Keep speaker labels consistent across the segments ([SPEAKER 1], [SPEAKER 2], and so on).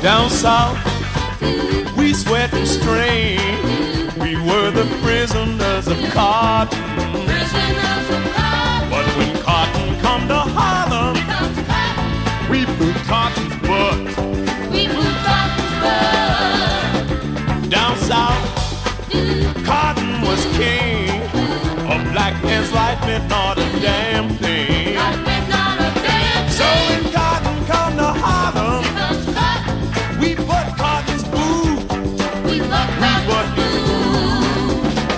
[SPEAKER 1] Down south, we sweat and strain. We were the prisoners of cotton. But when cotton come to Harlem, we boot cotton's butt. Down south, cotton was king. A black man's life meant not a damn thing. So when cotton come to Harlem, we butt cotton's boot. But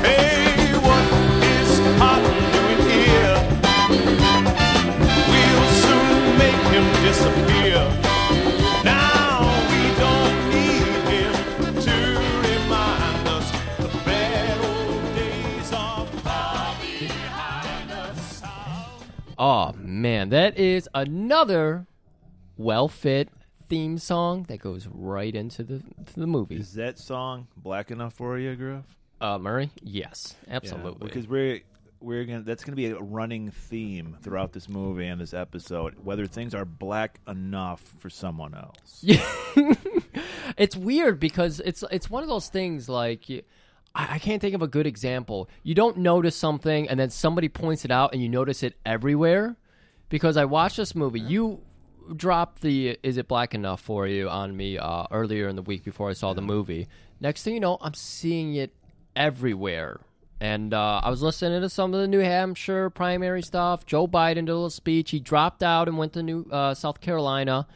[SPEAKER 1] hey, what is cotton doing here? We'll soon make him disappear. Now we don't need him to remind us the bad old days are far behind us.
[SPEAKER 2] Oh man, that is another well fit theme song that goes right into the to the movie.
[SPEAKER 3] Is that song black enough for you, Griff?
[SPEAKER 2] Uh, Murray, yes, absolutely.
[SPEAKER 3] Because we're we're gonna that's gonna be a running theme throughout this movie and this episode, whether things are black enough for someone else.
[SPEAKER 2] it's weird because it's it's one of those things like you, I, I can't think of a good example. You don't notice something and then somebody points it out and you notice it everywhere. Because I watched this movie, you dropped the "Is it black enough for you?" on me uh, earlier in the week before I saw the movie. Next thing you know, I'm seeing it everywhere. And uh, I was listening to some of the New Hampshire primary stuff. Joe Biden did a little speech. He dropped out and went to New uh, South Carolina,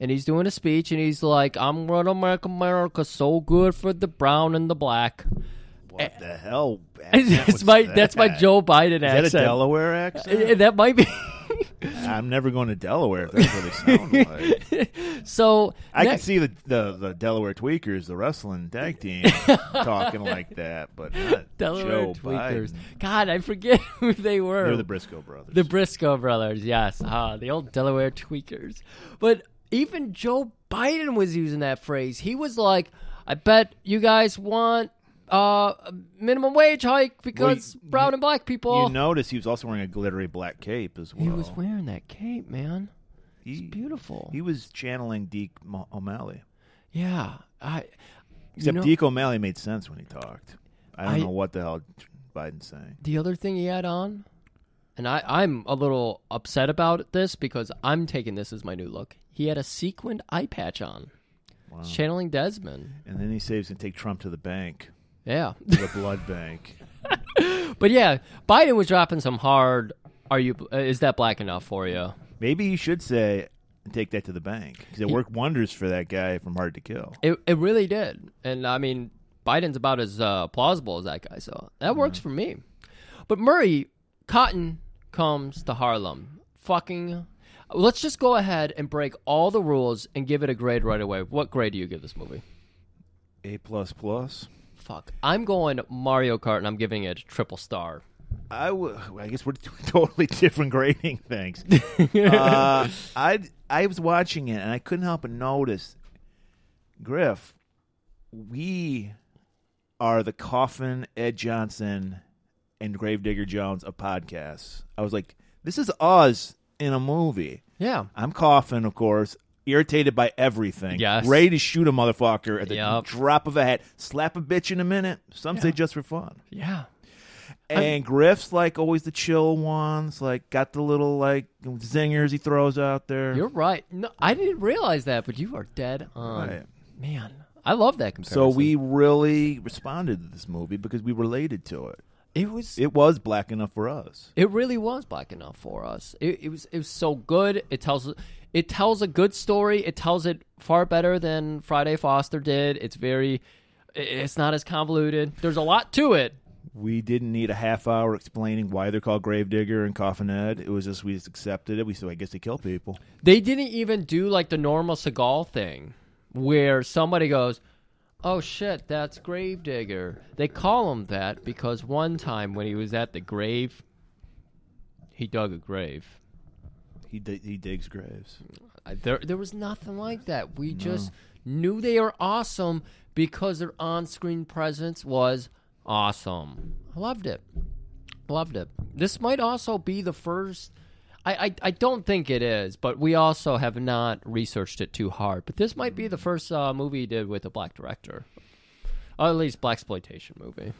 [SPEAKER 2] and he's doing a speech, and he's like, "I'm gonna make America so good for the brown and the black."
[SPEAKER 3] What the hell?
[SPEAKER 2] that's my that's my
[SPEAKER 3] joke.
[SPEAKER 2] Joe Biden
[SPEAKER 3] Is that
[SPEAKER 2] accent.
[SPEAKER 3] a Delaware accent?
[SPEAKER 2] Eh, That might be.
[SPEAKER 3] I'm never going to Delaware if that's what they sound like.
[SPEAKER 2] so
[SPEAKER 3] I can
[SPEAKER 2] next-
[SPEAKER 3] see the, the, the Delaware Tweakers, the wrestling tag team, talking like that, but not
[SPEAKER 2] Delaware
[SPEAKER 3] Joe
[SPEAKER 2] tweakers.
[SPEAKER 3] Biden.
[SPEAKER 2] God, I forget who they were.
[SPEAKER 3] They're the Briscoe brothers.
[SPEAKER 2] The Briscoe brothers, yes, ah, the old Delaware tweakers. But even Joe Biden was using that phrase. He was like, "I bet you guys want uh, a minimum wage hike because
[SPEAKER 3] you-
[SPEAKER 2] brown and black people."
[SPEAKER 3] you notice he was also wearing a glittery black cape as well.
[SPEAKER 2] he was wearing that cape, man.
[SPEAKER 3] He-
[SPEAKER 2] Beautiful.
[SPEAKER 3] He was channeling Deke Mo- O'Malley.
[SPEAKER 2] yeah, I.
[SPEAKER 3] Except
[SPEAKER 2] you know-
[SPEAKER 3] Deke O'Malley made sense when he talked. I don't
[SPEAKER 2] I-
[SPEAKER 3] know what the hell Biden's saying.
[SPEAKER 2] the other thing he had on, and I, I'm a little upset about this because I'm taking this as my new look. He had a sequined eye patch on, channeling Desmond.
[SPEAKER 3] And then he saves and take Trump to the bank,
[SPEAKER 2] Yeah,
[SPEAKER 3] to the blood bank.
[SPEAKER 2] but yeah, Biden was dropping some hard. Are you? uh, Is that black enough for you?
[SPEAKER 3] Maybe you should say take that to the bank because it worked wonders for that guy from Hard to Kill.
[SPEAKER 2] It it really did, and I mean Biden's about as uh, plausible as that guy, so that works for me. But Murray Cotton comes to Harlem. Fucking, let's just go ahead and break all the rules and give it a grade right away. What grade do you give this movie?
[SPEAKER 3] A plus plus.
[SPEAKER 2] Fuck, I'm going Mario Kart, and I'm giving it a triple star.
[SPEAKER 3] I w- I guess we're t- totally different grading things. uh, I I was watching it and I couldn't help but notice, Griff, we are the Coffin, Ed Johnson, and Gravedigger Jones of podcasts. I was like, this is us in a movie.
[SPEAKER 2] Yeah,
[SPEAKER 3] I'm coughing, of course, irritated by everything.
[SPEAKER 2] Yes.
[SPEAKER 3] Ready to shoot a motherfucker at the
[SPEAKER 2] Yep.
[SPEAKER 3] drop of a hat. Slap a bitch in a minute. Some say just for fun.
[SPEAKER 2] yeah.
[SPEAKER 3] And Griff's like always the chill ones, like got the little like zingers he throws out there.
[SPEAKER 2] You're right. No, I didn't realize that, but you are dead on.
[SPEAKER 3] Right.
[SPEAKER 2] Man, I love that comparison.
[SPEAKER 3] so we really responded to this movie because we related to it.
[SPEAKER 2] it was
[SPEAKER 3] It was black enough for us.
[SPEAKER 2] It really was black enough for us. It, it was it was so good. It tells it tells a good story. It tells it far better than Friday Foster did. It's very i- it's not as convoluted. There's a lot to it.
[SPEAKER 3] We didn't need a half hour explaining why they're called Gravedigger and Coffin Ed. It was just we just accepted it. We said, I guess they kill people.
[SPEAKER 2] They didn't even do like the normal Seagal thing where somebody goes, "Oh shit, that's Gravedigger." They call him that because one time when he was at the grave, he dug a grave.
[SPEAKER 3] He di- he digs graves.
[SPEAKER 2] I- there there was nothing like that. We just knew they were awesome because their on-screen presence was awesome. I loved it. Loved it. This might also be the first I, I, I don't think it is, but we also have not researched it too hard. But this might be the first uh, movie he did with a black director, or at least black exploitation movie.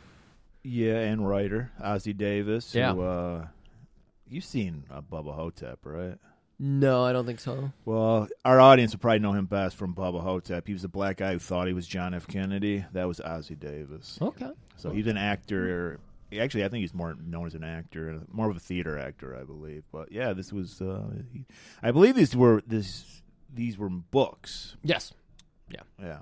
[SPEAKER 3] Yeah, and writer Ozzy Davis.
[SPEAKER 2] Yeah.
[SPEAKER 3] Who, uh, you've seen uh, Bubba Hotep, right?
[SPEAKER 2] No, I don't think so.
[SPEAKER 3] Well, our audience would probably know him best from Bubba Hotep. He was the black guy who thought he was John F. Kennedy. That was Ozzy Davis.
[SPEAKER 2] Okay.
[SPEAKER 3] So he's an actor. Actually, I think he's more known as an actor, more of a theater actor, I believe. But yeah, this was. Uh, he, I believe these were this these were books.
[SPEAKER 2] Yes.
[SPEAKER 3] Yeah.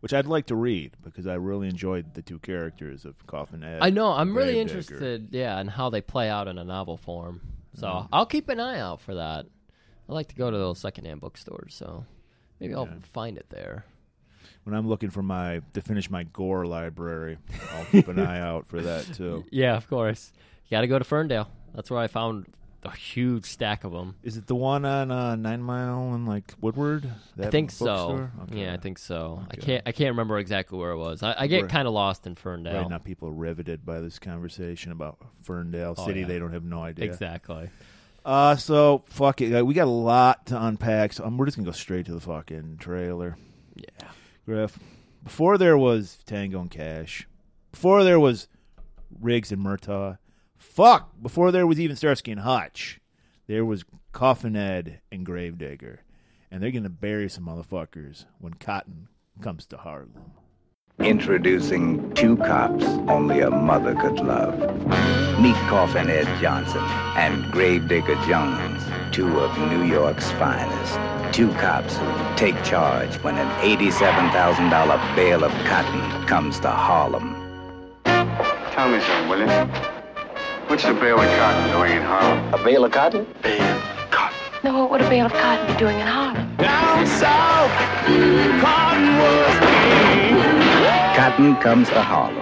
[SPEAKER 3] Which I'd like to read because I really enjoyed the two characters of Coffin Ed.
[SPEAKER 2] I know. I'm really
[SPEAKER 3] Gravedigger.
[SPEAKER 2] interested, yeah, in how they play out in a novel form. So
[SPEAKER 3] Mm-hmm.
[SPEAKER 2] I'll keep an eye out for that. I like to go to those secondhand bookstores, so maybe I'll find it there.
[SPEAKER 3] When I'm looking for my to finish my gore library, I'll keep an eye out for that too.
[SPEAKER 2] Yeah, of course. You got to go to Ferndale. That's where I found a huge stack of them.
[SPEAKER 3] Is it the one on uh, Nine Mile and like Woodward? That
[SPEAKER 2] I think so.
[SPEAKER 3] bookstore? Okay.
[SPEAKER 2] Yeah, I think so. I
[SPEAKER 3] Okay.
[SPEAKER 2] can't. I can't remember exactly where it was. I, I get
[SPEAKER 3] Right.
[SPEAKER 2] kind of lost in Ferndale.
[SPEAKER 3] Right now, people are riveted by this conversation about Ferndale
[SPEAKER 2] Oh,
[SPEAKER 3] City.
[SPEAKER 2] yeah.
[SPEAKER 3] They don't have no idea.
[SPEAKER 2] Exactly.
[SPEAKER 3] Uh, so fuck it. Uh, We got a lot to unpack. So um, we're just gonna go straight to the fucking trailer.
[SPEAKER 2] Yeah.
[SPEAKER 3] Griff. Before there was Tango and Cash. Before there was Riggs and Murtaugh. Fuck. Before there was even Starsky and Hutch. There was Coffin Ed and Gravedigger. And they're gonna bury some motherfuckers when Cotton comes to Harlem.
[SPEAKER 4] Introducing two cops only a mother could love. Meet Coffin Ed Johnson and Gravedigger Jones, two of New York's finest. Two cops who take charge when an $87,000 bale of cotton comes to Harlem.
[SPEAKER 5] Tell me something, will you? What's the bail of cotton doing in Harlem?
[SPEAKER 4] A bale of cotton?
[SPEAKER 5] Bail cotton.
[SPEAKER 6] Now, what would a bale of cotton be doing in Harlem?
[SPEAKER 1] Down south, cotton was king.
[SPEAKER 4] Cotton comes to Harlem.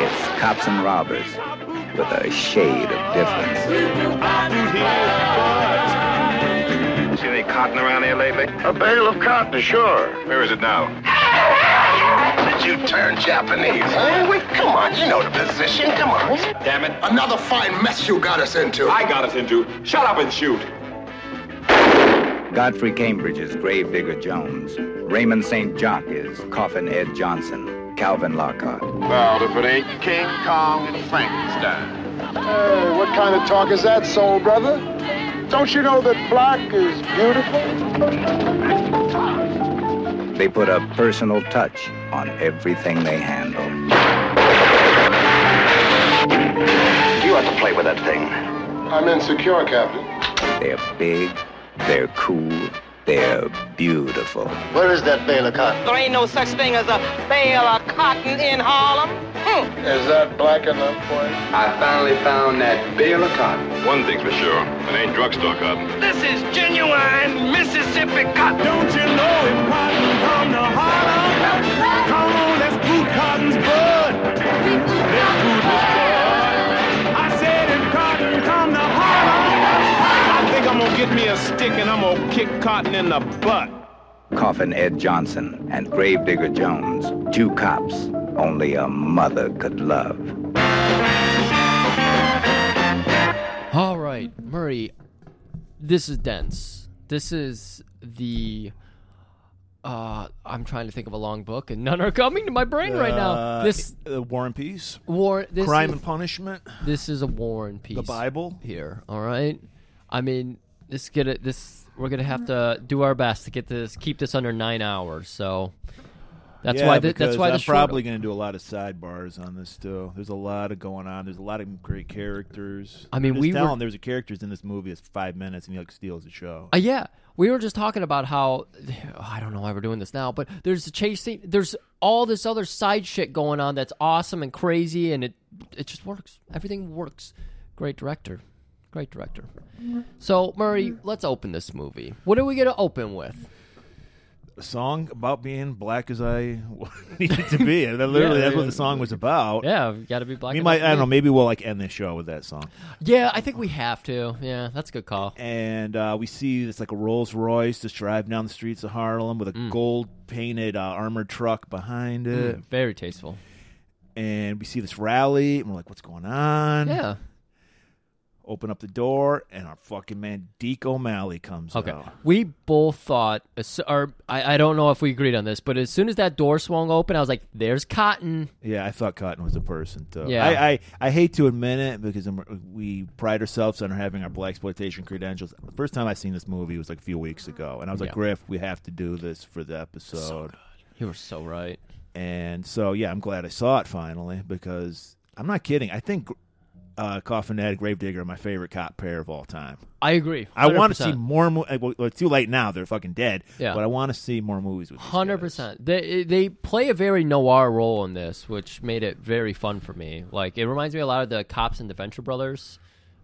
[SPEAKER 4] It's cops and robbers with a shade of difference.
[SPEAKER 5] See any cotton around here lately? A bale of cotton, sure. Where is it now? Did you turn Japanese, huh? Oh, Wait, come on, you know the position. Come on. Damn it. Another fine mess you got us into. I got us into. Shut up and shoot.
[SPEAKER 4] Godfrey Cambridge's Gravedigger Jones. Raymond St. Jock is Coffin Ed Johnson. Calvin Lockhart.
[SPEAKER 5] Well, if it ain't King Kong and Frankenstein. Hey, what kind of talk is that, soul brother? Don't you know that black is beautiful?
[SPEAKER 4] They put a personal touch on everything they handle. You have to play with that thing.
[SPEAKER 5] I'm insecure, Captain.
[SPEAKER 4] They're big, they're cool, they're beautiful.
[SPEAKER 5] Where is that bale of cotton?
[SPEAKER 7] There ain't no such thing as a bale of cotton in Harlem. Hmm.
[SPEAKER 5] Is that black enough for you? I finally found that bale of cotton. One thing's for sure, it ain't drugstore cotton.
[SPEAKER 7] This is genuine Mississippi cotton.
[SPEAKER 1] Don't you know if cotton come to Harlem? Come on, let's boot cotton's bud. Let's boot his bud. I said if cotton come to Harlem, I think I'm gonna get me a stick and I'm gonna kick cotton in the butt.
[SPEAKER 4] Coffin Ed Johnson and Gravedigger Jones, two cops only a mother could love.
[SPEAKER 2] All right, Murray. This is dense. This is the. Uh, I'm trying to think of a long book, and none are coming to my brain right now.
[SPEAKER 3] Uh,
[SPEAKER 2] This
[SPEAKER 3] uh, War and Peace,
[SPEAKER 2] war. This
[SPEAKER 3] Crime
[SPEAKER 2] is,
[SPEAKER 3] and Punishment,
[SPEAKER 2] this is a war and peace.
[SPEAKER 3] the Bible.
[SPEAKER 2] here. All right. I mean, this gonna this we're gonna have to do our best to get this keep this under nine hours. So that's
[SPEAKER 3] Yeah,
[SPEAKER 2] why the, that's
[SPEAKER 3] because
[SPEAKER 2] why
[SPEAKER 3] I'm
[SPEAKER 2] the short-
[SPEAKER 3] probably going to do a lot of sidebars on this too. There's a lot of going on. There's a lot of great characters.
[SPEAKER 2] I mean,
[SPEAKER 3] I'm just
[SPEAKER 2] we were-
[SPEAKER 3] telling there's a characters in this movie that's five minutes and he like steals the show.
[SPEAKER 2] Uh, yeah, we were just talking about how I don't know why we're doing this now, but there's a chase scene. There's all this other side shit going on that's awesome and crazy, and it it just works. Everything works. Great director, great director. So Murray, let's open this movie. What are we gonna open with?
[SPEAKER 3] a song about being black as I needed to be. And that literally,
[SPEAKER 2] Yeah,
[SPEAKER 3] that's what
[SPEAKER 2] yeah.
[SPEAKER 3] the song was about.
[SPEAKER 2] Yeah, got to be black.
[SPEAKER 3] We
[SPEAKER 2] and
[SPEAKER 3] might,
[SPEAKER 2] white.
[SPEAKER 3] I don't know, maybe we'll like end the show with that song.
[SPEAKER 2] Yeah, I think we have to. Yeah, that's a good call.
[SPEAKER 3] And uh, we see this like a Rolls Royce just driving down the streets of Harlem with a
[SPEAKER 2] Mm.
[SPEAKER 3] gold painted uh, armored truck behind it.
[SPEAKER 2] Very tasteful.
[SPEAKER 3] And we see this rally and we're like, what's going on?
[SPEAKER 2] Yeah.
[SPEAKER 3] Open up the door, and our fucking man Deke O'Malley comes
[SPEAKER 2] Okay.
[SPEAKER 3] out.
[SPEAKER 2] We both thought, as- or I, I don't know if we agreed on this, but as soon as that door swung open, I was like, there's Cotton.
[SPEAKER 3] Yeah, I thought Cotton was a person too.
[SPEAKER 2] Yeah.
[SPEAKER 3] I, I, I hate to admit it because I'm, we pride ourselves on having our black exploitation credentials. The first time I seen this movie was like a few weeks ago, and I was like,
[SPEAKER 2] Yeah.
[SPEAKER 3] Griff, we have to do this for the episode.
[SPEAKER 2] You were so right.
[SPEAKER 3] and so yeah, I'm glad I saw it finally because I'm not kidding. I think uh, Coffinhead, Gravedigger, are my favorite cop pair of all time.
[SPEAKER 2] I agree.
[SPEAKER 3] I want to see
[SPEAKER 2] 100%.
[SPEAKER 3] more. Mo- eh, well, it's too late now; they're fucking dead.
[SPEAKER 2] Yeah.
[SPEAKER 3] but I want to see more movies with these
[SPEAKER 2] Hundred
[SPEAKER 3] guys.
[SPEAKER 2] percent. They they play a very noir role in this, which made it very fun for me. Like it reminds me a lot of the cops and the Venture Brothers,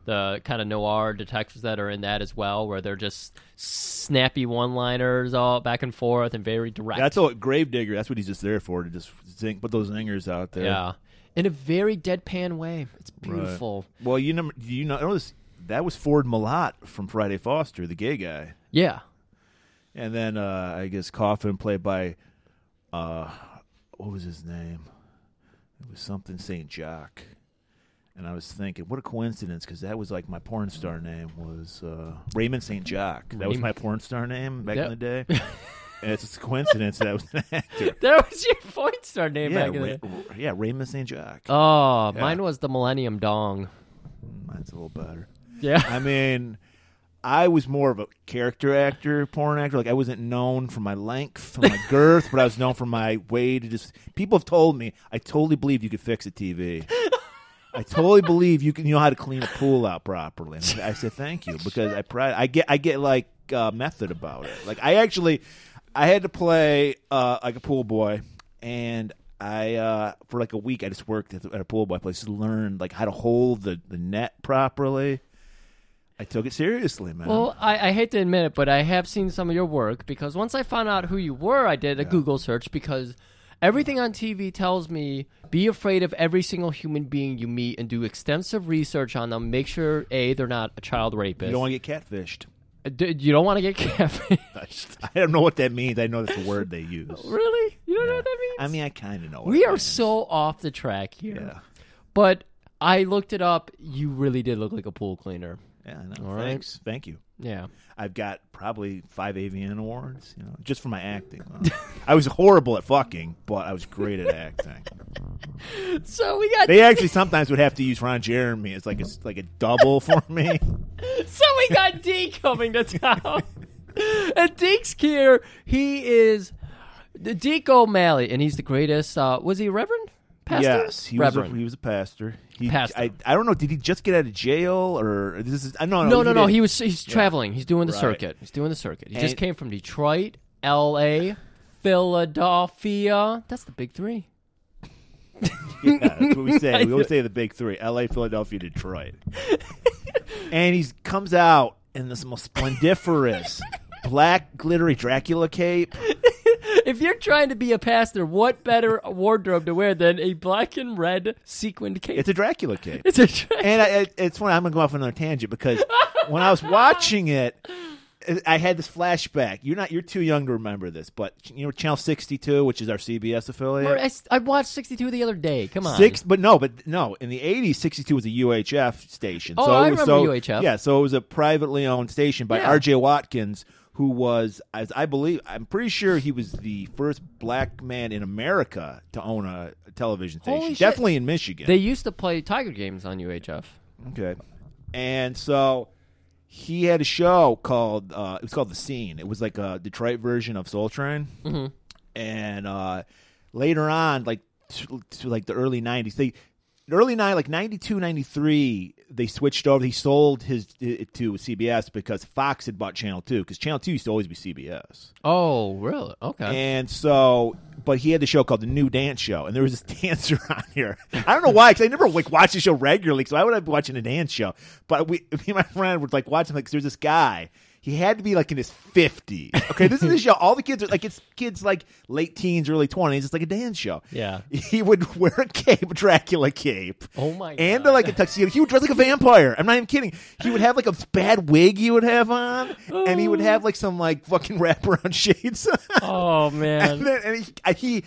[SPEAKER 2] the kind of noir detectives that are in that as well, where they're just snappy one-liners all back and forth and very direct.
[SPEAKER 3] That's what Gravedigger. That's what he's just there for to just zing, put those zingers out there.
[SPEAKER 2] yeah, in a very deadpan way. It's beautiful.
[SPEAKER 3] Well, you know, do you know notice that was Ford Malott from Friday Foster, the gay guy,
[SPEAKER 2] Yeah,
[SPEAKER 3] and then uh, I guess Coffin played by uh, what was his name? It was something Saint Jock. And I was thinking, what a coincidence, because that was like my porn star name was uh, Raymond Saint Jock. That was
[SPEAKER 2] Raymond.
[SPEAKER 3] my porn star name back
[SPEAKER 2] Yep.
[SPEAKER 3] in the day. and it's just a coincidence that was an actor.
[SPEAKER 2] that was your point star name.
[SPEAKER 3] Yeah,
[SPEAKER 2] back in the
[SPEAKER 3] Ra-
[SPEAKER 2] day.
[SPEAKER 3] yeah, Raymond Saint Jock.
[SPEAKER 2] Oh,
[SPEAKER 3] Yeah.
[SPEAKER 2] mine was the Millennium Dong.
[SPEAKER 3] Mine's a little better.
[SPEAKER 2] Yeah,
[SPEAKER 3] I mean, I was more of a character actor, porn actor. Like I wasn't known for my length, for my girth, but I was known for my way to just. People have told me I totally believe you could fix a TV. I totally believe you can. You know how to clean a pool out properly. And I said thank you because I pride. I get. I get like uh, method about it. Like I actually, I had to play uh, like a pool boy, and I uh, for like a week I just worked at, the, at a pool boy place to learn like how to hold the, the net properly. I took it seriously, man.
[SPEAKER 2] Well, I, I hate to admit it, but I have seen some of your work because once I found out who you were, I did a Google search because everything on TV tells me be afraid of every single human being you meet and do extensive research on them. Make sure a they're not a child rapist.
[SPEAKER 3] you don't want to get catfished.
[SPEAKER 2] you don't want to get catfish.
[SPEAKER 3] I don't know what that means. I know that's a word they use.
[SPEAKER 2] really? You don't know what that means?
[SPEAKER 3] I mean, I kind of know. what
[SPEAKER 2] we
[SPEAKER 3] it
[SPEAKER 2] are
[SPEAKER 3] means.
[SPEAKER 2] so off the track here.
[SPEAKER 3] Yeah.
[SPEAKER 2] But I looked it up. You really did look like a pool cleaner.
[SPEAKER 3] Yeah, I know.
[SPEAKER 2] All right.
[SPEAKER 3] Thanks. Thank you.
[SPEAKER 2] Yeah.
[SPEAKER 3] I've got probably five AVN awards, you know, just for my acting. I was horrible at fucking, but I was great at acting.
[SPEAKER 2] So we got
[SPEAKER 3] They actually sometimes would have to use Ron Jeremy as like a like a double for me.
[SPEAKER 2] So we got Deke coming to town. and Deke's here. He is Deke O'Malley, and he's the greatest. Uh, was he a Reverend? Pastor?
[SPEAKER 3] Yes, he was
[SPEAKER 2] Reverend.
[SPEAKER 3] a, he was a pastor. He,
[SPEAKER 2] Pastor.
[SPEAKER 3] I, I don't know. Did he just get out of jail or this is? I no, no,
[SPEAKER 2] no, no, no.
[SPEAKER 3] did.
[SPEAKER 2] He was he's traveling. He's doing the
[SPEAKER 3] Right.
[SPEAKER 2] circuit. He's doing the circuit. He just
[SPEAKER 3] And-
[SPEAKER 2] came from Detroit, L.A., Philadelphia. That's the big three.
[SPEAKER 3] Yeah, that's what we say. We always say the big three: L.A., Philadelphia, Detroit. and he comes out in this most splendiferous black glittery Dracula cape.
[SPEAKER 2] If you're trying to be a pastor, what better wardrobe to wear than a black and red sequined cape?
[SPEAKER 3] It's a Dracula cape.
[SPEAKER 2] It's a tra-
[SPEAKER 3] and I, it, it's funny. I'm gonna go off on another tangent because when I was watching it, I had this flashback. You're not. You're too young to remember this, but you know, Channel 62, which is our CBS affiliate.
[SPEAKER 2] I, I watched 62 the other day. Come on.
[SPEAKER 3] Six, but no, but no. In the '80s, 62 was a UHF station.
[SPEAKER 2] Oh,
[SPEAKER 3] so
[SPEAKER 2] I
[SPEAKER 3] it was,
[SPEAKER 2] remember
[SPEAKER 3] so,
[SPEAKER 2] UHF.
[SPEAKER 3] Yeah, so it was a privately owned station by
[SPEAKER 2] Yeah.
[SPEAKER 3] R.J. Watkins, who was, as I believe, I'm pretty sure he was the first black man in America to own a television station.
[SPEAKER 2] Holy shit.
[SPEAKER 3] Definitely in Michigan.
[SPEAKER 2] They used to play Tiger games on UHF.
[SPEAKER 3] Okay. And so he had a show called uh, it was called The Scene. It was like a Detroit version of Soul Train. Mm-hmm. And uh, later on, like to, to like the early '90s, they early nine like 92 93 they switched over he sold his it to cbs because fox had bought channel 2 because channel 2 used to always be cbs
[SPEAKER 2] Oh, really? Okay.
[SPEAKER 3] and so, but he had the show called The New Dance Show, and there was this dancer on here. I don't know why, because I never like watched the show regularly. So why would I be watching a dance show? But we, me and my friend were like watching, like, there's this guy. He had to be like in his 50s. Okay, this is the show. All the kids are like, it's kids like late teens, early 20s. It's like a dance show.
[SPEAKER 2] Yeah.
[SPEAKER 3] He would wear a cape, Dracula cape.
[SPEAKER 2] Oh my
[SPEAKER 3] And
[SPEAKER 2] God.
[SPEAKER 3] like a tuxedo. He would dress like a vampire. I'm not even kidding. He would have like a bad wig he would have on, and he would have like some like fucking wraparound shades on.
[SPEAKER 2] oh
[SPEAKER 3] And
[SPEAKER 2] man.
[SPEAKER 3] then and he, I- he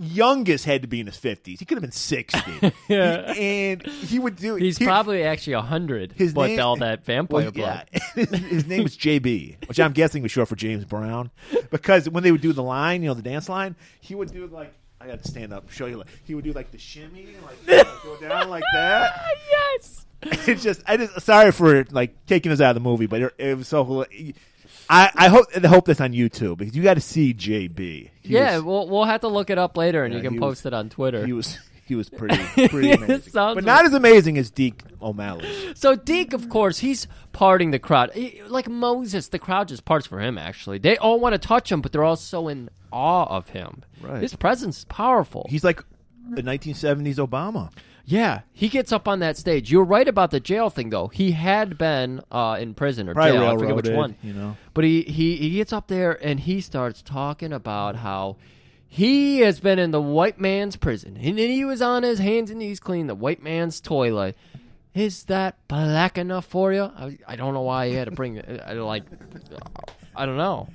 [SPEAKER 3] youngest had to be in his fifties. He could have been sixty,
[SPEAKER 2] Yeah.
[SPEAKER 3] He- and he would do.
[SPEAKER 2] He's
[SPEAKER 3] he-
[SPEAKER 2] probably actually a hundred,
[SPEAKER 3] his
[SPEAKER 2] but
[SPEAKER 3] name-
[SPEAKER 2] all that vampire
[SPEAKER 3] well,
[SPEAKER 2] blood.
[SPEAKER 3] yeah. his name was JB, which I'm guessing was short for James Brown, because when they would do the line, you know, the dance line, he would do like. I got to stand up, and show you. Like, he would do like the shimmy, like go down like that.
[SPEAKER 2] Ah, yes.
[SPEAKER 3] it's just I just sorry for like taking us out of the movie, but it, it was so. hila- I I hope I hope that's on YouTube because you got to see JB. He
[SPEAKER 2] Yeah,
[SPEAKER 3] was,
[SPEAKER 2] we'll we'll have to look it up later, and
[SPEAKER 3] Yeah,
[SPEAKER 2] you can
[SPEAKER 3] he
[SPEAKER 2] post
[SPEAKER 3] was-
[SPEAKER 2] it on Twitter.
[SPEAKER 3] he was he was pretty pretty amazing,
[SPEAKER 2] Sounds
[SPEAKER 3] but not as amazing as Deke O'Malley.
[SPEAKER 2] So Deke, of course, he's parting the crowd. He- Like Moses, the crowd just parts for him, actually. They all want to touch him, but they're all so in awe of him.
[SPEAKER 3] Right.
[SPEAKER 2] His presence is powerful.
[SPEAKER 3] He's like the 1970s Obama.
[SPEAKER 2] yeah. He gets up on that stage. You're right about the jail thing, though. He had been uh, in prison or
[SPEAKER 3] Probably
[SPEAKER 2] jail. I forget which
[SPEAKER 3] railroaded,
[SPEAKER 2] one.
[SPEAKER 3] you know.
[SPEAKER 2] But he, he, he gets up there and he starts talking about how he has been in the white man's prison. And then he was on his hands and knees cleaning the white man's toilet. Is that black enough for you? I, I don't know why he had to bring I, like I don't know.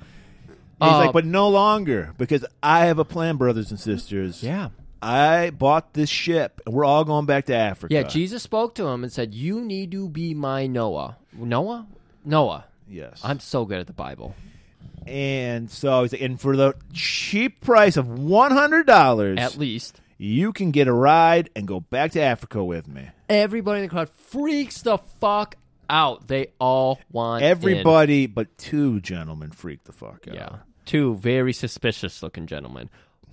[SPEAKER 3] He's
[SPEAKER 2] Uh,
[SPEAKER 3] like, but no longer because I have a plan, brothers and sisters.
[SPEAKER 2] Yeah.
[SPEAKER 3] I bought this ship, and we're all going back to Africa.
[SPEAKER 2] Yeah, Jesus spoke to him and said, "You need to be my Noah." Noah? Noah.
[SPEAKER 3] Yes,
[SPEAKER 2] I'm so good at the Bible.
[SPEAKER 3] and so he's like, and for the cheap price of one hundred dollars,
[SPEAKER 2] At least
[SPEAKER 3] you can get a ride and go back to Africa with me.
[SPEAKER 2] everybody in the crowd freaks the fuck out. They all want in.
[SPEAKER 3] Everybody but two gentlemen freaked the fuck out.
[SPEAKER 2] Yeah. Two very suspicious looking gentlemen.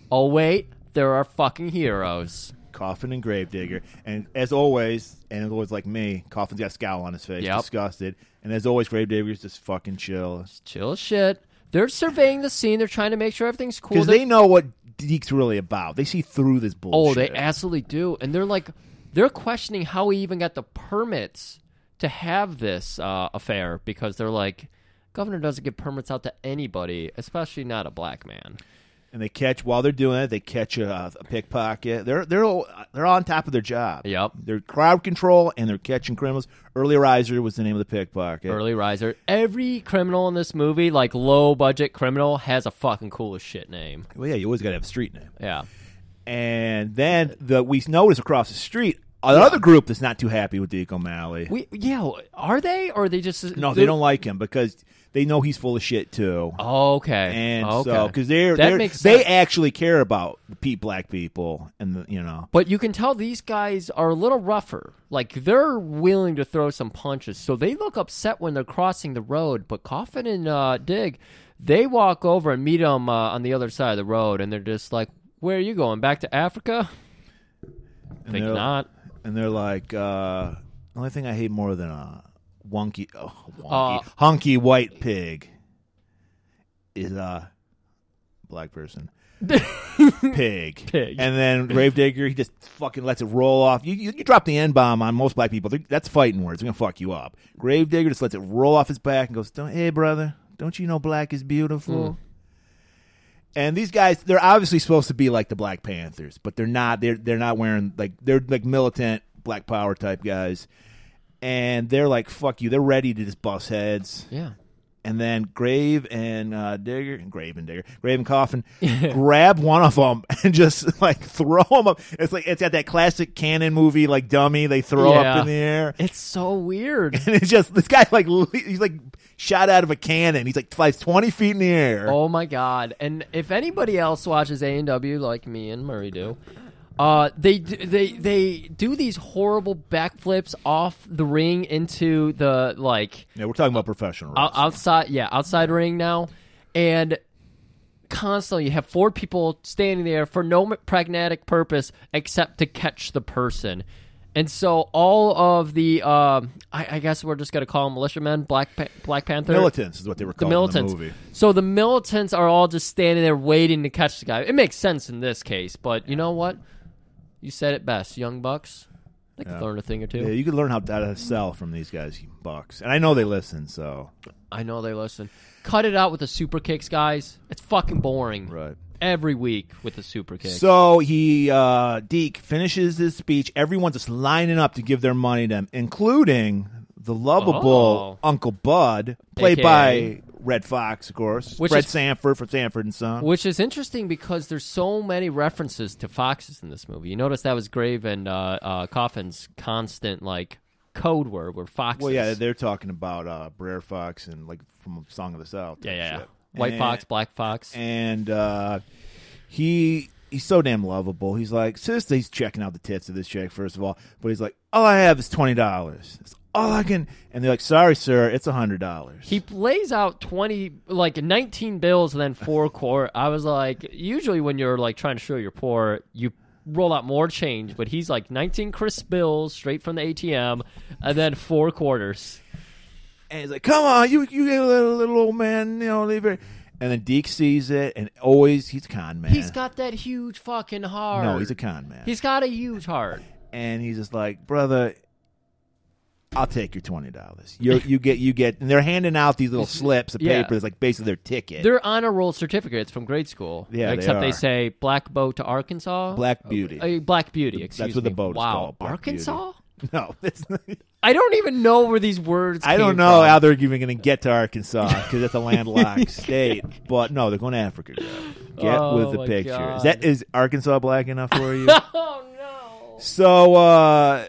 [SPEAKER 2] Oh, wait. There are fucking heroes.
[SPEAKER 3] Coffin and Gravedigger. And as always, and as always like me, Coffin's got a scowl on his face,
[SPEAKER 2] Yep.
[SPEAKER 3] disgusted. And as always, Gravedigger's just fucking chill.
[SPEAKER 2] Chill as shit. They're surveying the scene. They're trying to make sure everything's cool.
[SPEAKER 3] Because
[SPEAKER 2] They're-
[SPEAKER 3] they know what Deke's really about. They see through this
[SPEAKER 2] oh,
[SPEAKER 3] bullshit.
[SPEAKER 2] they absolutely do. And they're like, they're questioning how he even got the permits to have this uh, affair because they're like, governor doesn't give permits out to anybody, especially not a black man.
[SPEAKER 3] And they catch, while they're doing it, they catch a, a pickpocket. They're they're all, they're on top of their job.
[SPEAKER 2] Yep.
[SPEAKER 3] They're crowd control and they're catching criminals. Early Riser was the name of the pickpocket.
[SPEAKER 2] Early riser. Every criminal in this movie, like low budget criminal, has a fucking cool as shit name.
[SPEAKER 3] Well, yeah, you always got to have a street name.
[SPEAKER 2] Yeah.
[SPEAKER 3] And then the we notice across the street another group that's not too happy with Deke O'Malley.
[SPEAKER 2] We yeah, are they or are they just
[SPEAKER 3] no, they don't like him because they know he's full of shit too.
[SPEAKER 2] Okay,
[SPEAKER 3] and
[SPEAKER 2] okay.
[SPEAKER 3] so because they're,
[SPEAKER 2] that
[SPEAKER 3] they're
[SPEAKER 2] makes
[SPEAKER 3] they
[SPEAKER 2] sense.
[SPEAKER 3] actually care about the pe- black people and the, you know
[SPEAKER 2] but you can tell these guys are a little rougher. Like they're willing to throw some punches, so they look upset when they're crossing the road. But Coffin and uh, Dig, they walk over and meet them uh, on the other side of the road, and they're just like, "Where are you going? Back to Africa?"
[SPEAKER 3] and
[SPEAKER 2] Think
[SPEAKER 3] they're-
[SPEAKER 2] not.
[SPEAKER 3] and they're like uh, the only thing I hate more than a wonky oh, wonky
[SPEAKER 2] Uh,
[SPEAKER 3] honky white pig is a black person. Pig.
[SPEAKER 2] Pig.
[SPEAKER 3] And then Gravedigger, he just fucking lets it roll off. You, you, you drop the N bomb on most black people. They're- That's fighting words. They're going to fuck you up. Gravedigger just lets it roll off his back and goes, don't, Hey, brother, don't you know black is
[SPEAKER 2] Mm.
[SPEAKER 3] beautiful? And these guys, they're obviously supposed to be like the Black Panthers, but they're not. They're they're not wearing like they're like militant Black Power type guys, and they're like fuck you. They're ready to just bust heads
[SPEAKER 2] Yeah.
[SPEAKER 3] and then Grave and uh, Digger, Grave and Digger, Grave and Coffin grab one of them and just like throw them up. It's like it's got that classic canon movie like dummy they throw
[SPEAKER 2] Yeah.
[SPEAKER 3] up in the air,
[SPEAKER 2] It's so weird.
[SPEAKER 3] and it's just this guy like le- he's like shot out of a cannon. He's like flies twenty feet in the air.
[SPEAKER 2] Oh my god! And if anybody else watches A and W like me and Murray do, uh, they d- they they do these horrible backflips off the ring into the like
[SPEAKER 3] Yeah, we're talking about professional.
[SPEAKER 2] o-
[SPEAKER 3] wrestling.
[SPEAKER 2] outside. Yeah, outside ring now, and constantly you have four people standing there for no m- pragmatic purpose except to catch the person. And so all of the, um I, I guess we're just gonna call them militiamen, Black pa- Black Panther
[SPEAKER 3] Militants is what they were
[SPEAKER 2] the
[SPEAKER 3] calling
[SPEAKER 2] militants.
[SPEAKER 3] in the movie.
[SPEAKER 2] So the militants are all just standing there waiting to catch the guy. It makes sense in this case, but you know what? You said it best, young bucks. They can learn a thing or two.
[SPEAKER 3] Yeah, you can learn how to sell from these guys, you bucks, and I know they listen. So
[SPEAKER 2] I know they listen. Cut it out with the super kicks, guys. It's fucking boring.
[SPEAKER 3] Right.
[SPEAKER 2] Every week with the super kicks.
[SPEAKER 3] So he, uh, Deke, finishes his speech. Everyone's just lining up to give their
[SPEAKER 2] Oh.
[SPEAKER 3] money to him, including the lovable Uncle Bud, played
[SPEAKER 2] AKA.
[SPEAKER 3] by Red Fox, of course.
[SPEAKER 2] Which
[SPEAKER 3] Fred
[SPEAKER 2] is-
[SPEAKER 3] Sanford from Sanford and Son.
[SPEAKER 2] Which is interesting because there's so many references to foxes in this movie. You notice that was Grave and uh, uh, Coffin's constant like code word were foxes.
[SPEAKER 3] well, yeah, they're talking about uh, Brer Fox and like from Song of the South.
[SPEAKER 2] yeah,
[SPEAKER 3] and
[SPEAKER 2] yeah.
[SPEAKER 3] shit. Eh.
[SPEAKER 2] White
[SPEAKER 3] And-
[SPEAKER 2] fox, black fox.
[SPEAKER 3] and uh, he he's so damn lovable. He's like, sister, he's checking out the tits of this chick first of all, but he's like, all I have is twenty dollars. It's all I can. And they're like, sorry, sir, it's a hundred dollars.
[SPEAKER 2] he lays out 20 like 19 bills and then four quart i was like usually when you're like trying to show you're poor you roll out more change but he's like 19 crisp bills straight from the atm and then four quarters
[SPEAKER 3] And he's like, come on, you you little, little old man, you know, leave her. And then Deke sees it, and always he's a con man.
[SPEAKER 2] he's got that huge fucking heart
[SPEAKER 3] no, he's a con man.
[SPEAKER 2] he's got a huge heart
[SPEAKER 3] and he's just like, brother. I'll take your twenty dollars. You you get you get, and they're handing out these little slips of
[SPEAKER 2] Yeah.
[SPEAKER 3] paper. It's like basically their ticket.
[SPEAKER 2] they're honor roll certificates from grade school
[SPEAKER 3] Yeah, they
[SPEAKER 2] except they,
[SPEAKER 3] are.
[SPEAKER 2] say black boat to arkansas
[SPEAKER 3] Black Beauty.
[SPEAKER 2] Uh, black beauty excuse
[SPEAKER 3] what the
[SPEAKER 2] me.
[SPEAKER 3] boat is
[SPEAKER 2] wow
[SPEAKER 3] called, Black Beauty.
[SPEAKER 2] arkansas
[SPEAKER 3] no, that's not,
[SPEAKER 2] i don't even know where these words
[SPEAKER 3] I
[SPEAKER 2] came
[SPEAKER 3] don't know
[SPEAKER 2] from.
[SPEAKER 3] how they're even going to get to Arkansas because it's a landlocked state. But no, they're going to Africa. Girl. Get
[SPEAKER 2] Oh,
[SPEAKER 3] with the
[SPEAKER 2] my
[SPEAKER 3] picture. Is
[SPEAKER 2] God.
[SPEAKER 3] that is Arkansas black enough for you?
[SPEAKER 2] oh no
[SPEAKER 3] so uh,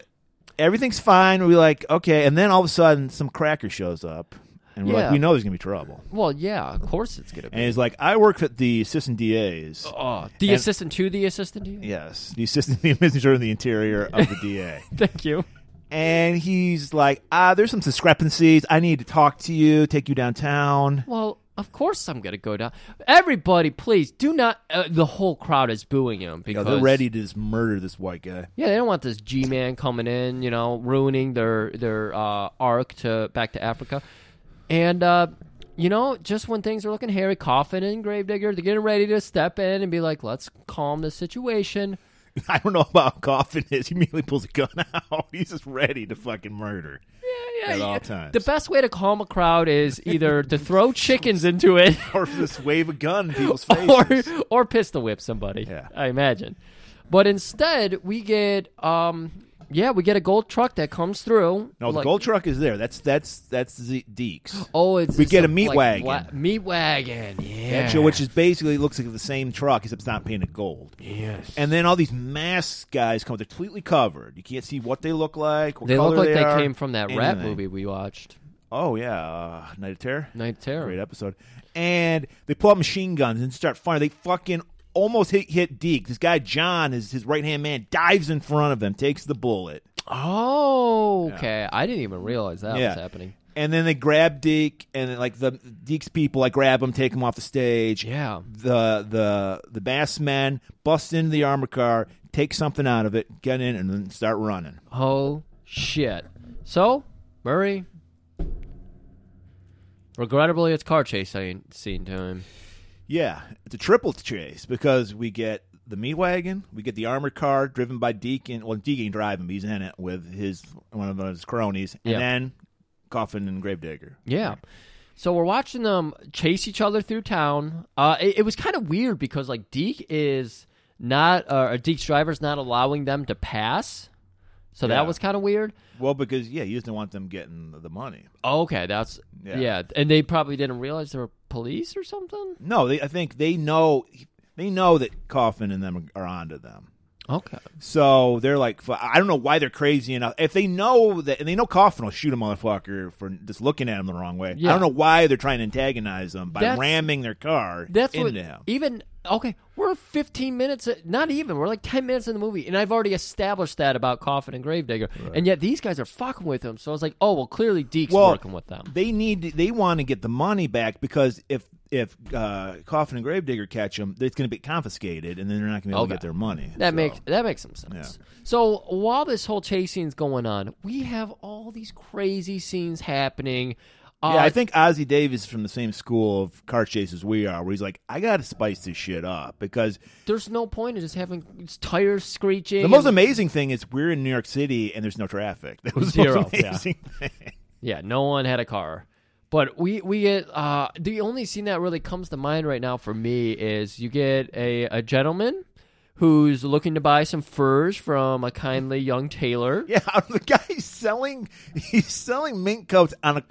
[SPEAKER 3] everything's fine. We like okay, and then all of a sudden some cracker shows up, and we're
[SPEAKER 2] Yeah.
[SPEAKER 3] like, we know there's going to be trouble.
[SPEAKER 2] Well, yeah, of course it's gonna be.
[SPEAKER 3] And he's like, I work at the assistant DA's.
[SPEAKER 2] oh, the
[SPEAKER 3] and-
[SPEAKER 2] assistant to the assistant to you.
[SPEAKER 3] Yes, the assistant the administrator in the interior of the DA.
[SPEAKER 2] Thank you.
[SPEAKER 3] And he's like, ah, there's some discrepancies. I need to talk to you, take you downtown.
[SPEAKER 2] Well, of course I'm gonna go down. Everybody, please do not. Uh, the whole crowd is booing him
[SPEAKER 3] Yeah,
[SPEAKER 2] because
[SPEAKER 3] they're ready to just murder this white guy.
[SPEAKER 2] Yeah, they don't want this G-man coming in, you know, ruining their their uh, arc to back to Africa. And uh, you know, just when things are looking hairy, Coffin and Gravedigger, they're getting ready to step in and be like, "Let's calm the situation."
[SPEAKER 3] I don't know about how Coffin is. He immediately pulls a gun out. He's just ready to fucking murder. At all times.
[SPEAKER 2] The best way to calm a crowd is either to throw chickens into it.
[SPEAKER 3] Or just wave a gun in people's
[SPEAKER 2] or
[SPEAKER 3] faces.
[SPEAKER 2] or pistol whip somebody.
[SPEAKER 3] Yeah.
[SPEAKER 2] I imagine. But instead, we get um, yeah, we get a gold truck that comes through.
[SPEAKER 3] no, the
[SPEAKER 2] like-
[SPEAKER 3] gold truck is there. That's that's that's the Deeks.
[SPEAKER 2] Oh, it's
[SPEAKER 3] We
[SPEAKER 2] it's
[SPEAKER 3] get a meat wagon.
[SPEAKER 2] meat wagon, yeah.
[SPEAKER 3] Actually, which is basically looks like the same truck, except it's not painted gold. Yes. And then all these masked guys come. They're completely covered. You can't see what they look like. What
[SPEAKER 2] they look
[SPEAKER 3] color
[SPEAKER 2] like
[SPEAKER 3] they,
[SPEAKER 2] they,
[SPEAKER 3] are,
[SPEAKER 2] came from that rat
[SPEAKER 3] anything.
[SPEAKER 2] movie we watched,
[SPEAKER 3] Oh yeah, uh, Night of Terror.
[SPEAKER 2] Night of Terror.
[SPEAKER 3] Great episode. And they pull out machine guns and start firing. They fucking almost hit hit Deke. This guy John is his right hand man. Dives in front of them, takes the bullet.
[SPEAKER 2] Oh, okay. I didn't even realize that
[SPEAKER 3] yeah,
[SPEAKER 2] was happening.
[SPEAKER 3] And then they grab Deke, and like the Deke's people, like grab him, take him off the stage.
[SPEAKER 2] Yeah.
[SPEAKER 3] The the the bass men bust into the armor car, take something out of it, get in, and then start running.
[SPEAKER 2] Oh shit. So Murray. Regrettably, it's car chase scene scene time.
[SPEAKER 3] Yeah, it's a triple chase because we get the meat wagon, we get the armored car driven by Deacon. Well, Deacon driving, but he's in it with his one of his cronies, and
[SPEAKER 2] Yeah.
[SPEAKER 3] then Coffin and Gravedigger.
[SPEAKER 2] Yeah. So we're watching them chase each other through town. Uh, it, it was kind of weird because like Deke is not, uh, or Deke's driver's not allowing them to pass. So
[SPEAKER 3] Yeah.
[SPEAKER 2] that was kind of weird.
[SPEAKER 3] Well, because yeah, he doesn't want them getting the money.
[SPEAKER 2] Oh, Okay, that's
[SPEAKER 3] Yeah.
[SPEAKER 2] yeah. and they probably didn't realize they were police or something.
[SPEAKER 3] No, they, I think they know they know that Coffin and them are onto them.
[SPEAKER 2] Okay,
[SPEAKER 3] So they're like, fu- I don't know why they're crazy enough. If they know that, and they know Coffin will shoot a motherfucker for just looking at him the wrong way. I
[SPEAKER 2] Yeah.
[SPEAKER 3] don't know why they're trying to antagonize him by
[SPEAKER 2] That's-
[SPEAKER 3] ramming their car
[SPEAKER 2] that's
[SPEAKER 3] into
[SPEAKER 2] what
[SPEAKER 3] him.
[SPEAKER 2] even okay. We're fifteen minutes, not even. We're like ten minutes in the movie, and I've already established that about Coffin and Gravedigger, and yet these guys are fucking with him. So I was like, oh well, clearly Deke's
[SPEAKER 3] well,
[SPEAKER 2] working with them.
[SPEAKER 3] They need they want to get the money back because if if uh, Coffin and Gravedigger catch them, it's going to be confiscated, and then they're not going to be able
[SPEAKER 2] Okay.
[SPEAKER 3] to get their money.
[SPEAKER 2] That
[SPEAKER 3] So-
[SPEAKER 2] makes that makes some sense. So while this whole chase scene's going on, we have all these crazy scenes happening. Uh,
[SPEAKER 3] Yeah, I think Ozzy Davis is from the same school of car chases we are, where he's like, I got to spice this shit up because
[SPEAKER 2] there's no point in just having it's tires screeching.
[SPEAKER 3] the most
[SPEAKER 2] and-
[SPEAKER 3] amazing thing is we're in New York City and there's no traffic. That was the
[SPEAKER 2] Zero,
[SPEAKER 3] most
[SPEAKER 2] yeah.
[SPEAKER 3] amazing thing.
[SPEAKER 2] yeah, no one had a car. But we we get uh, the only scene that really comes to mind right now for me is you get a, a gentleman who's looking to buy some furs from a kindly young tailor.
[SPEAKER 3] Yeah, the guy's selling he's selling mink coats on a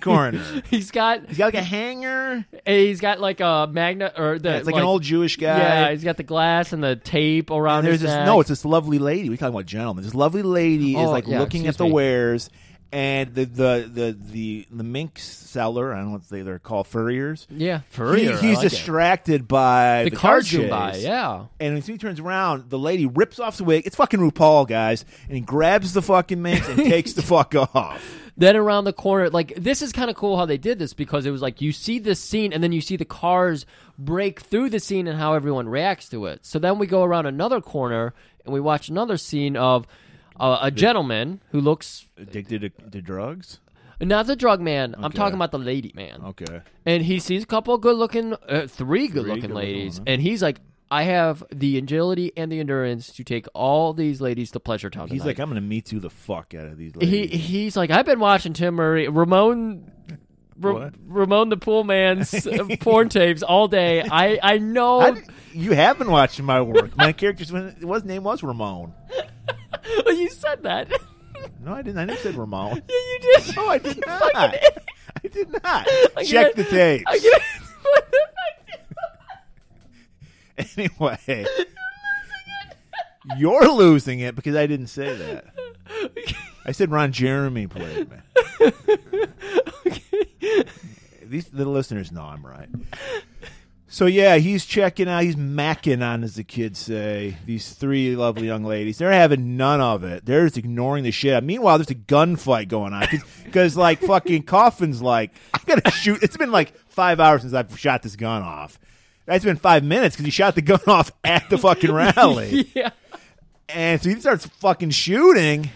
[SPEAKER 3] corner.
[SPEAKER 2] He's got
[SPEAKER 3] he's got like a hanger.
[SPEAKER 2] he's got like a magna or the
[SPEAKER 3] It's like, an old Jewish guy.
[SPEAKER 2] Yeah, he's got the glass and the tape around
[SPEAKER 3] And Um, there's
[SPEAKER 2] his
[SPEAKER 3] this
[SPEAKER 2] neck.
[SPEAKER 3] no, it's this lovely lady. We talking about gentlemen. This lovely lady is
[SPEAKER 2] Oh,
[SPEAKER 3] like
[SPEAKER 2] yeah,
[SPEAKER 3] looking at
[SPEAKER 2] excuse
[SPEAKER 3] the
[SPEAKER 2] me.
[SPEAKER 3] wares, and the the the the, the mink seller. I don't know what they, they're called furriers.
[SPEAKER 2] yeah,
[SPEAKER 3] He-
[SPEAKER 2] furrier. I
[SPEAKER 3] he's
[SPEAKER 2] like it.
[SPEAKER 3] distracted by
[SPEAKER 2] The,
[SPEAKER 3] the,
[SPEAKER 2] car
[SPEAKER 3] chase.
[SPEAKER 2] zoom by. Yeah,
[SPEAKER 3] And as soon as he turns around, the lady rips off the wig. It's fucking RuPaul, guys. And he grabs the fucking minx and takes the fuck off.
[SPEAKER 2] then around the corner like this is kind of cool how they did this because it was like you see this scene and then you see the cars break through the scene and how everyone reacts to it so then we go around another corner and we watch another scene of uh, a gentleman who looks
[SPEAKER 3] Addicted to, to drugs?
[SPEAKER 2] not the drug man i'm
[SPEAKER 3] Okay.
[SPEAKER 2] talking about the lady man
[SPEAKER 3] Okay.
[SPEAKER 2] and he sees a couple good looking uh, three good looking
[SPEAKER 3] good-looking
[SPEAKER 2] ladies
[SPEAKER 3] women.
[SPEAKER 2] and he's like I have the agility and the endurance to take all these ladies to Pleasure Town.
[SPEAKER 3] He's
[SPEAKER 2] tonight."
[SPEAKER 3] like, I'm going to meet you the fuck out of these
[SPEAKER 2] he
[SPEAKER 3] ladies.
[SPEAKER 2] he's like I've been watching Tim Murray Ramon Ra-
[SPEAKER 3] What?
[SPEAKER 2] Ramon the Pool Man's uh, porn tapes all day. I I know
[SPEAKER 3] I didn't- you have been watching my work. My character's his name was Ramon.
[SPEAKER 2] you said that. yeah,
[SPEAKER 3] No, I didn't. I never said Ramon.
[SPEAKER 2] you did.
[SPEAKER 3] No, I did not.
[SPEAKER 2] fucking
[SPEAKER 3] I did not.
[SPEAKER 2] I
[SPEAKER 3] Check
[SPEAKER 2] get-
[SPEAKER 3] the tapes.
[SPEAKER 2] I get- What the fuck?
[SPEAKER 3] Anyway, you're losing it because I didn't say that. I said Ron Jeremy played me. These the listeners know I'm right. So yeah, he's checking out. He's macking on, as the kids say. These three lovely young ladies. They're having none of it. They're just ignoring the shit. Meanwhile, there's a gunfight going on because, like, fucking coffin's like, I gotta shoot. It's been like five hours since I've shot this gun off. That's been five minutes because he shot the gun off at the fucking rally.
[SPEAKER 2] yeah.
[SPEAKER 3] And so he starts fucking shooting.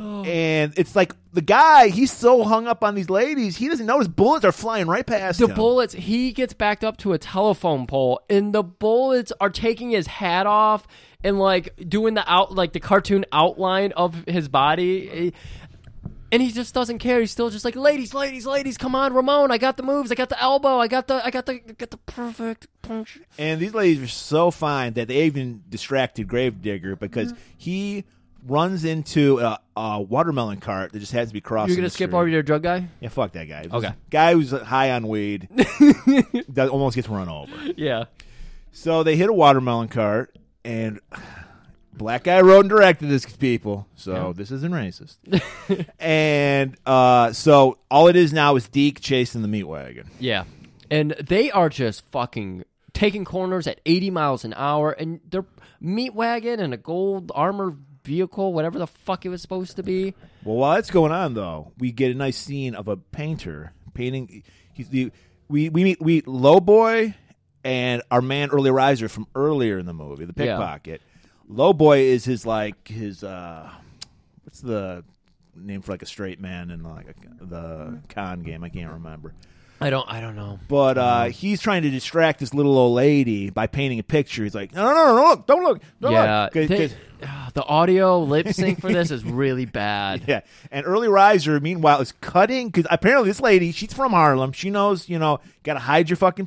[SPEAKER 2] Oh.
[SPEAKER 3] And it's like the guy, he's so hung up on these ladies, he doesn't notice bullets are flying right past
[SPEAKER 2] The
[SPEAKER 3] him.
[SPEAKER 2] bullets, he gets backed up to a telephone pole, and the bullets are taking his hat off and like doing the out, like the cartoon outline of his body. And he just doesn't care. He's still just like, ladies, ladies, ladies, come on, Ramon, I got the moves, I got the elbow, I got the, I got the, I got the perfect punch.
[SPEAKER 3] And these ladies are so fine that they even distracted Gravedigger because
[SPEAKER 2] Mm-hmm.
[SPEAKER 3] he runs into a, a watermelon cart that just has to be crossed.
[SPEAKER 2] You're gonna skip over your drug guy?
[SPEAKER 3] Yeah, fuck that guy.
[SPEAKER 2] Okay.
[SPEAKER 3] Guy who's high on weed that almost gets run over.
[SPEAKER 2] Yeah.
[SPEAKER 3] So they hit a watermelon cart, and black guy wrote and directed this people. So this isn't racist. and uh, so all it is now is Deke chasing the meat wagon.
[SPEAKER 2] Yeah. And they are just fucking taking corners at 80 miles an hour and their meat wagon and a gold armor vehicle, whatever the fuck it was supposed to be.
[SPEAKER 3] Well, while that's going on, though, we get a nice scene of a painter painting. He's the we we meet we Lowboy and our man Early Riser from earlier in the movie, the
[SPEAKER 2] Yeah.
[SPEAKER 3] pickpocket. Lowboy is his like his uh, what's the name for like a straight man in like a, the con game? I can't remember.
[SPEAKER 2] I don't I don't know.
[SPEAKER 3] But
[SPEAKER 2] Uh-huh.
[SPEAKER 3] uh, he's trying to distract this little old lady by painting a picture. He's like, no, no, no, no, look, don't look, don't
[SPEAKER 2] yeah.
[SPEAKER 3] look. 'Cause-
[SPEAKER 2] they-
[SPEAKER 3] 'cause-
[SPEAKER 2] ah, the audio lip sync for this is really bad.
[SPEAKER 3] Yeah, and early riser. Meanwhile, is cutting because apparently this lady, she's from Harlem. She knows, you know, gotta hide your fucking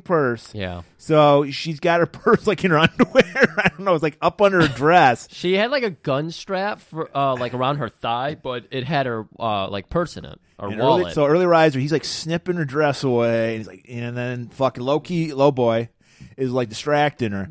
[SPEAKER 3] purse.
[SPEAKER 2] Yeah.
[SPEAKER 3] So she's got her purse like in her underwear. I don't know. It's like up under her dress.
[SPEAKER 2] She had like a gun strap for uh, like around her thigh, but it had her uh, like purse in it or
[SPEAKER 3] And
[SPEAKER 2] wallet.
[SPEAKER 3] early, so early riser, he's like snipping her dress away, and he's like, and then fucking low key low boy is like distracting her,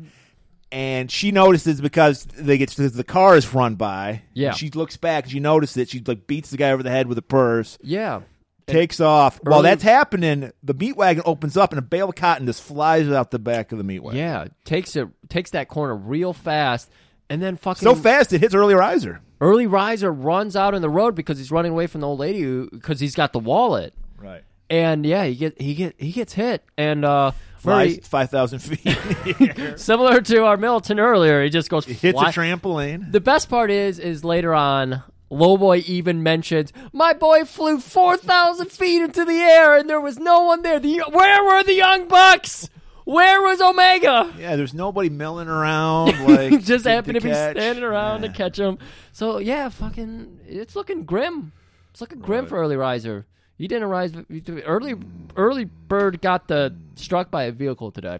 [SPEAKER 3] and she notices because they get the car is run by.
[SPEAKER 2] Yeah.
[SPEAKER 3] she looks back, and she notices it. She like beats the guy over the head with a purse.
[SPEAKER 2] yeah.
[SPEAKER 3] takes off. While
[SPEAKER 2] Early-
[SPEAKER 3] that's happening, the meat wagon opens up and a bale of cotton just flies out the back of the meat wagon.
[SPEAKER 2] Yeah. Takes it takes that corner real fast and then fucking
[SPEAKER 3] So fast it hits early riser.
[SPEAKER 2] Early riser runs out on the road because he's running away from the old lady because he's got the wallet.
[SPEAKER 3] Right.
[SPEAKER 2] And yeah, he get he get he gets hit. And uh
[SPEAKER 3] Flies
[SPEAKER 2] Murray,
[SPEAKER 3] five thousand feet.
[SPEAKER 2] similar to our Milton earlier, he just goes
[SPEAKER 3] Hits
[SPEAKER 2] fly-
[SPEAKER 3] a trampoline.
[SPEAKER 2] The best part is is later on Lowboy even mentions my boy flew four thousand feet into the air and there was no one there. The, where were the young bucks? Where was Omega?
[SPEAKER 3] Yeah, there's nobody milling around. Like
[SPEAKER 2] just happened to, be
[SPEAKER 3] catch.
[SPEAKER 2] standing around
[SPEAKER 3] Yeah.
[SPEAKER 2] to catch him. So yeah, fucking, it's looking grim. It's looking grim for early riser. He didn't rise. Early early bird got the struck by a vehicle today.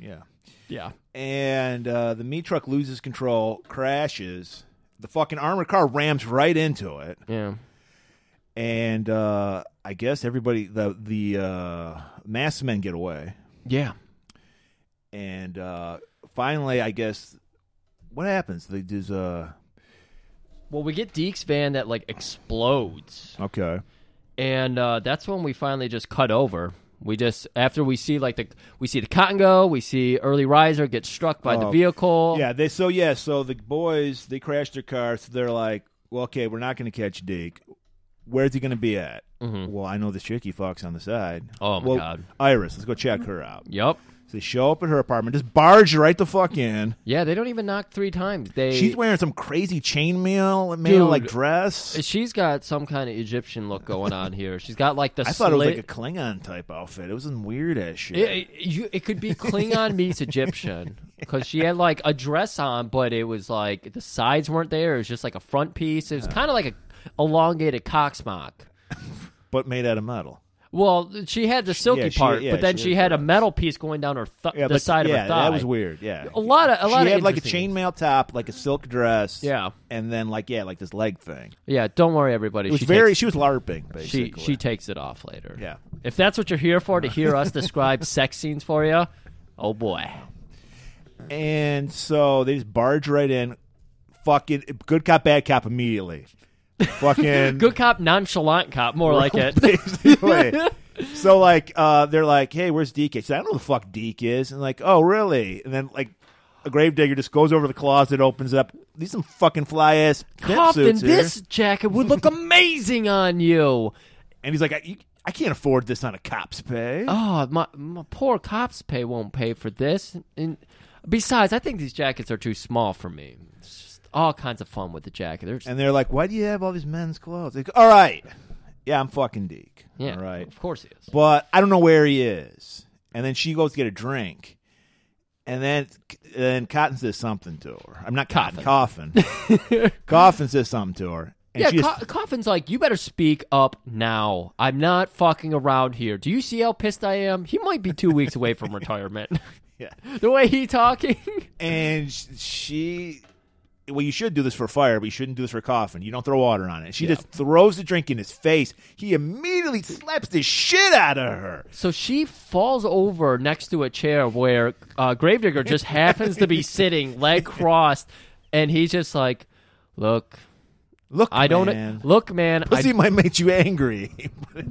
[SPEAKER 3] Yeah.
[SPEAKER 2] Yeah.
[SPEAKER 3] and uh, the meat truck loses control, crashes. The fucking armored car rams right into it,
[SPEAKER 2] Yeah.
[SPEAKER 3] and uh, I guess everybody the the uh, mass men get away.
[SPEAKER 2] Yeah.
[SPEAKER 3] And uh, finally, I guess what happens? They does uh
[SPEAKER 2] Well, we get Deke's van that like explodes,
[SPEAKER 3] okay.
[SPEAKER 2] and uh, that's when we finally just cut over. We just after we see like the we see the cotton go, we see early riser get struck by the
[SPEAKER 3] Oh.
[SPEAKER 2] vehicle.
[SPEAKER 3] Yeah, they so yeah, so the boys they crash their car, so they're like, Well, okay, we're not gonna catch Deke. Where's he gonna be at? Well, I know this tricky fox on the side.
[SPEAKER 2] Mm-hmm. Oh, my
[SPEAKER 3] Well,
[SPEAKER 2] God.
[SPEAKER 3] Iris, let's go check her out.
[SPEAKER 2] Yep.
[SPEAKER 3] So they show up at her apartment, just barge right the fuck in.
[SPEAKER 2] Yeah, they don't even knock three times. They
[SPEAKER 3] She's wearing some crazy chainmail mail like
[SPEAKER 2] Dude.
[SPEAKER 3] dress.
[SPEAKER 2] she's got some kind of Egyptian look going on here. She's got like the
[SPEAKER 3] I thought it was
[SPEAKER 2] slit-
[SPEAKER 3] like a Klingon type outfit. It was some weird ass shit.
[SPEAKER 2] It, it, you, it could be Klingon meets Egyptian because she had like a dress on, but it was like the sides weren't there. It was just like a front piece. It was kind of like a elongated cocksmock.
[SPEAKER 3] but made out of metal.
[SPEAKER 2] Well, she had the silky
[SPEAKER 3] yeah, she-
[SPEAKER 2] part,
[SPEAKER 3] yeah,
[SPEAKER 2] but then
[SPEAKER 3] she
[SPEAKER 2] she,
[SPEAKER 3] had
[SPEAKER 2] had a
[SPEAKER 3] dress.
[SPEAKER 2] metal piece going down her th- the
[SPEAKER 3] but-
[SPEAKER 2] side
[SPEAKER 3] yeah,
[SPEAKER 2] of her thigh.
[SPEAKER 3] That was weird. Yeah,
[SPEAKER 2] A lot of- a lot
[SPEAKER 3] she
[SPEAKER 2] of
[SPEAKER 3] had like a
[SPEAKER 2] interesting-
[SPEAKER 3] chainmail top, like a silk dress.
[SPEAKER 2] Yeah.
[SPEAKER 3] and then like yeah, like this leg thing.
[SPEAKER 2] Yeah, don't worry, everybody.
[SPEAKER 3] It was
[SPEAKER 2] she
[SPEAKER 3] very.
[SPEAKER 2] takes-
[SPEAKER 3] she was larping
[SPEAKER 2] she
[SPEAKER 3] basically.
[SPEAKER 2] she takes it off later.
[SPEAKER 3] Yeah.
[SPEAKER 2] If that's what you're here for, to hear us describe sex scenes for you, oh boy.
[SPEAKER 3] and so they just barge right in. Fucking good cop, bad cop immediately. Fucking
[SPEAKER 2] Good cop, nonchalant cop, more like it.
[SPEAKER 3] Basically. so like uh, they're like, hey, where's Deke? She's like, I don't know who the fuck Deke is, and like, oh really? And then like a gravedigger just goes over to the closet, opens it up. These some fucking fly ass
[SPEAKER 2] Coffin,
[SPEAKER 3] suits here.
[SPEAKER 2] this jacket would look amazing on you.
[SPEAKER 3] and he's like, I, you, I can't afford this on a cop's pay.
[SPEAKER 2] Oh, my, my poor cops pay won't pay for this. And besides, I think these jackets are too small for me. It's just all kinds of fun with the jacket. They're just,
[SPEAKER 3] And they're like, why do you have all these men's clothes? Like, all right, yeah, I'm fucking Deke.
[SPEAKER 2] yeah,
[SPEAKER 3] all right,
[SPEAKER 2] Of course it is.
[SPEAKER 3] but I don't know where he is. And then she goes to get a drink. And then, then Cotton says something to her. I'm not Cotton, Coffin. Coffin says something to her. And
[SPEAKER 2] yeah,
[SPEAKER 3] she just,
[SPEAKER 2] Co- Coffin's like, you better speak up now. I'm not fucking around here. Do you see how pissed I am? He might be two weeks away from retirement.
[SPEAKER 3] Yeah.
[SPEAKER 2] the way he talking.
[SPEAKER 3] and sh- she, well, you should do this for fire, but you shouldn't do this for Coffin. You don't throw water on it. She just throws the drink in his face. He immediately slaps the shit out of her.
[SPEAKER 2] So she falls over next to a chair where uh, Gravedigger just happens to be sitting, leg crossed, and he's just like, "Look,
[SPEAKER 3] Look,
[SPEAKER 2] I don't e-
[SPEAKER 3] man.
[SPEAKER 2] look, man.
[SPEAKER 3] Pussy
[SPEAKER 2] I,
[SPEAKER 3] might make you angry.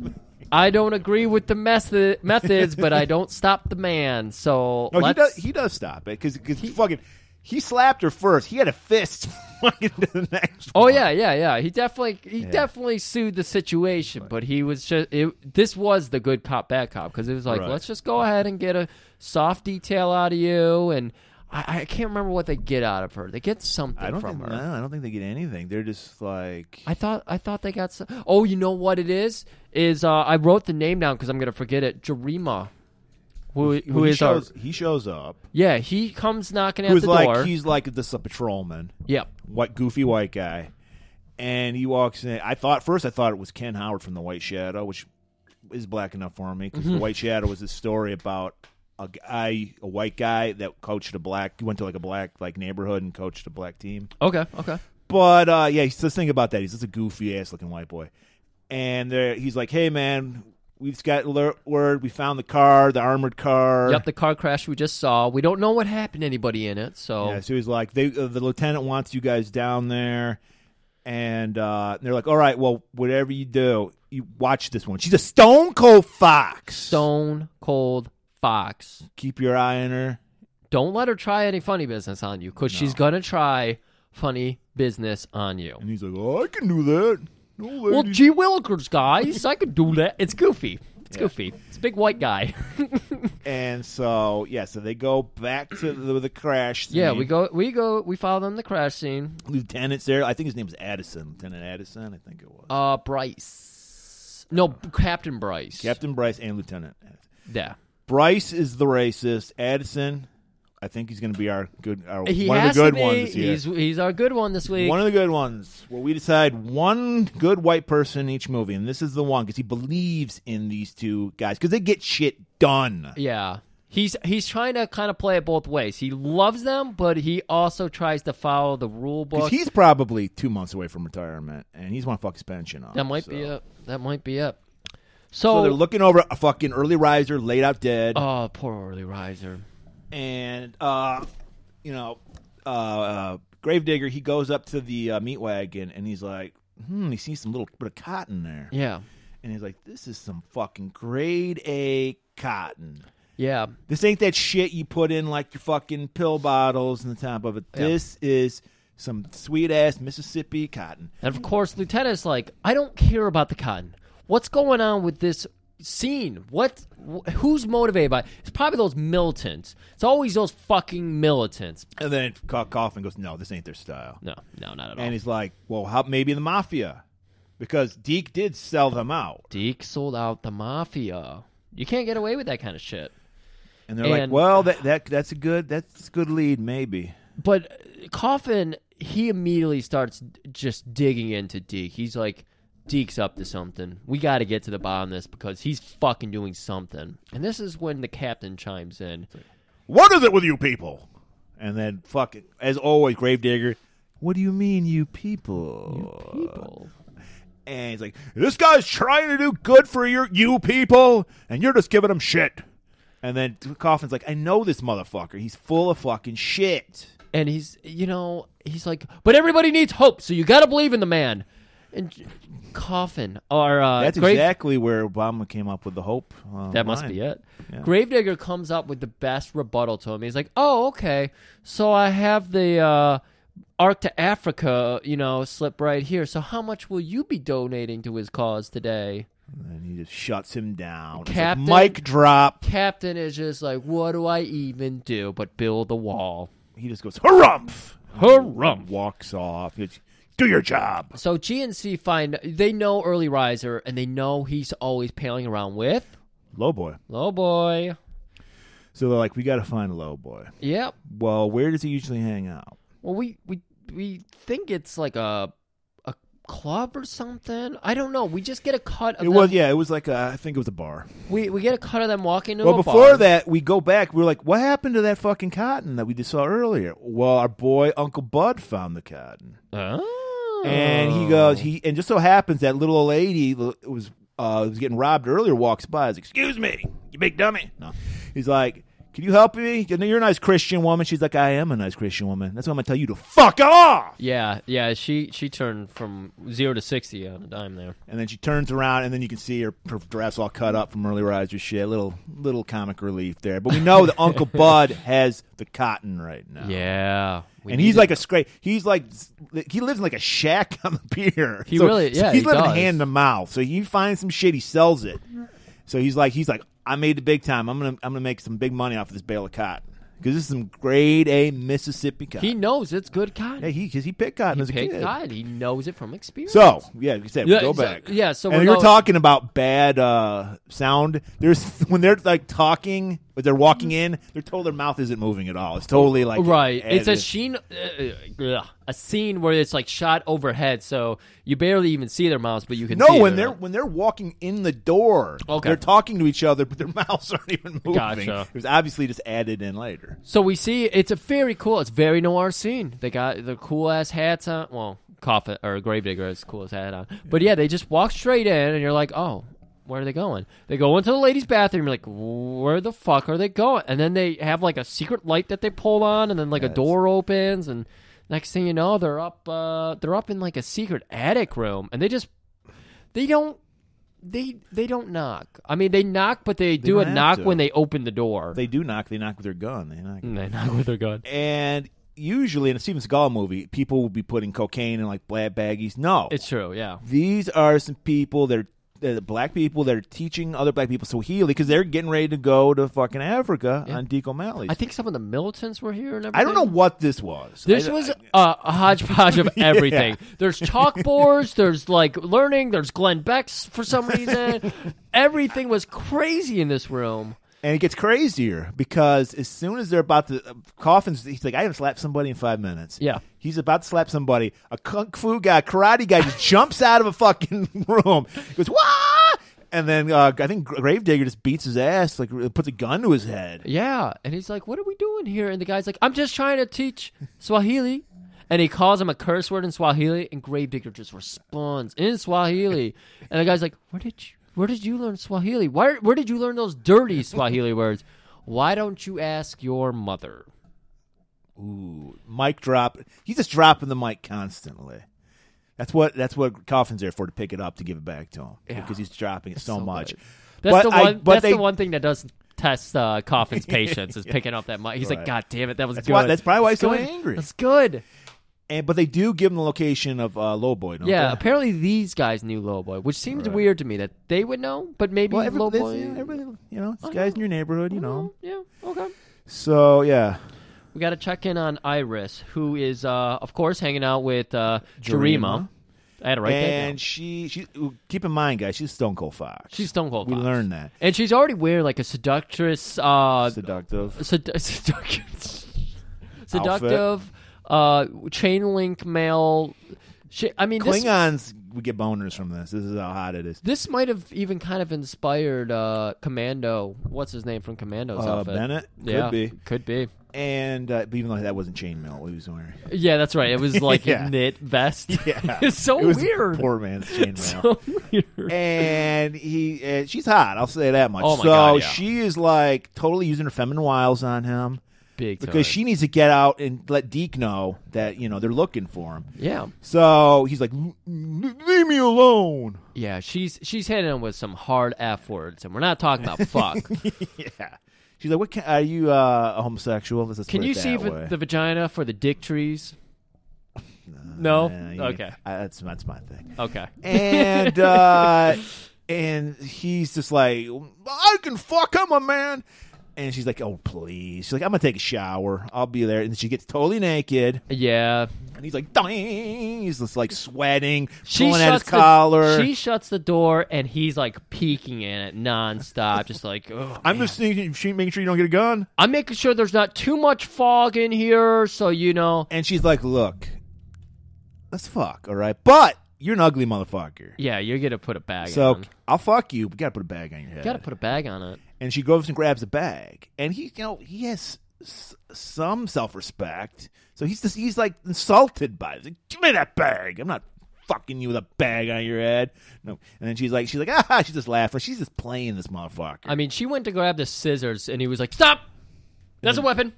[SPEAKER 2] I don't agree with the method methods, but I don't stop the man. So
[SPEAKER 3] No, Oh, he
[SPEAKER 2] let's-
[SPEAKER 3] does. He does stop it because he fucking he slapped her first. He had a fist fucking to the next.
[SPEAKER 2] Oh
[SPEAKER 3] one.
[SPEAKER 2] yeah, yeah, yeah. He definitely he definitely sued the situation, but he was just it, this was the good cop bad cop because it was like
[SPEAKER 3] Right.
[SPEAKER 2] let's just go ahead and get a soft detail out of you, and I, I can't remember what they get out of her. They get something
[SPEAKER 3] I don't
[SPEAKER 2] from
[SPEAKER 3] think,
[SPEAKER 2] her.
[SPEAKER 3] no, I don't think they get anything. They're just like
[SPEAKER 2] I thought I thought they got some. Oh, you know what it is? Is uh, I wrote the name down because I'm gonna forget it. Jarema, who who
[SPEAKER 3] he
[SPEAKER 2] is our
[SPEAKER 3] shows, he shows up.
[SPEAKER 2] yeah he comes knocking at
[SPEAKER 3] Who's
[SPEAKER 2] the
[SPEAKER 3] like
[SPEAKER 2] door.
[SPEAKER 3] he's like this a patrolman,
[SPEAKER 2] Yep.
[SPEAKER 3] white goofy white guy, and he walks in. I thought first I thought it was Ken Howard from the White Shadow, which is black enough for me because the White Shadow was this story about a guy, a white guy that coached a black. He went to like a black like neighborhood and coached a black team.
[SPEAKER 2] Okay. Okay.
[SPEAKER 3] But uh, yeah, he's just think about that. He's just a goofy ass looking white boy, and there he's like, "Hey man, we just got alert word. We found the car, the armored car."
[SPEAKER 2] Yep. The car crash we just saw. We don't know what happened. to Anybody in it? So
[SPEAKER 3] Yeah, so he's like, they, uh, "The lieutenant wants you guys down there," and uh, they're like, "All right, well, whatever you do, you watch this one. She's a stone cold fox.
[SPEAKER 2] Stone Cold Fox.
[SPEAKER 3] Keep your eye on her."
[SPEAKER 2] Don't let her try any funny business on you because she's going to try funny business on you.
[SPEAKER 3] And he's like, "Oh, I can do that." No,
[SPEAKER 2] Well,
[SPEAKER 3] ladies."
[SPEAKER 2] gee willikers, guys. I could do that. It's goofy. It's goofy. It's a big white guy.
[SPEAKER 3] and so yeah, so they go back to the, the crash.
[SPEAKER 2] yeah,
[SPEAKER 3] scene.
[SPEAKER 2] we go, we go, we follow them to the crash scene.
[SPEAKER 3] lieutenant's there. I think his name was Addison, Lieutenant Addison. I think it was
[SPEAKER 2] Uh, Bryce. No, Captain Bryce.
[SPEAKER 3] Captain Bryce and Lieutenant. Addison.
[SPEAKER 2] Yeah.
[SPEAKER 3] Bryce is the racist. Addison, I think he's going to be our good, our,
[SPEAKER 2] He
[SPEAKER 3] one of
[SPEAKER 2] has
[SPEAKER 3] the good
[SPEAKER 2] to be.
[SPEAKER 3] ones this year.
[SPEAKER 2] He's, he's our good one this week.
[SPEAKER 3] one of the good ones where we decide one good white person in each movie, and this is the one because he believes in these two guys because they get shit done.
[SPEAKER 2] yeah. He's he's trying to kind of play it both ways. He loves them, but he also tries to follow the rule book.
[SPEAKER 3] Because he's probably two months away from retirement, and he's want to fuck his pension off.
[SPEAKER 2] that might be
[SPEAKER 3] so.
[SPEAKER 2] it. That might be it.
[SPEAKER 3] So
[SPEAKER 2] So,
[SPEAKER 3] they're looking over a fucking early riser, laid out dead,
[SPEAKER 2] oh, poor early riser.
[SPEAKER 3] and uh, you know, uh, uh, Gravedigger he goes up to the uh, meat wagon and he's like, hmm, he sees some little bit of cotton there,
[SPEAKER 2] Yeah,
[SPEAKER 3] and he's like, this is some fucking grade A cotton.
[SPEAKER 2] yeah.
[SPEAKER 3] This ain't that shit you put in like your fucking pill bottles in the top of it.
[SPEAKER 2] Yeah.
[SPEAKER 3] This is some sweet ass Mississippi cotton.
[SPEAKER 2] And of course, Lieutenant is like, I don't care about the cotton. What's going on with this scene? What? wh- Who's motivated by it? It's probably those militants. It's always those fucking militants.
[SPEAKER 3] And then Co- Coffin goes, no, this ain't their style.
[SPEAKER 2] No, no, not at all.
[SPEAKER 3] And he's like, well, how, maybe the mafia, because Deke did sell them out.
[SPEAKER 2] Deke sold out the mafia. You can't get away with that kind of shit.
[SPEAKER 3] And they're like,
[SPEAKER 2] And-
[SPEAKER 3] well, that, that that's a good that's a good lead, maybe.
[SPEAKER 2] But Coffin, he immediately starts just digging into Deke. He's like, Deke's up to something. We got to get to the bottom of this because he's fucking doing something. And this is when the captain chimes in.
[SPEAKER 3] What is it with you people? And then fucking, as always, Gravedigger. What do you mean, you people?
[SPEAKER 2] People.
[SPEAKER 3] And he's like, this guy's trying to do good for your you people, and you're just giving him shit. And then Coffin's like, I know this motherfucker. He's full of fucking shit.
[SPEAKER 2] And he's, you know, he's like, but everybody needs hope, so you got to believe in the man. And J- Coffin, or uh,
[SPEAKER 3] That's
[SPEAKER 2] Grave-
[SPEAKER 3] exactly where Obama came up with the hope. uh,
[SPEAKER 2] That must
[SPEAKER 3] line.
[SPEAKER 2] be it.
[SPEAKER 3] Yeah.
[SPEAKER 2] Gravedigger comes up with the best rebuttal to him. He's like, "Oh, okay. So I have the uh, Arc to Africa, you know, slip right here. So how much will you be donating to his cause today?"
[SPEAKER 3] And he just shuts him down. It's like,
[SPEAKER 2] Captain-
[SPEAKER 3] mic drop.
[SPEAKER 2] Captain is just like, "What do I even do but build the wall?"
[SPEAKER 3] He just goes, harumph.
[SPEAKER 2] Harumph.
[SPEAKER 3] Walks off. He goes, do your job.
[SPEAKER 2] So GNC find they know early riser and they know he's always paling around with
[SPEAKER 3] Low boy.
[SPEAKER 2] low boy.
[SPEAKER 3] So they're like, we got to find a low boy.
[SPEAKER 2] Yep.
[SPEAKER 3] Well, where does he usually hang out?
[SPEAKER 2] Well, we we we think it's like a a club or something. I don't know. We just get a cut. Of
[SPEAKER 3] It
[SPEAKER 2] them.
[SPEAKER 3] was, yeah, it was like, a, I think it was a bar.
[SPEAKER 2] We we get a cut of them walking to
[SPEAKER 3] Well,
[SPEAKER 2] a
[SPEAKER 3] before
[SPEAKER 2] bar.
[SPEAKER 3] that, we go back. We're like, what happened to that fucking cotton that we just saw earlier? Well, our boy Uncle Bud found the cotton,
[SPEAKER 2] Oh.
[SPEAKER 3] and he goes, he and just so happens that little old lady l- was uh, was getting robbed earlier. Walks by, is excuse me, you big dummy. No, he's like. Can you help me? You know, You're a nice Christian woman. She's like, I am a nice Christian woman. That's why I'm gonna tell you to fuck off.
[SPEAKER 2] Yeah, yeah. She she turned from zero to sixty on a dime there.
[SPEAKER 3] And then she turns around, and then you can see her, her dress all cut up from early riser shit. Little little comic relief there, but we know that Uncle Bud has the cotton right now.
[SPEAKER 2] Yeah, we
[SPEAKER 3] Oh. and
[SPEAKER 2] need
[SPEAKER 3] he's
[SPEAKER 2] it.
[SPEAKER 3] like a scrape. He's like he lives in like a shack on the pier.
[SPEAKER 2] He really- yeah,
[SPEAKER 3] he's
[SPEAKER 2] he
[SPEAKER 3] living
[SPEAKER 2] does.
[SPEAKER 3] hand to mouth. So he finds some shit, he sells it. So he's like, he's like, I made the big time. I'm gonna, I'm gonna make some big money off of this bale of cotton because this is some grade A Mississippi cotton.
[SPEAKER 2] he knows it's good cotton.
[SPEAKER 3] yeah, he because he picked cotton as a
[SPEAKER 2] Pick
[SPEAKER 3] kid.
[SPEAKER 2] cotton. He knows it from experience.
[SPEAKER 3] So yeah, like you said, we
[SPEAKER 2] Yeah,
[SPEAKER 3] go
[SPEAKER 2] so-
[SPEAKER 3] back.
[SPEAKER 2] yeah, so
[SPEAKER 3] and
[SPEAKER 2] we're
[SPEAKER 3] you're
[SPEAKER 2] go-
[SPEAKER 3] talking about bad uh, sound. There's when they're like talking, but they're walking in. Their total their mouth isn't moving at all. It's totally like
[SPEAKER 2] right, it's a
[SPEAKER 3] edited.
[SPEAKER 2] scene, uh, uh, a scene where it's like shot overhead, so you barely even see their mouths, but you can
[SPEAKER 3] No,
[SPEAKER 2] see
[SPEAKER 3] when
[SPEAKER 2] their-
[SPEAKER 3] they're when they're walking in the door,
[SPEAKER 2] Okay.
[SPEAKER 3] they're talking to each other, but their mouths aren't even moving.
[SPEAKER 2] Gotcha.
[SPEAKER 3] It was obviously just added in later.
[SPEAKER 2] So we see it's a very cool, it's very noir scene. They got the cool ass hats on. Well, coffin or Gravedigger has cool as hat on. But yeah, they just walk straight in, and you're like, oh, where are they going? They go into the ladies' bathroom. You're like, where the fuck are they going? And then they have like a secret light that they pull on, and then like a door opens, and next thing you know, they're up, uh, they're up in like a secret attic room, and they just, they don't. They they don't knock. I mean, they knock, but they, do
[SPEAKER 3] don't
[SPEAKER 2] a
[SPEAKER 3] have
[SPEAKER 2] knock
[SPEAKER 3] to.
[SPEAKER 2] when they open the door.
[SPEAKER 3] They do knock. They knock with their gun. They knock.
[SPEAKER 2] they knock with their gun.
[SPEAKER 3] And usually in a Steven Seagal movie, people will be putting cocaine in like black baggies. No,
[SPEAKER 2] It's true, yeah.
[SPEAKER 3] these are some people that are. they're the black people that are teaching other black people Swahili because they're getting ready to go to fucking Africa on Deke O'Malley.
[SPEAKER 2] I think some of the militants were here and everything.
[SPEAKER 3] I don't know what this was.
[SPEAKER 2] This
[SPEAKER 3] I-
[SPEAKER 2] was uh, a hodgepodge of everything. There's chalkboards, there's like learning, there's Glenn Beck's for some reason. everything was crazy in this room.
[SPEAKER 3] And it gets crazier because as soon as they're about to, uh, Coffin's, he's like, I haven't slapped somebody in five minutes.
[SPEAKER 2] Yeah.
[SPEAKER 3] He's about to slap somebody. A kung fu guy, karate guy just jumps out of a fucking room. He goes, Wah! and then uh, I think Gra- Gravedigger just beats his ass, like really puts a gun to his head.
[SPEAKER 2] Yeah, and he's like, "What are we doing here?" And the guy's like, "I'm just trying to teach Swahili." And he calls him a curse word in Swahili, and Gravedigger just responds in Swahili. And the guy's like, "Where did you Where did you learn Swahili? Where Where did you learn those dirty Swahili words? Why don't you ask your mother?"
[SPEAKER 3] Mic drop. He's just dropping the mic constantly. That's what that's what Coffin's there for to pick it up to give it back to him because he's dropping it so,
[SPEAKER 2] so
[SPEAKER 3] much.
[SPEAKER 2] good. That's
[SPEAKER 3] But
[SPEAKER 2] the
[SPEAKER 3] I-
[SPEAKER 2] one.
[SPEAKER 3] but
[SPEAKER 2] that's
[SPEAKER 3] they-
[SPEAKER 2] the one thing that does test uh, Coffin's patience is picking up that mic. He's like,
[SPEAKER 3] Right.
[SPEAKER 2] "God damn it, that was
[SPEAKER 3] That's
[SPEAKER 2] good."
[SPEAKER 3] why- that's probably why
[SPEAKER 2] That's
[SPEAKER 3] he's so
[SPEAKER 2] good.
[SPEAKER 3] angry.
[SPEAKER 2] That's good.
[SPEAKER 3] And but they do give him the location of uh, Lowboy. Don't
[SPEAKER 2] Yeah,
[SPEAKER 3] they?
[SPEAKER 2] apparently these guys knew Lowboy, which seems weird to me that they would know, but maybe
[SPEAKER 3] Well, everybody,
[SPEAKER 2] Lowboy.
[SPEAKER 3] everybody, you know, it's guys in your neighborhood, you know.
[SPEAKER 2] Yeah, okay.
[SPEAKER 3] So yeah,
[SPEAKER 2] We got to check in on Iris, who is, uh, of course, hanging out with uh, Jarema.
[SPEAKER 3] Jarema.
[SPEAKER 2] I had to write that down.
[SPEAKER 3] and she, she, keep in mind, guys, she's Stone Cold Fox.
[SPEAKER 2] She's Stone Cold
[SPEAKER 3] We
[SPEAKER 2] Fox.
[SPEAKER 3] learned that.
[SPEAKER 2] And she's already wearing like a seductress, uh,
[SPEAKER 3] Seductive.
[SPEAKER 2] sed- seductive, seductive uh, chain link male. She, I mean, this,
[SPEAKER 3] Klingons, we get boners from this. This is how hot it is.
[SPEAKER 2] this might have even kind of inspired uh, Commando. What's his name from Commando's
[SPEAKER 3] Uh,
[SPEAKER 2] outfit?
[SPEAKER 3] Bennett could
[SPEAKER 2] Yeah,
[SPEAKER 3] be,
[SPEAKER 2] Could be.
[SPEAKER 3] and uh, but even though that wasn't chainmail, it was wearing.
[SPEAKER 2] Yeah, that's right. It was like
[SPEAKER 3] Yeah.
[SPEAKER 2] a knit vest.
[SPEAKER 3] Yeah,
[SPEAKER 2] it's so
[SPEAKER 3] it was
[SPEAKER 2] weird.
[SPEAKER 3] Poor man's chainmail.
[SPEAKER 2] so weird.
[SPEAKER 3] and he and she's hot. I'll say that much.
[SPEAKER 2] Oh my
[SPEAKER 3] so
[SPEAKER 2] God, yeah.
[SPEAKER 3] she is like totally using her feminine wiles on him
[SPEAKER 2] Big
[SPEAKER 3] because
[SPEAKER 2] time.
[SPEAKER 3] she needs to get out and let Deke know that you know they're looking for him.
[SPEAKER 2] Yeah,
[SPEAKER 3] So he's like, "L- l- "Leave me alone."
[SPEAKER 2] yeah. She's she's hitting him with some hard f words, and we're not talking about fuck.
[SPEAKER 3] yeah. She's like, "What can, are you uh, a homosexual?" Let's just
[SPEAKER 2] Can
[SPEAKER 3] put
[SPEAKER 2] you
[SPEAKER 3] it
[SPEAKER 2] see
[SPEAKER 3] that
[SPEAKER 2] the,
[SPEAKER 3] way.
[SPEAKER 2] the vagina for the dick trees? No.
[SPEAKER 3] Yeah, yeah.
[SPEAKER 2] Okay. Oh.
[SPEAKER 3] I- that's that's my thing.
[SPEAKER 2] Okay.
[SPEAKER 3] and uh, and he's just like, I can fuck. I'm a man. And she's like, Oh please. She's like, I'm gonna take a shower. I'll be there. And she gets totally naked.
[SPEAKER 2] Yeah.
[SPEAKER 3] And he's like, Ding. He's just like sweating,
[SPEAKER 2] She
[SPEAKER 3] pulling at his
[SPEAKER 2] shuts the-
[SPEAKER 3] collar.
[SPEAKER 2] she shuts the door, and he's like peeking in it nonstop, just like "Ugh,
[SPEAKER 3] I'm just thinking, she making sure you don't get a gun.
[SPEAKER 2] I'm making sure there's not too much fog in here, so you know.
[SPEAKER 3] And she's like, Look, let's fuck, all right. But you're an ugly motherfucker.
[SPEAKER 2] Yeah, you're gonna put a bag.
[SPEAKER 3] So
[SPEAKER 2] on.
[SPEAKER 3] I'll fuck you. We gotta put a bag on your head.
[SPEAKER 2] You gotta put a bag on it.
[SPEAKER 3] and she goes and grabs a bag and he you know he has s- some self-respect so he's just he's like insulted by it He's like, give me that bag i'm not fucking you with a bag on your head no and then she's like she's like ah she's just laughing she's just playing this motherfucker
[SPEAKER 2] I mean, she went to grab the scissors, and he was like, "Stop! That's a weapon.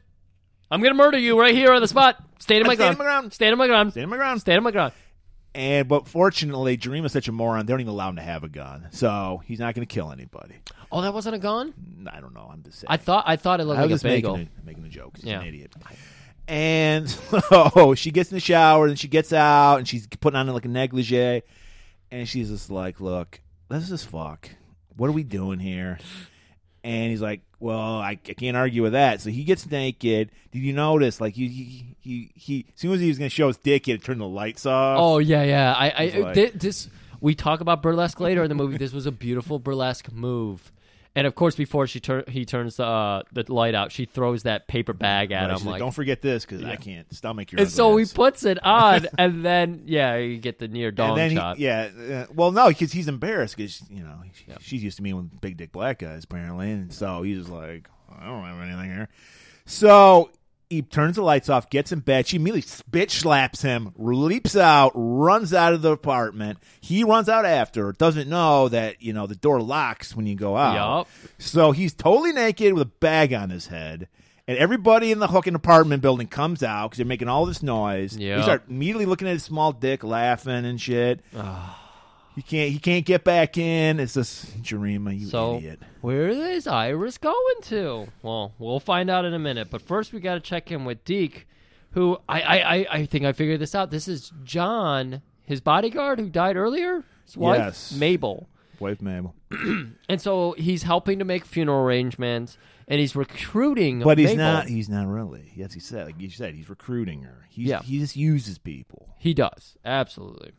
[SPEAKER 2] I'm gonna murder you right here on the spot. Stand on my
[SPEAKER 3] I'm standing
[SPEAKER 2] ground.
[SPEAKER 3] my ground.
[SPEAKER 2] Stand on my ground.
[SPEAKER 3] Stand my ground.
[SPEAKER 2] Stand on my ground."
[SPEAKER 3] and but fortunately Jareem is such a moron they don't even allow him to have a gun so he's not going to kill anybody
[SPEAKER 2] Oh, that wasn't a gun.
[SPEAKER 3] i don't know i'm just saying
[SPEAKER 2] I thought I thought it looked
[SPEAKER 3] I
[SPEAKER 2] like a
[SPEAKER 3] was just
[SPEAKER 2] bagel.
[SPEAKER 3] Making a, making a joke. 'cause He's an
[SPEAKER 2] Yeah.
[SPEAKER 3] idiot. And so she gets in the shower, and she gets out, and she's putting on like a negligee, and she's just like, "Look, let's just fuck. What are we doing here?" And he's like, "Well, I, I can't argue with that." So he gets naked. Did you notice? Like he he he, he as soon as he was going to show his dick, he had to turn the lights off.
[SPEAKER 2] Oh yeah, yeah. I, I
[SPEAKER 3] He's like-
[SPEAKER 2] thi- this we talk about burlesque later in the movie. This was a beautiful burlesque move. And of course, before she tur- he turns the uh, the light out, she throws that paper bag at
[SPEAKER 3] Right,
[SPEAKER 2] him.
[SPEAKER 3] she's like,
[SPEAKER 2] like,
[SPEAKER 3] "Don't forget this because I can't stomach your."
[SPEAKER 2] and so he
[SPEAKER 3] ugly ass."
[SPEAKER 2] puts it on, and then yeah, you get the near dong
[SPEAKER 3] and then
[SPEAKER 2] shot.
[SPEAKER 3] He, yeah, uh, well, no, because he's embarrassed because you know she- she's used to me with big dick black guys apparently, and so he's just like, I don't have anything here. So he turns the lights off, gets in bed. She immediately bitch slaps him, leaps out, runs out of the apartment. He runs out after, her, doesn't know that you know the door locks when you go out.
[SPEAKER 2] Yup.
[SPEAKER 3] So he's totally naked with a bag on his head. And everybody in the fucking apartment building comes out because they're making all this noise.
[SPEAKER 2] Yeah.
[SPEAKER 3] We start immediately looking at his small dick, laughing and shit. he can't. He can't get back in. It's just Jerima, you
[SPEAKER 2] So
[SPEAKER 3] idiot.
[SPEAKER 2] where is Iris going to? Well, we'll find out in a minute. But first, we got to check in with Deke, who I, I I I think I figured this out. This is John, his bodyguard who died earlier. His wife,
[SPEAKER 3] Yes.
[SPEAKER 2] Mabel.
[SPEAKER 3] Wife Mabel,
[SPEAKER 2] And so he's helping to make funeral arrangements, and he's recruiting.
[SPEAKER 3] but he's
[SPEAKER 2] Mabel.
[SPEAKER 3] not. He's not really. Yes, he said. Like you said, he's recruiting her. He's,
[SPEAKER 2] Yeah.
[SPEAKER 3] He just uses people.
[SPEAKER 2] He does absolutely.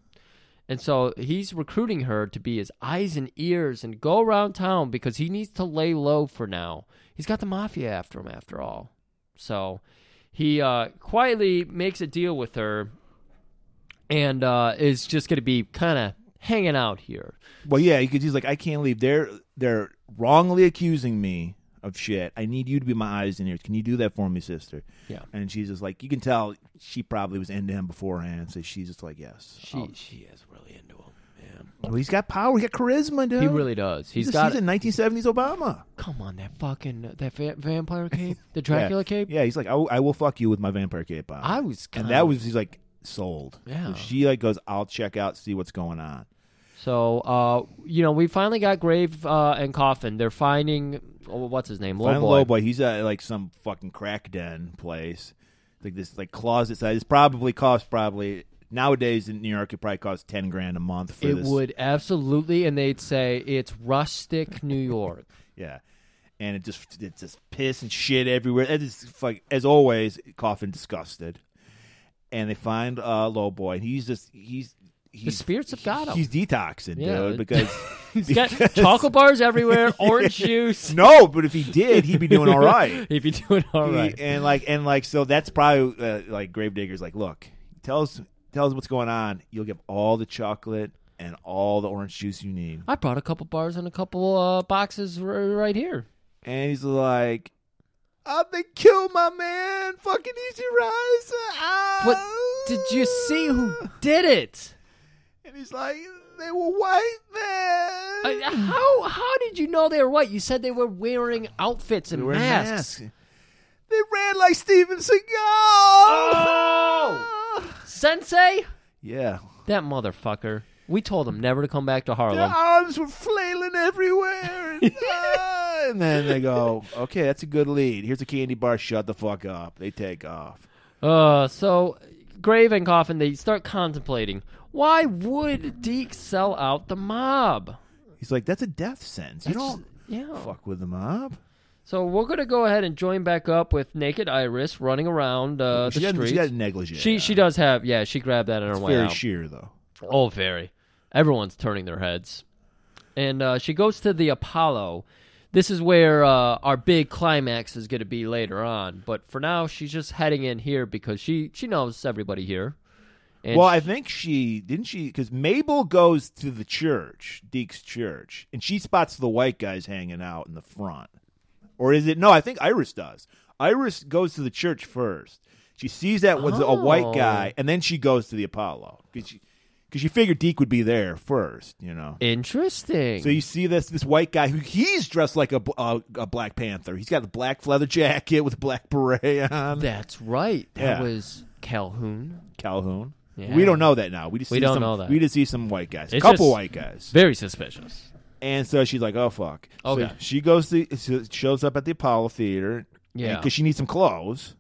[SPEAKER 2] And so he's recruiting her to be his eyes and ears and go around town because he needs to lay low for now. He's got the mafia after him after all. So he uh, quietly makes a deal with her and uh, is just going to be kind of hanging out here.
[SPEAKER 3] Well, yeah, because he's like, I can't leave. They're they're wrongly accusing me of shit. I need you to be my eyes and ears. Can you do that for me, sister?
[SPEAKER 2] Yeah.
[SPEAKER 3] And she's just like, you can tell she probably was into him beforehand, so she's just like, yes. Oh,
[SPEAKER 2] She she is really into him, man.
[SPEAKER 3] Well, he's got power. He got charisma, dude.
[SPEAKER 2] He really does.
[SPEAKER 3] He's,
[SPEAKER 2] he's
[SPEAKER 3] a-
[SPEAKER 2] got
[SPEAKER 3] he's a 1970s Obama.
[SPEAKER 2] come on that fucking that va- vampire cape, the Dracula
[SPEAKER 3] yeah.
[SPEAKER 2] cape.
[SPEAKER 3] Yeah, he's like, I, w- I will fuck you with my vampire cape on.
[SPEAKER 2] I was
[SPEAKER 3] and
[SPEAKER 2] kinda-
[SPEAKER 3] that was he's like sold.
[SPEAKER 2] Yeah.
[SPEAKER 3] So she like goes, I'll check out, see what's going on.
[SPEAKER 2] So uh, you know, we finally got Grave uh, and Coffin. They're finding oh, what's his name,
[SPEAKER 3] Find
[SPEAKER 2] Lowboy.
[SPEAKER 3] Lowboy, he's at like some fucking crack den place, like this like closet size. It's probably cost probably nowadays in New York, it probably costs ten grand a month for
[SPEAKER 2] It
[SPEAKER 3] this.
[SPEAKER 2] would absolutely, and they'd say it's rustic New York.
[SPEAKER 3] Yeah. And it just it's just piss and shit everywhere. It is like as always, coffin disgusted. And they find uh Lowboy, and he's just he's. He's,
[SPEAKER 2] spirits have got him.
[SPEAKER 3] He's detoxing,
[SPEAKER 2] Yeah.
[SPEAKER 3] dude, because
[SPEAKER 2] He's got chocolate bars everywhere, orange juice.
[SPEAKER 3] No, but if he did, he'd be doing all right.
[SPEAKER 2] He'd be doing all
[SPEAKER 3] He-
[SPEAKER 2] right.
[SPEAKER 3] and like and like so that's probably uh, like Gravedigger's like, look, tell us tell us what's going on. You'll get all the chocolate and all the orange juice you need.
[SPEAKER 2] I brought a couple bars and a couple uh, boxes r- right here.
[SPEAKER 3] And he's like, I've been killed, my man. Fucking Easy Rise. Ah.
[SPEAKER 2] But did you see who did it?
[SPEAKER 3] And he's like, they were white
[SPEAKER 2] Uh,
[SPEAKER 3] men.
[SPEAKER 2] How how did you know they were white? You said they were wearing outfits and
[SPEAKER 3] They were in
[SPEAKER 2] masks.
[SPEAKER 3] masks. They ran like Steven Seagal.
[SPEAKER 2] Oh! Sensei,
[SPEAKER 3] Yeah.
[SPEAKER 2] that motherfucker. We told him never to come back to
[SPEAKER 3] Their
[SPEAKER 2] Harlem.
[SPEAKER 3] arms were flailing everywhere. And, ah, and then they go, okay, that's a good lead. Here's a candy bar. Shut the fuck up. They take off.
[SPEAKER 2] Uh, so Grave and Coffin, they start contemplating. Why would Deke sell out the mob?
[SPEAKER 3] He's like, that's a death sentence. You don't
[SPEAKER 2] Yeah.
[SPEAKER 3] fuck with the mob.
[SPEAKER 2] So we're gonna go ahead and join back up with Naked Iris running around uh,
[SPEAKER 3] she,
[SPEAKER 2] the
[SPEAKER 3] got,
[SPEAKER 2] streets.
[SPEAKER 3] she got negligent.
[SPEAKER 2] she she does have yeah she grabbed that on her way
[SPEAKER 3] very
[SPEAKER 2] out.
[SPEAKER 3] sheer though.
[SPEAKER 2] Oh, very. Everyone's turning their heads. And uh, she goes to the Apollo. This is where uh, our big climax is going to be later on. But for now, she's just heading in here because she, she knows everybody here. And
[SPEAKER 3] well,
[SPEAKER 2] she-
[SPEAKER 3] I think she didn't she because Mabel goes to the church, Deke's church, and she spots the white guys hanging out in the front. Or is it no? I think Iris does. Iris goes to the church first. She sees that was a
[SPEAKER 2] Oh.
[SPEAKER 3] white guy, and then she goes to the Apollo because she, 'cause she figured Deke would be there first, you know.
[SPEAKER 2] interesting.
[SPEAKER 3] So you see this this white guy who he's dressed like a, bl- a, a Black Panther. He's got the black leather jacket with a black beret on.
[SPEAKER 2] That's right. That
[SPEAKER 3] Yeah.
[SPEAKER 2] was Calhoun.
[SPEAKER 3] Calhoun.
[SPEAKER 2] Yeah.
[SPEAKER 3] We don't know that now. We just
[SPEAKER 2] We
[SPEAKER 3] see
[SPEAKER 2] don't
[SPEAKER 3] some,
[SPEAKER 2] know that.
[SPEAKER 3] We just see some white guys, a
[SPEAKER 2] It's
[SPEAKER 3] couple
[SPEAKER 2] just-
[SPEAKER 3] white guys,
[SPEAKER 2] Very suspicious.
[SPEAKER 3] and so she's like, "Oh fuck!" So
[SPEAKER 2] Okay.
[SPEAKER 3] she goes to so shows up at the Apollo Theater,
[SPEAKER 2] Yeah.
[SPEAKER 3] because she needs some clothes,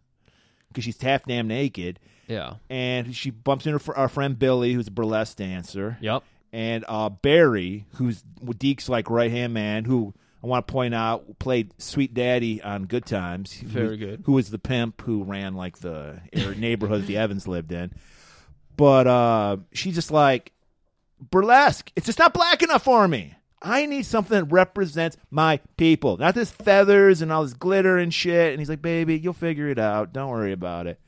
[SPEAKER 3] because she's half damn naked,
[SPEAKER 2] Yeah.
[SPEAKER 3] and she bumps into her, fr- our friend Billy, who's a burlesque dancer,
[SPEAKER 2] Yep.
[SPEAKER 3] and uh, Barry, who's Deke's like right hand man, who I want to point out played Sweet Daddy on Good Times. who-
[SPEAKER 2] Very good.
[SPEAKER 3] Who was the pimp who ran like the area- neighborhood the Evans lived in. But uh, she's just like burlesque. It's just not black enough for me. I need something that represents my people, not this feathers and all this glitter and shit. And he's like, "Baby, you'll figure it out. Don't worry about it."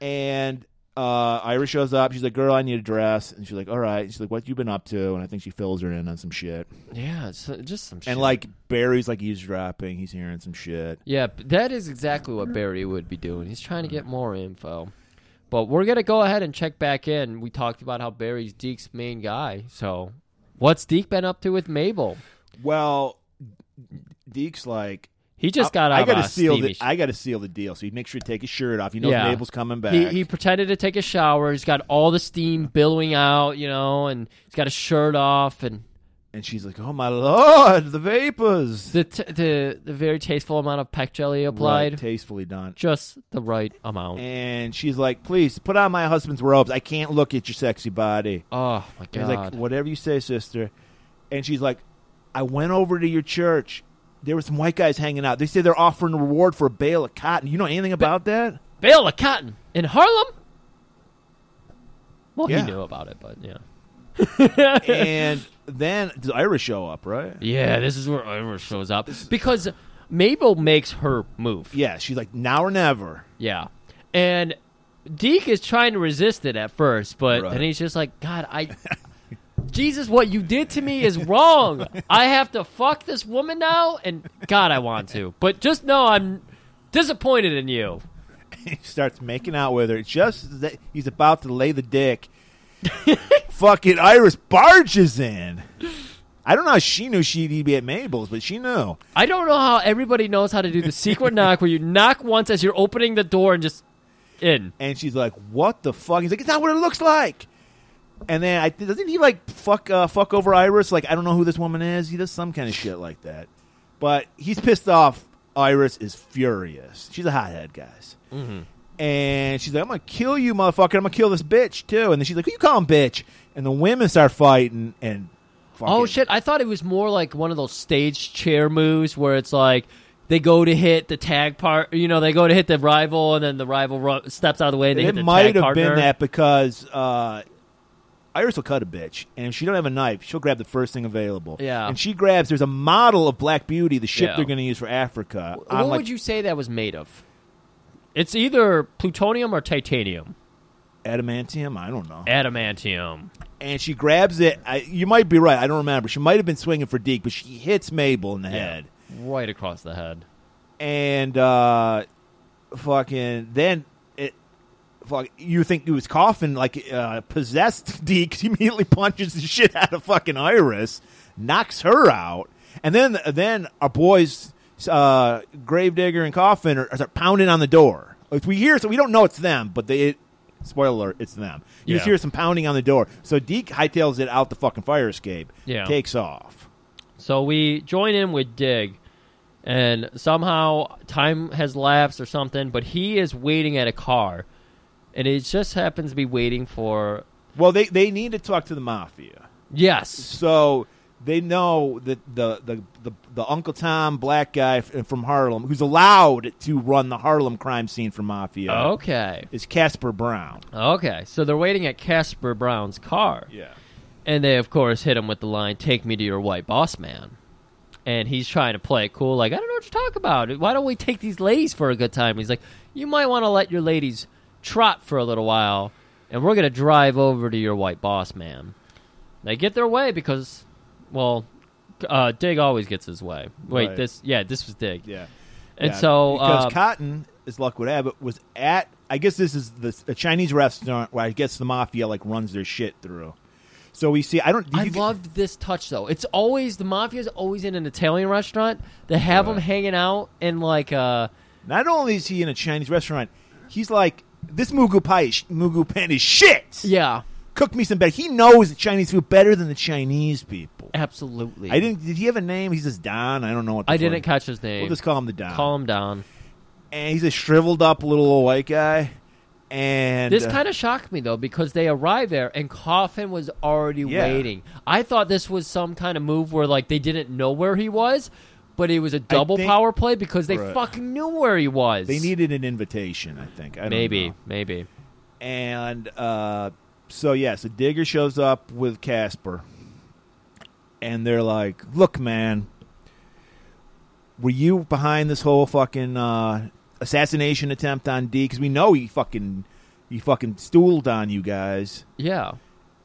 [SPEAKER 3] And uh, Iris shows up. She's like, "Girl, I need a dress." And she's like, "All right." She's like, "What you been up to?" And I think she fills her in on some shit.
[SPEAKER 2] Yeah. It's uh, just some shit.
[SPEAKER 3] And like Barry's like eavesdropping. He's hearing some shit.
[SPEAKER 2] Yeah, b- that is exactly what Barry would be doing. He's trying to get more info. But we're going to go ahead and check back in. We talked about how Barry's Deke's main guy. So, what's Deke been up to with Mabel?
[SPEAKER 3] Well, Deke's like,
[SPEAKER 2] He just got out
[SPEAKER 3] I
[SPEAKER 2] of
[SPEAKER 3] gotta
[SPEAKER 2] a
[SPEAKER 3] seal
[SPEAKER 2] steamy
[SPEAKER 3] the,
[SPEAKER 2] sh-
[SPEAKER 3] I got to seal the deal. So he makes sure to take his shirt off. He knows
[SPEAKER 2] Yeah.
[SPEAKER 3] Mabel's coming back.
[SPEAKER 2] He, he pretended to take a shower. He's got all the steam billowing out, you know, and he's got a shirt off. And
[SPEAKER 3] And she's like, "Oh my lord, the vapors!"
[SPEAKER 2] the t- the, the very tasteful amount of peck jelly
[SPEAKER 3] Right,
[SPEAKER 2] applied,
[SPEAKER 3] tastefully done.
[SPEAKER 2] just the right amount.
[SPEAKER 3] And she's like, "Please put on my husband's robes. I can't look at your sexy body."
[SPEAKER 2] oh, my
[SPEAKER 3] And he's like,
[SPEAKER 2] God.
[SPEAKER 3] "Whatever you say, sister." And she's like, "I went over to your church. There were some white guys hanging out. They say they're offering a reward for a bale of cotton. You know anything about that?"
[SPEAKER 2] Bale of Cotton in Harlem? Well,
[SPEAKER 3] Yeah.
[SPEAKER 2] he knew about it, but yeah.
[SPEAKER 3] and then does Ira show up? Right?
[SPEAKER 2] Yeah, this is where Ivor shows up because Mabel makes her move.
[SPEAKER 3] Yeah. She's like, "Now or never."
[SPEAKER 2] Yeah. And Deke is trying to resist it at first, but
[SPEAKER 3] Right.
[SPEAKER 2] then he's just like, God, I. Jesus, what you did to me is wrong. I have to fuck this woman now, and God, I want to. But just know I'm disappointed in you.
[SPEAKER 3] he starts making out with her. Just that he's about to lay the dick. Fucking Iris barges in. I don't know how she knew she'd be at Mabel's, but she knew.
[SPEAKER 2] I don't know how everybody knows how to do the secret knock where you knock once as you're opening the door and just in.
[SPEAKER 3] And she's like, "What the fuck?" He's like, "It's not what it looks like." And then I doesn't he like fuck uh, fuck over Iris? Like I don't know who this woman is. He does some kind of shit like that. But he's pissed off. Iris is furious. She's a hothead, guys.
[SPEAKER 2] Mm-hmm.
[SPEAKER 3] And she's like, "I'm gonna kill you, motherfucker! I'm gonna kill this bitch too." And then she's like, "Who you calling bitch?" And the women start fighting and. Fucking,
[SPEAKER 2] Oh shit! I thought it was more like one of those stage chair moves where it's like they go to hit the tag part. You know, they go to hit the rival, and then the rival ru- steps out of the way. And they hit
[SPEAKER 3] It
[SPEAKER 2] the
[SPEAKER 3] might
[SPEAKER 2] tag
[SPEAKER 3] have
[SPEAKER 2] partner.
[SPEAKER 3] been that because uh, Iris will cut a bitch, and if she don't have a knife, she'll grab the first thing available.
[SPEAKER 2] Yeah.
[SPEAKER 3] and she grabs. There's a model of Black Beauty, the ship
[SPEAKER 2] Yeah.
[SPEAKER 3] they're going to use for Africa.
[SPEAKER 2] What would you say that was made of? It's either plutonium or titanium,
[SPEAKER 3] adamantium? I don't know.
[SPEAKER 2] adamantium.
[SPEAKER 3] And she grabs it. I, you might be right. I don't remember. She might have been swinging for Deke, but she hits Mabel in the head,
[SPEAKER 2] right across the head.
[SPEAKER 3] and uh, fucking then. it. Fuck, you think he was coughing like uh, possessed Deke? He immediately punches the shit out of fucking Iris, knocks her out, and then then our boys, uh, Gravedigger and Coffin, are, start pounding on the door. Like we hear, so we don't know it's them, but they. It, spoiler alert, it's them. You just
[SPEAKER 2] Yeah.
[SPEAKER 3] hear some pounding on the door. So Deke hightails it out the fucking fire escape.
[SPEAKER 2] Yeah.
[SPEAKER 3] takes off.
[SPEAKER 2] So we join in with Dig, and somehow time has lapsed or something, but he is waiting at a car, and it just happens to be waiting for.
[SPEAKER 3] Well, they they need to talk to the mafia.
[SPEAKER 2] Yes.
[SPEAKER 3] So they know that the the, the the Uncle Tom black guy f- from Harlem, who's allowed to run the Harlem crime scene for mafia,
[SPEAKER 2] Oh, Okay. Oh.
[SPEAKER 3] is Casper Brown.
[SPEAKER 2] Okay. So they're waiting at Casper Brown's car.
[SPEAKER 3] Yeah.
[SPEAKER 2] And they, of course, hit him with the line, Take me to your white boss man. And he's trying to play it cool, like, I don't know what you're talking about. Why don't we take these ladies for a good time? He's like, You might want to let your ladies trot for a little while, and we're going to drive over to your white boss man. They get their way because, well, uh, Dig always gets his way. Wait,
[SPEAKER 3] Right.
[SPEAKER 2] this, yeah, this was Dig.
[SPEAKER 3] Yeah.
[SPEAKER 2] And
[SPEAKER 3] Yeah.
[SPEAKER 2] so,
[SPEAKER 3] because
[SPEAKER 2] uh,
[SPEAKER 3] Cotton, as luck would have it, was at I guess this is the a Chinese restaurant where I guess the mafia like runs their shit through. So we see. I don't.
[SPEAKER 2] I
[SPEAKER 3] you-
[SPEAKER 2] loved this touch though. It's always the mafia's always in an Italian restaurant. They have them hanging out in like uh
[SPEAKER 3] Not only is he in a Chinese restaurant, he's like this Mugu pie, is, Mugu pan is shit.
[SPEAKER 2] yeah,
[SPEAKER 3] Cook me some better. He knows the Chinese food better than the Chinese people.
[SPEAKER 2] absolutely.
[SPEAKER 3] I didn't. Did he have a name? He's just Don. I don't know what. The
[SPEAKER 2] I
[SPEAKER 3] fuck-
[SPEAKER 2] didn't catch his name.
[SPEAKER 3] We'll just call him the Don.
[SPEAKER 2] Calm down.
[SPEAKER 3] And he's a shriveled up little old white guy. And uh,
[SPEAKER 2] This kind of shocked me though because they arrived there and Coffin was already
[SPEAKER 3] Yeah.
[SPEAKER 2] waiting. I thought this was some kind of move where like they didn't know where he was, but it was a double
[SPEAKER 3] think-
[SPEAKER 2] power play because they
[SPEAKER 3] Right.
[SPEAKER 2] fucking knew where he was.
[SPEAKER 3] they needed an invitation. I think. I don't
[SPEAKER 2] maybe,
[SPEAKER 3] know.
[SPEAKER 2] maybe.
[SPEAKER 3] And uh, so yeah, so Digger shows up with Casper, and they're like, "Look, man, were you behind this whole fucking uh, assassination attempt on D? Because we know he fucking he fucking stooled on you guys."
[SPEAKER 2] Yeah.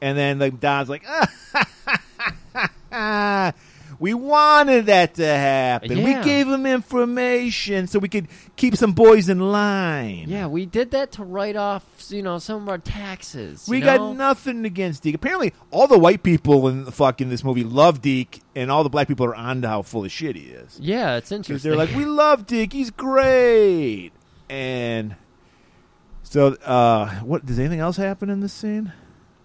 [SPEAKER 3] And then like Don's like, ah, we wanted that to happen.
[SPEAKER 2] Yeah.
[SPEAKER 3] We gave him information so we could keep some boys in line.
[SPEAKER 2] Yeah, we did that to write off, you know, some of our taxes.
[SPEAKER 3] We
[SPEAKER 2] you know?
[SPEAKER 3] got nothing against Deke. Apparently, all the white people in the fucking this movie love Deke, and all the black people are on to how full of shit he is.
[SPEAKER 2] Yeah, it's
[SPEAKER 3] Because
[SPEAKER 2] interesting.
[SPEAKER 3] they're like, we love Deke. He's great. And so, uh, what does anything else happen in this scene?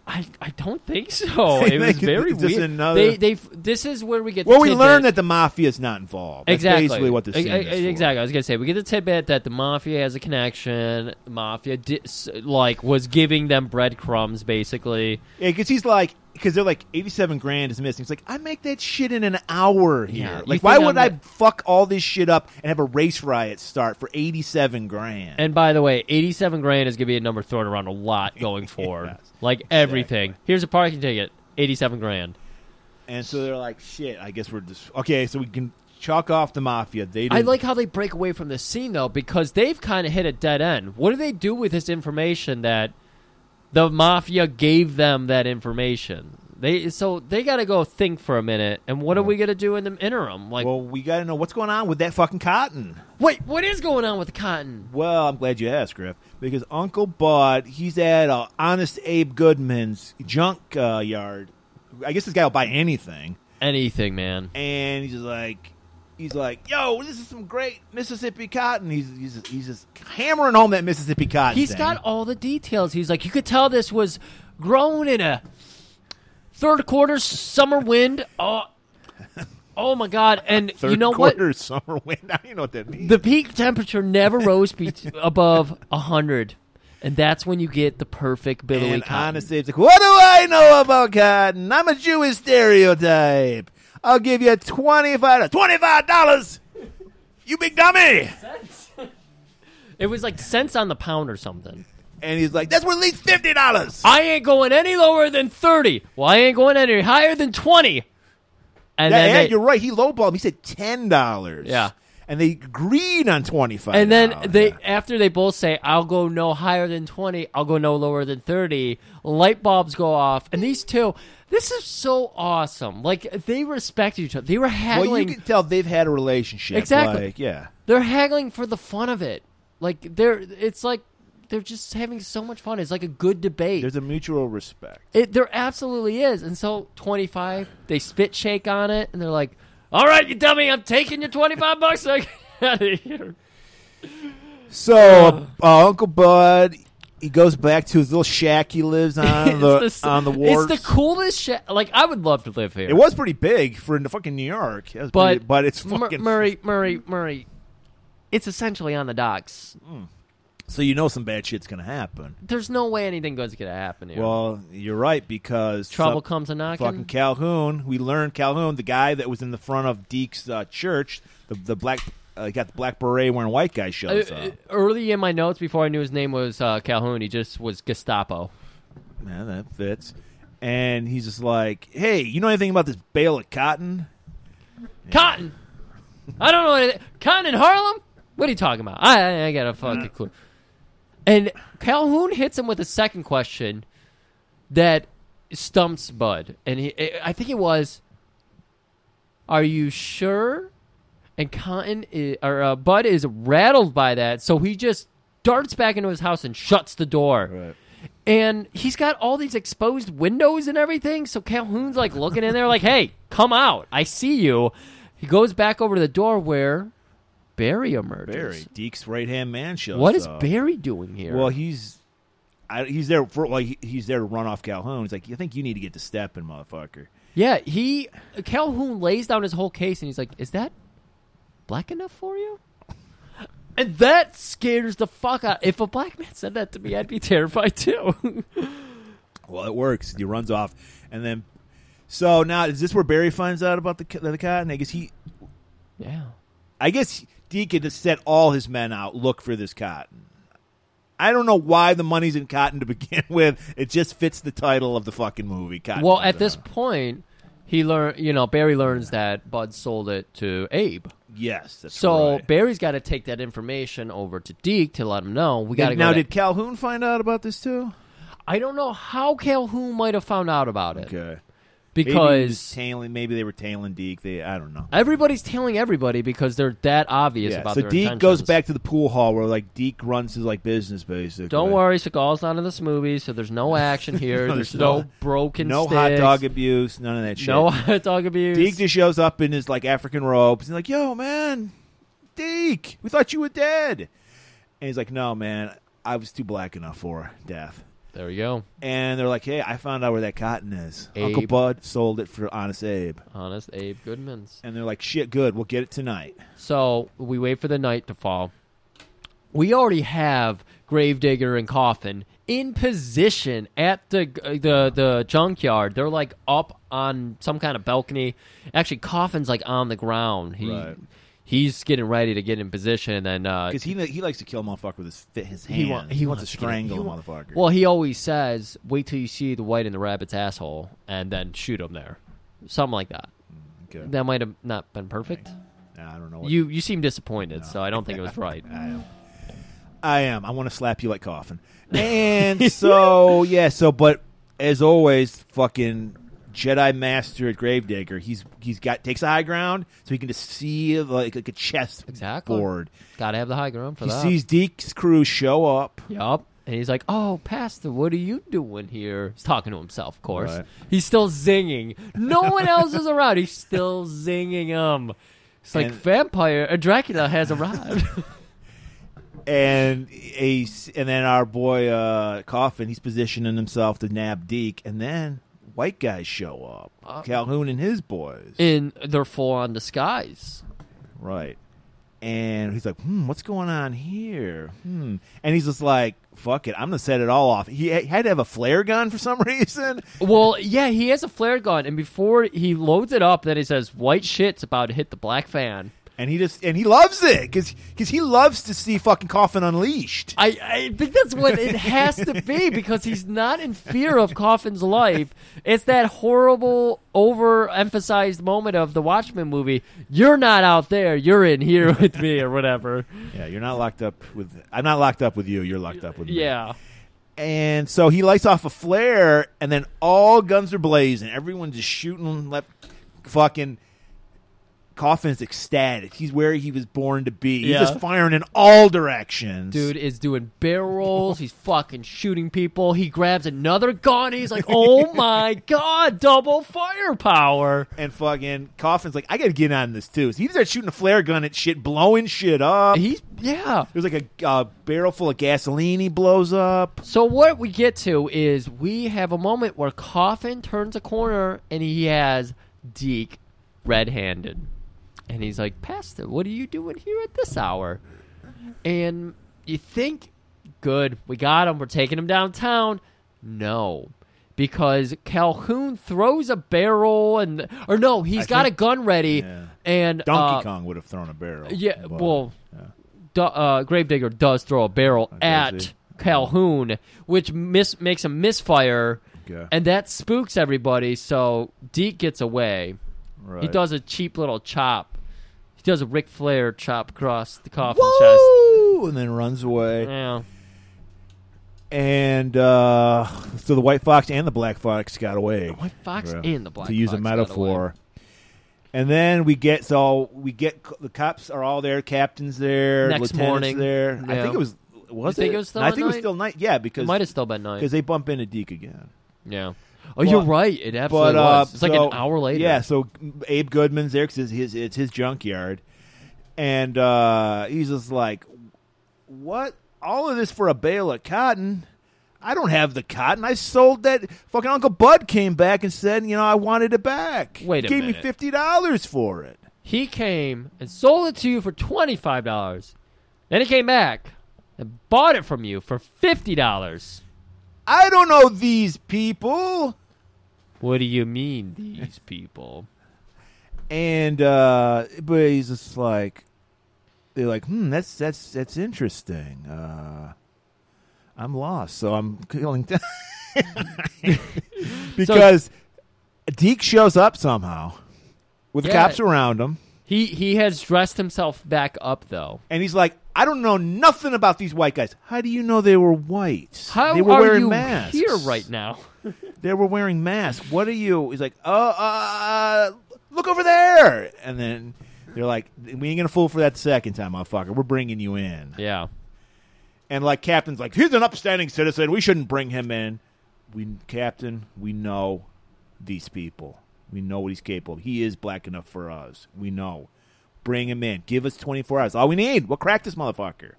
[SPEAKER 2] I, I don't think so.
[SPEAKER 3] They
[SPEAKER 2] It was
[SPEAKER 3] make it
[SPEAKER 2] very
[SPEAKER 3] just
[SPEAKER 2] weird.
[SPEAKER 3] another-
[SPEAKER 2] They, they, this is where we get.
[SPEAKER 3] Well,
[SPEAKER 2] the
[SPEAKER 3] we
[SPEAKER 2] tidbit.
[SPEAKER 3] learn that the mafia is not involved. That's
[SPEAKER 2] exactly
[SPEAKER 3] basically what this
[SPEAKER 2] E-
[SPEAKER 3] scene
[SPEAKER 2] e-
[SPEAKER 3] is. for.
[SPEAKER 2] Exactly. I was gonna say we get the tidbit that the mafia has a connection. The mafia di- s- like was giving them breadcrumbs, basically.
[SPEAKER 3] Yeah, because he's like, because they're like, eighty-seven grand is missing. It's like I make that shit in an hour here.
[SPEAKER 2] Yeah, you
[SPEAKER 3] like, why
[SPEAKER 2] think
[SPEAKER 3] would
[SPEAKER 2] I'm
[SPEAKER 3] I
[SPEAKER 2] the-
[SPEAKER 3] fuck all this shit up and have a race riot start for eighty-seven grand?
[SPEAKER 2] And by the way, eighty-seven grand is gonna be a number thrown around a lot going forward.
[SPEAKER 3] Yes,
[SPEAKER 2] like everything. Here's a parking ticket. Eighty-seven grand.
[SPEAKER 3] And so they're like, shit, I guess we're just. Okay, so we can chalk off the mafia. They didn't,
[SPEAKER 2] I like how they break away from the scene though, because they've kind of hit a dead end. What do they do with this information that the mafia gave them? That information They so they got to go think for a minute. And what are we gonna do in the interim? Like,
[SPEAKER 3] Well, we got to know what's going on with that fucking cotton.
[SPEAKER 2] wait, what is going on with the cotton?
[SPEAKER 3] Well, I'm glad you asked, Griff, because Uncle Bud, he's at uh, Honest Abe Goodman's junk uh, yard. I guess this guy will buy anything,
[SPEAKER 2] Anything, man.
[SPEAKER 3] and he's just like, he's like, "Yo, this is some great Mississippi cotton." He's he's just, he's just hammering home that Mississippi cotton.
[SPEAKER 2] He's
[SPEAKER 3] thing.
[SPEAKER 2] got all the details. He's like, you could tell this was grown in a third quarter summer wind. Oh, oh my god! And
[SPEAKER 3] third
[SPEAKER 2] you know what?
[SPEAKER 3] quarter summer wind. I don't even know what that means.
[SPEAKER 2] The peak temperature never rose be- above hundred, and that's when you get the perfect billowy
[SPEAKER 3] and
[SPEAKER 2] cotton.
[SPEAKER 3] honestly, it's like, what do I know about cotton? I'm a Jewish stereotype. I'll give you twenty five twenty five dollars. You big dummy.
[SPEAKER 2] it was like cents on the pound or something.
[SPEAKER 3] And he's like, that's worth at least fifty dollars.
[SPEAKER 2] I ain't going any lower than thirty. Well, I ain't going any higher than twenty. And
[SPEAKER 3] Yeah,
[SPEAKER 2] then
[SPEAKER 3] and
[SPEAKER 2] they-
[SPEAKER 3] you're right. He lowballed him. He said ten dollars.
[SPEAKER 2] Yeah.
[SPEAKER 3] And they agreed on twenty five.
[SPEAKER 2] And then they after they both say, "I'll go no higher than twenty. I'll go no lower than 30, Light bulbs go off, and these two, this is so awesome. Like they respect each other. They were haggling.
[SPEAKER 3] Well, you can tell they've had a relationship.
[SPEAKER 2] Exactly.
[SPEAKER 3] Like, yeah.
[SPEAKER 2] they're haggling for the fun of it. Like they're, it's like they're just having so much fun. It's like a good debate.
[SPEAKER 3] There's a mutual respect.
[SPEAKER 2] It, there absolutely is. And so 25, they spit shake on it, and they're like, "All right, you dummy, I'm taking your 25 bucks. I out of here."
[SPEAKER 3] So uh, Uncle Bud, he goes back to his little shack he lives on the,
[SPEAKER 2] It's
[SPEAKER 3] on the wharf.
[SPEAKER 2] It's the coolest shit. Like I would love to live here.
[SPEAKER 3] It was pretty big for in fucking New York. That was
[SPEAKER 2] but
[SPEAKER 3] pretty- but it's
[SPEAKER 2] Mur-
[SPEAKER 3] fucking
[SPEAKER 2] Murray, Murray, Murray. It's essentially on the docks.
[SPEAKER 3] So you know some bad shit's gonna happen.
[SPEAKER 2] There's no way anything good's gonna happen here.
[SPEAKER 3] Well, you're right because
[SPEAKER 2] Trouble
[SPEAKER 3] some-
[SPEAKER 2] comes a knocking.
[SPEAKER 3] Fucking Calhoun. We learned Calhoun, the guy that was in the front of Deke's uh, church, the the black uh, got the black beret wearing white guy
[SPEAKER 2] Uh,
[SPEAKER 3] shows
[SPEAKER 2] uh,
[SPEAKER 3] up.
[SPEAKER 2] early in my notes, before I knew his name was uh, Calhoun, he just was Gestapo.
[SPEAKER 3] Man, that fits. And he's just like, "Hey, you know anything about this bale of cotton?"
[SPEAKER 2] Cotton. I don't know anything. Cotton in Harlem. What are you talking about? I I ain't got a fucking
[SPEAKER 3] Mm.
[SPEAKER 2] clue. And Calhoun hits him with a second question that stumps Bud, and he eh, I- I think it was, "Are you sure?" And Cotton i or uh, Bud is rattled by that, so he just darts back into his house and shuts the door. And he's got all these exposed windows and everything. So Calhoun's like looking in there, like, hey, come out. I see you. He goes back over to the door where Barry emerges.
[SPEAKER 3] Barry, Deke's right hand man shows.
[SPEAKER 2] What is
[SPEAKER 3] up.
[SPEAKER 2] Barry doing here?
[SPEAKER 3] Well, he's I, he's there for like he- he's there to run off Calhoun. He's like, "You think you need to get to stepping, motherfucker?"
[SPEAKER 2] yeah, he Calhoun lays down his whole case and he's like, is that black enough for you? And that scares the fuck out. If a black man said that to me, I'd be terrified too.
[SPEAKER 3] Well, it works. He runs off, and then so now is this where Barry finds out about the co- the cotton? I guess he,
[SPEAKER 2] yeah.
[SPEAKER 3] I guess Deacon just set all his men out look for this cotton. I don't know why the money's in cotton to begin with. It just fits the title of the fucking movie. Cotton
[SPEAKER 2] Well,
[SPEAKER 3] Comes
[SPEAKER 2] at this
[SPEAKER 3] Around.
[SPEAKER 2] point, he learn you know Barry learns that Bud sold it to Abe.
[SPEAKER 3] yes, that's
[SPEAKER 2] So
[SPEAKER 3] right.
[SPEAKER 2] Barry's got to take that information over to Deke to let him know we got to
[SPEAKER 3] And
[SPEAKER 2] go.
[SPEAKER 3] now,
[SPEAKER 2] to-
[SPEAKER 3] did Calhoun find out about this too?
[SPEAKER 2] I don't know how Calhoun might have found out about it
[SPEAKER 3] Maybe he was
[SPEAKER 2] because
[SPEAKER 3] tailing, maybe they were tailing Deke. They, I don't know.
[SPEAKER 2] everybody's telling everybody because they're that obvious
[SPEAKER 3] Yeah,
[SPEAKER 2] about
[SPEAKER 3] so
[SPEAKER 2] their
[SPEAKER 3] Deke goes
[SPEAKER 2] intentions.
[SPEAKER 3] back to the pool hall where like Deke runs his like business basically.
[SPEAKER 2] Don't worry, Seagal's not in this movie, so there's no action here.
[SPEAKER 3] No,
[SPEAKER 2] there's
[SPEAKER 3] there's
[SPEAKER 2] no,
[SPEAKER 3] no-
[SPEAKER 2] broken,
[SPEAKER 3] No
[SPEAKER 2] sticks,
[SPEAKER 3] hot dog abuse, none of that shit.
[SPEAKER 2] no hot dog abuse.
[SPEAKER 3] Deke just shows up in his like African robes. He's like, "Yo, man, Deke, we thought you were dead." And he's like, "No, man, I was too black enough for death."
[SPEAKER 2] there we go.
[SPEAKER 3] And they're like, "Hey, I found out where that cotton is. Uncle
[SPEAKER 2] Abe.
[SPEAKER 3] Bud sold it for Honest Abe."
[SPEAKER 2] Honest Abe Goodman's.
[SPEAKER 3] And they're like, "Shit, good. We'll get it tonight."
[SPEAKER 2] So we wait for the night to fall. We already have Gravedigger and Coffin in position at the the the junkyard. They're like up on some kind of balcony. Actually, Coffin's like on the ground. He
[SPEAKER 3] Right.
[SPEAKER 2] he's getting ready to get in position, and then uh,
[SPEAKER 3] Because he he likes to kill a motherfucker with his fi- his hand.
[SPEAKER 2] He wa- he
[SPEAKER 3] wants to
[SPEAKER 2] wants to get it.
[SPEAKER 3] strangle
[SPEAKER 2] He
[SPEAKER 3] a
[SPEAKER 2] wa-
[SPEAKER 3] motherfucker.
[SPEAKER 2] well, he always says, "Wait till you see the white in the rabbit's asshole, and then shoot him there." Something like that.
[SPEAKER 3] Mm, Okay.
[SPEAKER 2] That might have not been perfect.
[SPEAKER 3] I don't know. What
[SPEAKER 2] You you seem disappointed, so I don't think it was right.
[SPEAKER 3] I am. I am. I want to slap you like coffin. And so yeah, so but as always, fucking Jedi Master at Gravedigger. He's he's got takes the high ground, so he can just see like like a chess
[SPEAKER 2] Exactly.
[SPEAKER 3] board.
[SPEAKER 2] Gotta have the high ground for
[SPEAKER 3] He
[SPEAKER 2] that.
[SPEAKER 3] sees Deke's crew show up.
[SPEAKER 2] Yup. And he's like, "Oh, Pastor, what are you doing here?" He's talking to himself, of course.
[SPEAKER 3] Right.
[SPEAKER 2] He's still zinging. No one else is around. He's still zinging him. It's like
[SPEAKER 3] And-
[SPEAKER 2] vampire. Uh, Dracula has arrived.
[SPEAKER 3] and a and then our boy uh, Coffin, he's positioning himself to nab Deke, and then white guys show up,
[SPEAKER 2] Uh.
[SPEAKER 3] Calhoun and his boys,
[SPEAKER 2] in their full-on disguise.
[SPEAKER 3] right? And he's like, "Hmm, what's going on here?" Hmm, and he's just like, "Fuck it, I'm gonna set it all off." He ha- had to have a flare gun for some reason.
[SPEAKER 2] Well, yeah, he has a flare gun, and before he loads it up, then he says, "White shit's about to hit the black fan."
[SPEAKER 3] And he just and he loves it because he loves to see fucking Coffin unleashed.
[SPEAKER 2] I, I think that's what it has to be because he's not in fear of Coffin's life. It's that horrible, overemphasized moment of the Watchmen movie. You're not out there. You're in here with me or whatever.
[SPEAKER 3] Yeah, you're not locked up with. I'm not locked up with you. You're locked up with me.
[SPEAKER 2] Yeah.
[SPEAKER 3] And so he lights off a flare, and then all guns are blazing. Everyone's just shooting left. Fucking Coffin's ecstatic. He's where he was born to be. He's
[SPEAKER 2] Yeah.
[SPEAKER 3] just firing in all directions.
[SPEAKER 2] Dude is doing barrel rolls. He's fucking shooting people. He grabs another gun. He's like, oh my God, double firepower.
[SPEAKER 3] And fucking Coffin's like, I gotta get on this too. So he starts shooting a flare gun at shit, blowing shit up.
[SPEAKER 2] He's, yeah.
[SPEAKER 3] There's like a uh, barrel full of gasoline he blows up.
[SPEAKER 2] So what we get to is we have a moment where Coffin turns a corner and he has Deke red-handed, and he's like, "Pastor, what are you doing here at this hour?" And you think, "Good, we got him. We're taking him downtown." No, because Calhoun throws a barrel and or no, he's
[SPEAKER 3] I
[SPEAKER 2] got
[SPEAKER 3] think-
[SPEAKER 2] a gun ready
[SPEAKER 3] Yeah.
[SPEAKER 2] and
[SPEAKER 3] Donkey
[SPEAKER 2] uh,
[SPEAKER 3] Kong would have thrown a barrel.
[SPEAKER 2] yeah,
[SPEAKER 3] but-
[SPEAKER 2] well, Du- uh, Gravedigger does throw a barrel
[SPEAKER 3] does
[SPEAKER 2] at
[SPEAKER 3] he?
[SPEAKER 2] Calhoun, which miss makes a misfire,
[SPEAKER 3] Okay.
[SPEAKER 2] and that spooks everybody. So Deke gets away.
[SPEAKER 3] right.
[SPEAKER 2] He does a cheap little chop. He does a Ric Flair chop across the coffin chest.
[SPEAKER 3] Woo! And then runs away.
[SPEAKER 2] Yeah.
[SPEAKER 3] and uh, so the white fox and the black fox got away. The
[SPEAKER 2] white fox and the black
[SPEAKER 3] to use a
[SPEAKER 2] fox got
[SPEAKER 3] metaphor. And then we get so we get the cops are all there, captains there,
[SPEAKER 2] Next
[SPEAKER 3] lieutenants
[SPEAKER 2] morning.
[SPEAKER 3] there. I
[SPEAKER 2] Yeah.
[SPEAKER 3] think it was was
[SPEAKER 2] You
[SPEAKER 3] it?
[SPEAKER 2] think it was still
[SPEAKER 3] I
[SPEAKER 2] at
[SPEAKER 3] think it was
[SPEAKER 2] night?
[SPEAKER 3] still night. Yeah, because
[SPEAKER 2] It might have still been night.
[SPEAKER 3] because they bump into Deke again.
[SPEAKER 2] Yeah. Oh, you're right. It absolutely
[SPEAKER 3] But uh,
[SPEAKER 2] was. It's like
[SPEAKER 3] so-
[SPEAKER 2] an hour later.
[SPEAKER 3] Yeah, so Abe Goodman's there because it's his, it's his junkyard, and uh, he's just like, "What? All of this for a bale of cotton? I don't have the cotton. I sold that. Fucking Uncle Bud came back and said, you know, I wanted it back.
[SPEAKER 2] Wait
[SPEAKER 3] he
[SPEAKER 2] a
[SPEAKER 3] gave me
[SPEAKER 2] minute.
[SPEAKER 3] fifty dollars for it.
[SPEAKER 2] He came and sold it to you for twenty five dollars. Then he came back and bought it from you for fifty dollars.
[SPEAKER 3] I don't know these people."
[SPEAKER 2] What do you mean these people?
[SPEAKER 3] And uh, but he's just like, they're like, hmm, that's that's that's interesting. Uh, I'm lost, so I'm feeling down because Deke shows up somehow with the
[SPEAKER 2] Yeah.
[SPEAKER 3] cops around him,
[SPEAKER 2] He he has dressed himself back up though.
[SPEAKER 3] and he's like, I don't know nothing about these white guys. How do you know they were white?
[SPEAKER 2] How
[SPEAKER 3] they were
[SPEAKER 2] are
[SPEAKER 3] wearing
[SPEAKER 2] you
[SPEAKER 3] masks
[SPEAKER 2] here right now?
[SPEAKER 3] They were wearing masks. What are you? He's like, oh, uh, look over there. And then they're like, we ain't gonna fool for that second time, motherfucker. We're bringing you in.
[SPEAKER 2] Yeah.
[SPEAKER 3] And like, captain's like, he's an upstanding citizen. We shouldn't bring him in. We, captain, we know these people. We know what he's capable. of. He is black enough for us. We know. Bring him in. Give us twenty four hours. All we need. We'll crack this motherfucker.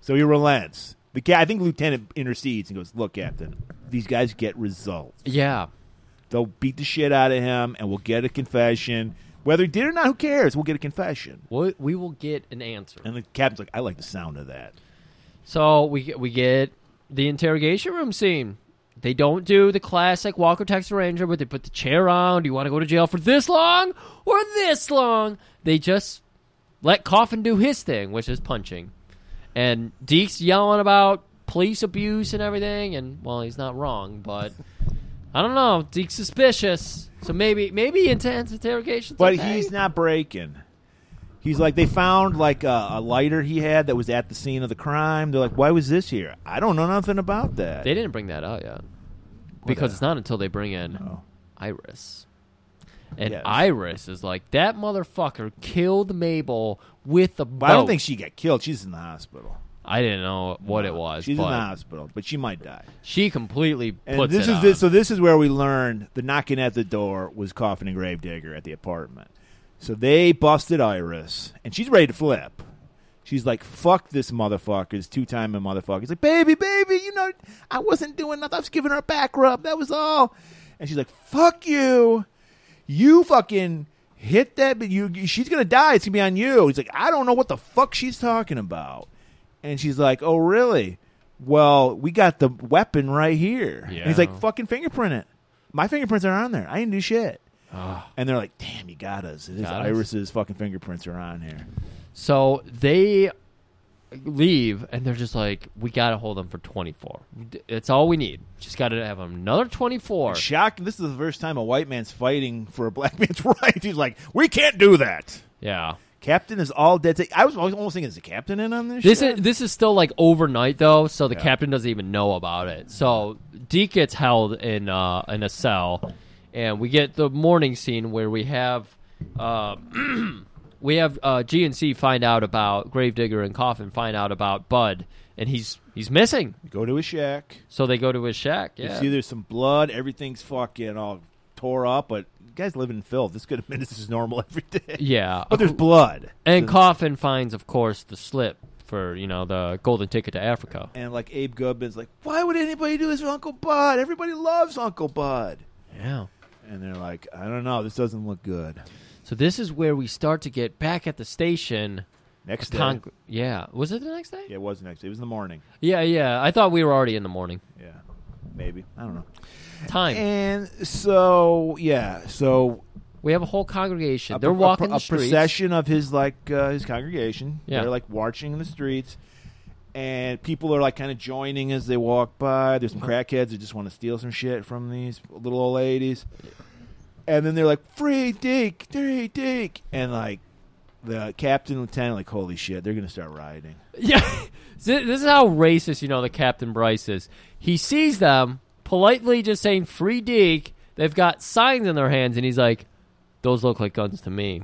[SPEAKER 3] So he relents. The ca- I think lieutenant intercedes and goes, "Look, captain, these guys get results."
[SPEAKER 2] Yeah.
[SPEAKER 3] They'll beat the shit out of him, and we'll get a confession. Whether he did or not, who cares? We'll get a confession.
[SPEAKER 2] We, we will get an answer.
[SPEAKER 3] And the captain's like, I like the sound of that.
[SPEAKER 2] So we get- we get the interrogation room scene. They don't do the classic Walker Texas Ranger, but they put the chair on. Do you want to go to jail for this long or this long? They just let Coffin do his thing, which is punching. And Deke's yelling about police abuse and everything, and well, he's not wrong, but I don't know. Deke's suspicious, so maybe maybe intense interrogation.
[SPEAKER 3] But he's not breaking. He's like, they found like a, a lighter he had that was at the scene of the crime. They're like, why was this here? I don't know nothing about that.
[SPEAKER 2] They didn't bring that out yet. Because it's not until they bring in Iris. And
[SPEAKER 3] Yes.
[SPEAKER 2] Iris is like, that motherfucker killed Mabel with a boat.
[SPEAKER 3] But I don't think she got killed. She's in the hospital.
[SPEAKER 2] I didn't know what it was,
[SPEAKER 3] She's in the
[SPEAKER 2] but
[SPEAKER 3] hospital, but she might die.
[SPEAKER 2] she completely
[SPEAKER 3] And
[SPEAKER 2] puts
[SPEAKER 3] this
[SPEAKER 2] it
[SPEAKER 3] is
[SPEAKER 2] on.
[SPEAKER 3] this. So this is where we learned the knocking at the door was Coffin and Gravedigger at the apartment. So they busted Iris, and she's ready to flip. She's like, "Fuck this motherfuckers, two time and motherfuckers." Like, baby, baby, you know, I wasn't doing nothing. I was giving her a back rub. That was all. And she's like, "Fuck you, you fucking." Hit that, but you she's gonna die. It's gonna be on you. He's like, I don't know what the fuck she's talking about. And she's like, "Oh, really? Well, we got the weapon right here." And he's
[SPEAKER 2] Yeah.
[SPEAKER 3] like, "Fucking fingerprint it. My fingerprints are on there. I didn't do shit." And they're like, "Damn, you got us. It is
[SPEAKER 2] Got us.
[SPEAKER 3] Iris's fucking fingerprints are on here."
[SPEAKER 2] So they leave, and they're just like, "We gotta hold them for 24. It's all we need. Just gotta have another 24."
[SPEAKER 3] Shocked. This is the first time a white man's fighting for a black man's right. He's like, "We can't do that."
[SPEAKER 2] Yeah.
[SPEAKER 3] Captain is all dead. I was almost thinking, is the captain in on this?
[SPEAKER 2] This
[SPEAKER 3] shit?
[SPEAKER 2] is this is still like overnight though, so the captain doesn't even know about it. So Deke gets held in uh, in a cell, and we get the morning scene where we have uh, we have uh, GNC find out about Gravedigger and Coffin find out about Bud, and he's he's missing.
[SPEAKER 3] go to a shack.
[SPEAKER 2] So they go to his shack. Yeah,
[SPEAKER 3] You see, there's some blood. Everything's fucking all tore up. But you guys living in filth. This could have been this is normal every day.
[SPEAKER 2] yeah.
[SPEAKER 3] But there's blood.
[SPEAKER 2] And Coffin finds, of course, the slip for you know the golden ticket to Africa.
[SPEAKER 3] And like Abe Gubbin's like, why would anybody do this for Uncle Bud? Everybody loves Uncle Bud.
[SPEAKER 2] Yeah.
[SPEAKER 3] And they're like, I don't know. This doesn't look good.
[SPEAKER 2] So this is where we start to get back at the station.
[SPEAKER 3] Next day.
[SPEAKER 2] Con- yeah. Was it the next day?
[SPEAKER 3] yeah, it was next. It was in the morning.
[SPEAKER 2] Yeah, yeah. I thought we were already in the morning.
[SPEAKER 3] Yeah, maybe. I don't know.
[SPEAKER 2] Time.
[SPEAKER 3] And so yeah, so
[SPEAKER 2] we have a whole congregation.
[SPEAKER 3] a-
[SPEAKER 2] They're
[SPEAKER 3] a-
[SPEAKER 2] walking
[SPEAKER 3] a,
[SPEAKER 2] the streets.
[SPEAKER 3] procession of his like uh, his congregation.
[SPEAKER 2] Yeah.
[SPEAKER 3] They're like marching in the streets, and people are like kind of joining as they walk by. There's some
[SPEAKER 2] Uh-huh.
[SPEAKER 3] crackheads that just want to steal some shit from these little old ladies, and then they're like, "Free Dake, free Dake," and like the captain, lieutenant, like, "Holy shit, they're gonna start rioting."
[SPEAKER 2] Yeah. Th- this is how racist, you know, the Captain Bryce is. He sees them politely just saying free Deke. They've got signs in their hands, and he's like, those look like guns to me.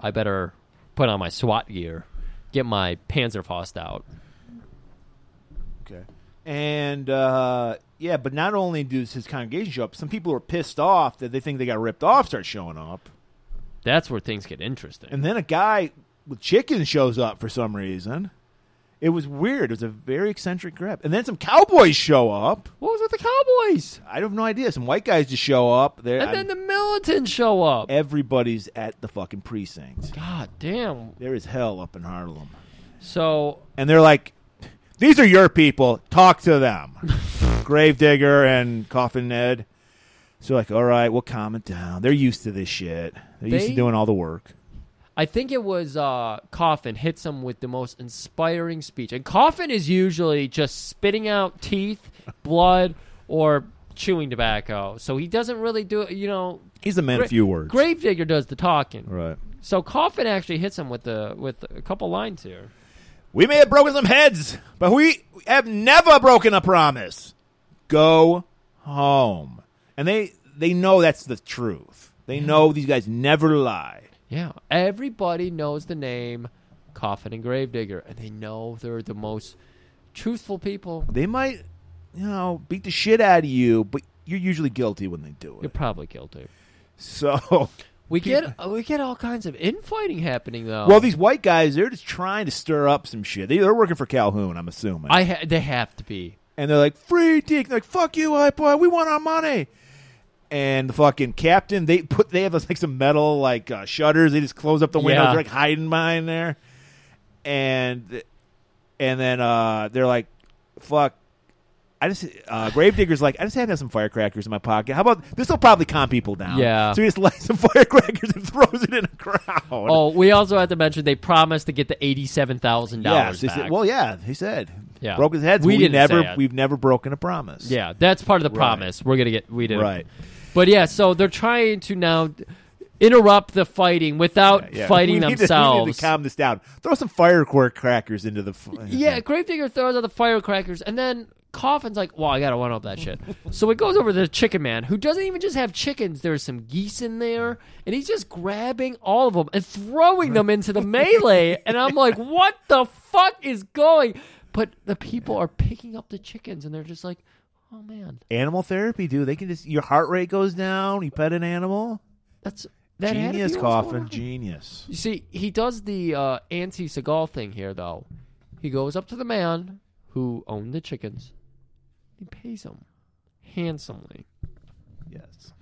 [SPEAKER 2] I better put on my SWAT gear, get my Panzerfaust out.
[SPEAKER 3] Okay. And uh, yeah, but not only does his congregation show up, some people are pissed off that they think they got ripped off start showing up.
[SPEAKER 2] That's where things get interesting.
[SPEAKER 3] And then a guy with chicken shows up for some reason. It was weird. It was a very eccentric grip. And then some cowboys show up.
[SPEAKER 2] what was with the Cowboys?
[SPEAKER 3] I have no idea. Some white guys just show up. They're,
[SPEAKER 2] And then the militants show up.
[SPEAKER 3] everybody's at the fucking precinct.
[SPEAKER 2] God damn.
[SPEAKER 3] There is hell up in Harlem.
[SPEAKER 2] So
[SPEAKER 3] And they're like, these are your people. Talk to them. Gravedigger and Coffin Ned. So like, all right, we'll calm it down. They're used to this shit. They're used to
[SPEAKER 2] They-
[SPEAKER 3] doing all the work.
[SPEAKER 2] I think it was uh, Coffin hits him with the most inspiring speech. And Coffin is usually just spitting out teeth, blood, or chewing tobacco. So he doesn't really do it, you know.
[SPEAKER 3] He's a man
[SPEAKER 2] Gra-
[SPEAKER 3] of few words.
[SPEAKER 2] Gravedigger does the talking.
[SPEAKER 3] Right.
[SPEAKER 2] So Coffin actually hits him with the with a couple lines here.
[SPEAKER 3] We may have broken some heads, but we have never broken a promise. Go home. And they they know that's the truth. They know these guys never lie.
[SPEAKER 2] Yeah, everybody knows the name Coffin and Gravedigger, and they know they're the most truthful people.
[SPEAKER 3] They might, you know, beat the shit out of you, but you're usually guilty when they do
[SPEAKER 2] You're
[SPEAKER 3] it.
[SPEAKER 2] probably guilty.
[SPEAKER 3] So,
[SPEAKER 2] We get we get all kinds of infighting happening though.
[SPEAKER 3] well, these white guys, they're just trying to stir up some shit. They, they're working for Calhoun, I'm assuming.
[SPEAKER 2] I ha- they have to be.
[SPEAKER 3] and they're like, "Free dick!" They're like, "Fuck you, white boy. We want our money." And the fucking captain, they put they have like some metal like uh, shutters. They just close up the windows.
[SPEAKER 2] Yeah.
[SPEAKER 3] They're like hiding behind there, and and then uh, they're like, "Fuck." I just uh, Gravedigger's like I just have to have some firecrackers in my pocket. How about this? Will probably calm people down.
[SPEAKER 2] Yeah.
[SPEAKER 3] So he just lights some firecrackers and throws it in a crowd.
[SPEAKER 2] Oh, we also have to mention they promised to get the eighty-seven thousand
[SPEAKER 3] yes.
[SPEAKER 2] dollars
[SPEAKER 3] He
[SPEAKER 2] back.
[SPEAKER 3] said, well, yeah. He said
[SPEAKER 2] Yeah.
[SPEAKER 3] broke his head. so
[SPEAKER 2] We didn't
[SPEAKER 3] never
[SPEAKER 2] say it.
[SPEAKER 3] we've never broken a promise.
[SPEAKER 2] yeah, that's part of the
[SPEAKER 3] Right.
[SPEAKER 2] promise. We're gonna get we did
[SPEAKER 3] Right.
[SPEAKER 2] but yeah. So they're trying to now interrupt the fighting without
[SPEAKER 3] Yeah.
[SPEAKER 2] fighting
[SPEAKER 3] We need to- we need
[SPEAKER 2] themselves.
[SPEAKER 3] to calm this down. Throw some firecracker crackers into the. f- uh,
[SPEAKER 2] yeah, Gravedigger throws out the firecrackers, and then Coffin's like, well, I gotta run up that shit. so it goes over to the chicken man, who doesn't even just have chickens. There's some geese in there, and he's just grabbing all of them and throwing them into the melee. And I'm like, what the fuck is going? But the people are picking up the chickens, and they're just like, oh man,
[SPEAKER 3] Animal therapy, dude. They can just your heart rate goes down. You pet an animal.
[SPEAKER 2] that's that had to
[SPEAKER 3] Genius,
[SPEAKER 2] be what was going
[SPEAKER 3] coffin.
[SPEAKER 2] on.
[SPEAKER 3] Genius.
[SPEAKER 2] You see, he does the uh, anti Seagal thing here, though. He goes up to the man who owned the chickens. He pays him handsomely.
[SPEAKER 3] Yes.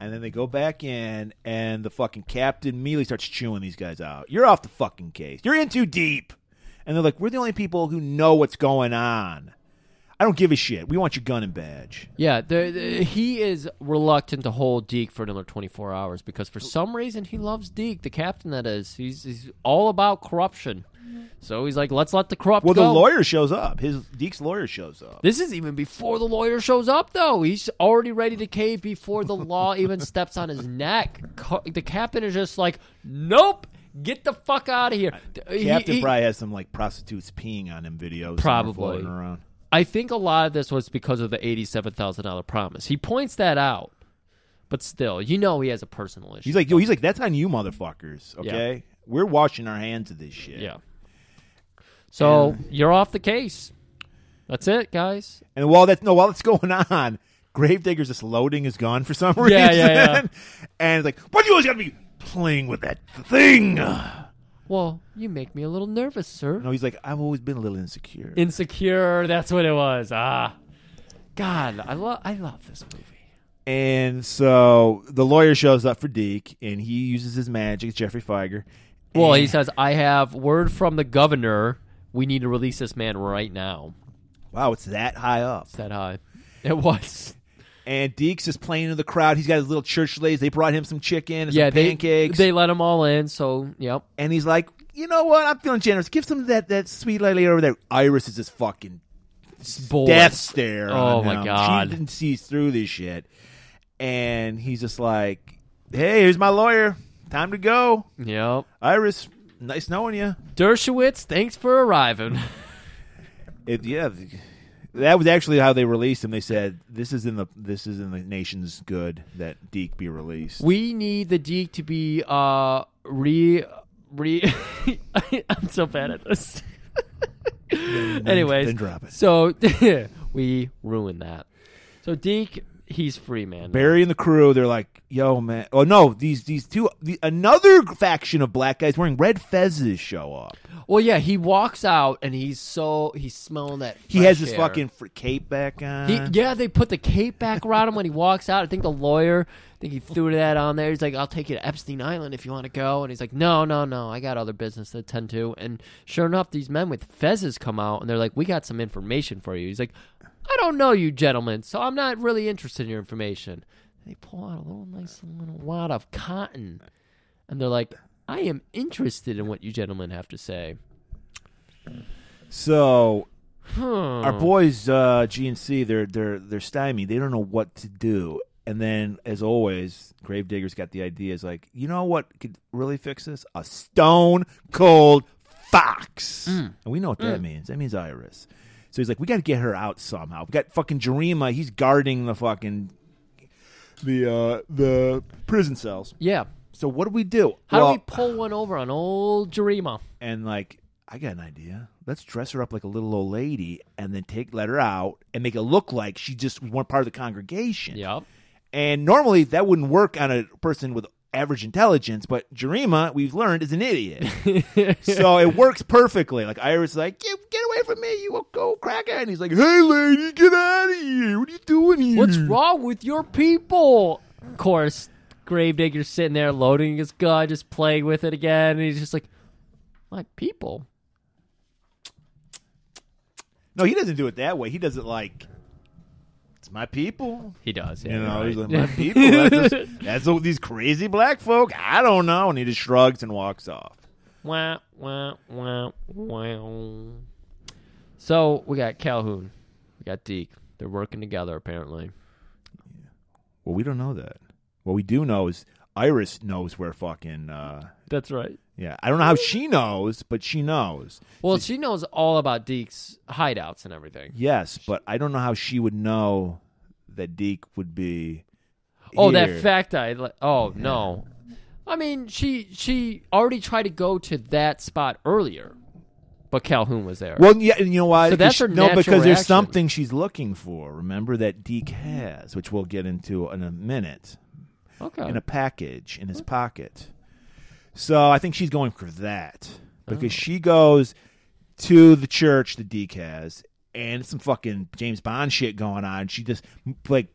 [SPEAKER 3] And then they go back in, and the fucking captain immediately starts chewing these guys out. You're off the fucking case. You're in too deep. And they're like, we're the only people who know what's going on. I don't give a shit. We want your gun and badge.
[SPEAKER 2] Yeah, the, the- he is reluctant to hold Deke for another 24 hours because for some reason he loves Deke, the captain that is. He's, he's all about corruption. So he's like, let's let the corrupt
[SPEAKER 3] Well, the
[SPEAKER 2] go.
[SPEAKER 3] lawyer shows up. His Deke's lawyer shows up.
[SPEAKER 2] This is even before the lawyer shows up, though. He's already ready to cave before the law even steps on his neck. Co- The captain is just like, nope, get the fuck out of here. He-
[SPEAKER 3] Uh, Captain
[SPEAKER 2] he-
[SPEAKER 3] probably has some like prostitutes peeing on him videos. somewhere
[SPEAKER 2] Probably.
[SPEAKER 3] floating around.
[SPEAKER 2] I think a lot of this was because of the eighty-seven thousand dollar promise. He points that out, but still, you know, he has a personal issue.
[SPEAKER 3] He's like, yo, he's like, that's on you, motherfuckers. Okay, we're washing our hands of this shit.
[SPEAKER 2] yeah. So you're off the case. That's it, guys.
[SPEAKER 3] And while that's no, while that's going on, Gravedigger's just loading his gun for some reason.
[SPEAKER 2] Yeah, yeah, yeah.
[SPEAKER 3] and it's like, why do you always gotta be playing with that thing?
[SPEAKER 2] Well, you make me a little nervous, sir.
[SPEAKER 3] No, he's like, I've always been a little insecure.
[SPEAKER 2] Insecure. That's what it was. Ah, God, I love, I love this movie.
[SPEAKER 3] and so the lawyer shows up for Deke, and he uses his magic, Jeffrey Feiger.
[SPEAKER 2] Well,
[SPEAKER 3] and-
[SPEAKER 2] he says, I have word from the governor. We need to release this man right now.
[SPEAKER 3] wow, it's that high up.
[SPEAKER 2] It's that high. It was.
[SPEAKER 3] And Deke's just playing to the crowd. He's got his little church ladies. They brought him some chicken, and
[SPEAKER 2] yeah,
[SPEAKER 3] some
[SPEAKER 2] they
[SPEAKER 3] pancakes,
[SPEAKER 2] they let them all in. So, yep.
[SPEAKER 3] and he's like, you know what? I'm feeling generous. Give some of that that sweet lady over there. Iris is just fucking
[SPEAKER 2] Boy.
[SPEAKER 3] death stare.
[SPEAKER 2] Oh
[SPEAKER 3] on
[SPEAKER 2] my
[SPEAKER 3] him.
[SPEAKER 2] God.
[SPEAKER 3] she didn't see through this shit. And he's just like, "Hey, here's my lawyer. Time to go,
[SPEAKER 2] Yep.
[SPEAKER 3] Iris. Nice knowing you."
[SPEAKER 2] Dershowitz, thanks for arriving.
[SPEAKER 3] It, yeah, th- that was actually how they released him. They said, "This is in the this is in the nation's good that Deke be released."
[SPEAKER 2] we need the Deke to be uh re re. I'm so bad at this. Anyways,
[SPEAKER 3] then drop it.
[SPEAKER 2] So we ruined that. So Deke, he's free, man.
[SPEAKER 3] Barry and the crew, they're like, "Yo, man! Oh no, these these two, the, another faction of black guys wearing red fezes show up.
[SPEAKER 2] Well, yeah, he walks out and he's so he's smelling that.
[SPEAKER 3] He
[SPEAKER 2] fresh
[SPEAKER 3] has his
[SPEAKER 2] air.
[SPEAKER 3] fucking fr- cape back on.
[SPEAKER 2] He, yeah, they put the cape back around him when he walks out. I think the lawyer, I think he threw that on there. He's like, "I'll take you to Epstein Island if you want to go," and he's like, "No, no, no, I got other business to attend to." And sure enough, these men with fezes come out and they're like, "We got some information for you." He's like, "I don't know you gentlemen, so I'm not really interested in your information." They pull out a little nice little wad of cotton, and they're like, "I am interested in what you gentlemen have to say."
[SPEAKER 3] So
[SPEAKER 2] Hmm.
[SPEAKER 3] our boys uh, GNC they're they're they're stymied. They don't know what to do. And then, as always, Gravedigger's got the idea. Is like, you know what could really fix this? A stone cold fox.
[SPEAKER 2] Mm.
[SPEAKER 3] And we know what that means. That means Iris. So he's like, we got to get her out somehow. We got fucking Jarema. He's guarding the fucking the uh, the prison cells.
[SPEAKER 2] Yeah,
[SPEAKER 3] So what do we do?
[SPEAKER 2] how do
[SPEAKER 3] Well-
[SPEAKER 2] we pull one over on old Jarema?
[SPEAKER 3] and like I got an idea. Let's dress her up like a little old lady and then take let her out and make it look like she just was one part of the congregation.
[SPEAKER 2] Yep.
[SPEAKER 3] And normally that wouldn't work on a person with average intelligence, but Jerima, we've learned, is an idiot. so it works perfectly. Like Iris is like, get, get away from me, you old cracker. And he's like, hey lady, get out of here. What are you doing here?
[SPEAKER 2] What's wrong with your people? Of course, Gravedigger's sitting there loading his gun, just playing with it again, and he's just like, "My people."
[SPEAKER 3] No, he doesn't do it that way. He does it like it's my people.
[SPEAKER 2] He does. Yeah,
[SPEAKER 3] You know,
[SPEAKER 2] you're
[SPEAKER 3] he's like,
[SPEAKER 2] right.
[SPEAKER 3] my people. That's, just, that's all these crazy black folk. I don't know. And he just shrugs and walks off.
[SPEAKER 2] wah, wah, wah, wah. So we got Calhoun, we got Deke. They're working together apparently.
[SPEAKER 3] Well, we don't know that. What we do know is Iris knows where fucking uh,
[SPEAKER 2] That's right.
[SPEAKER 3] Yeah, I don't know how she knows, but she knows.
[SPEAKER 2] Well, she knows all about Deke's hideouts and everything.
[SPEAKER 3] Yes, but I don't know how she would know that Deke would be.
[SPEAKER 2] Oh, that
[SPEAKER 3] here.
[SPEAKER 2] fact I. le- Oh no, I mean she she already tried to go to that spot earlier, but Calhoun was there.
[SPEAKER 3] Well, yeah, and you know why?
[SPEAKER 2] So that's her
[SPEAKER 3] no,
[SPEAKER 2] natural
[SPEAKER 3] because there's
[SPEAKER 2] reaction.
[SPEAKER 3] something she's looking for. Remember that Deke has, which we'll get into in a minute,
[SPEAKER 2] okay,
[SPEAKER 3] in a package in his pocket. So I think she's going for that because
[SPEAKER 2] Oh.
[SPEAKER 3] she goes to the church that Deke has, and some fucking James Bond shit going on. She just like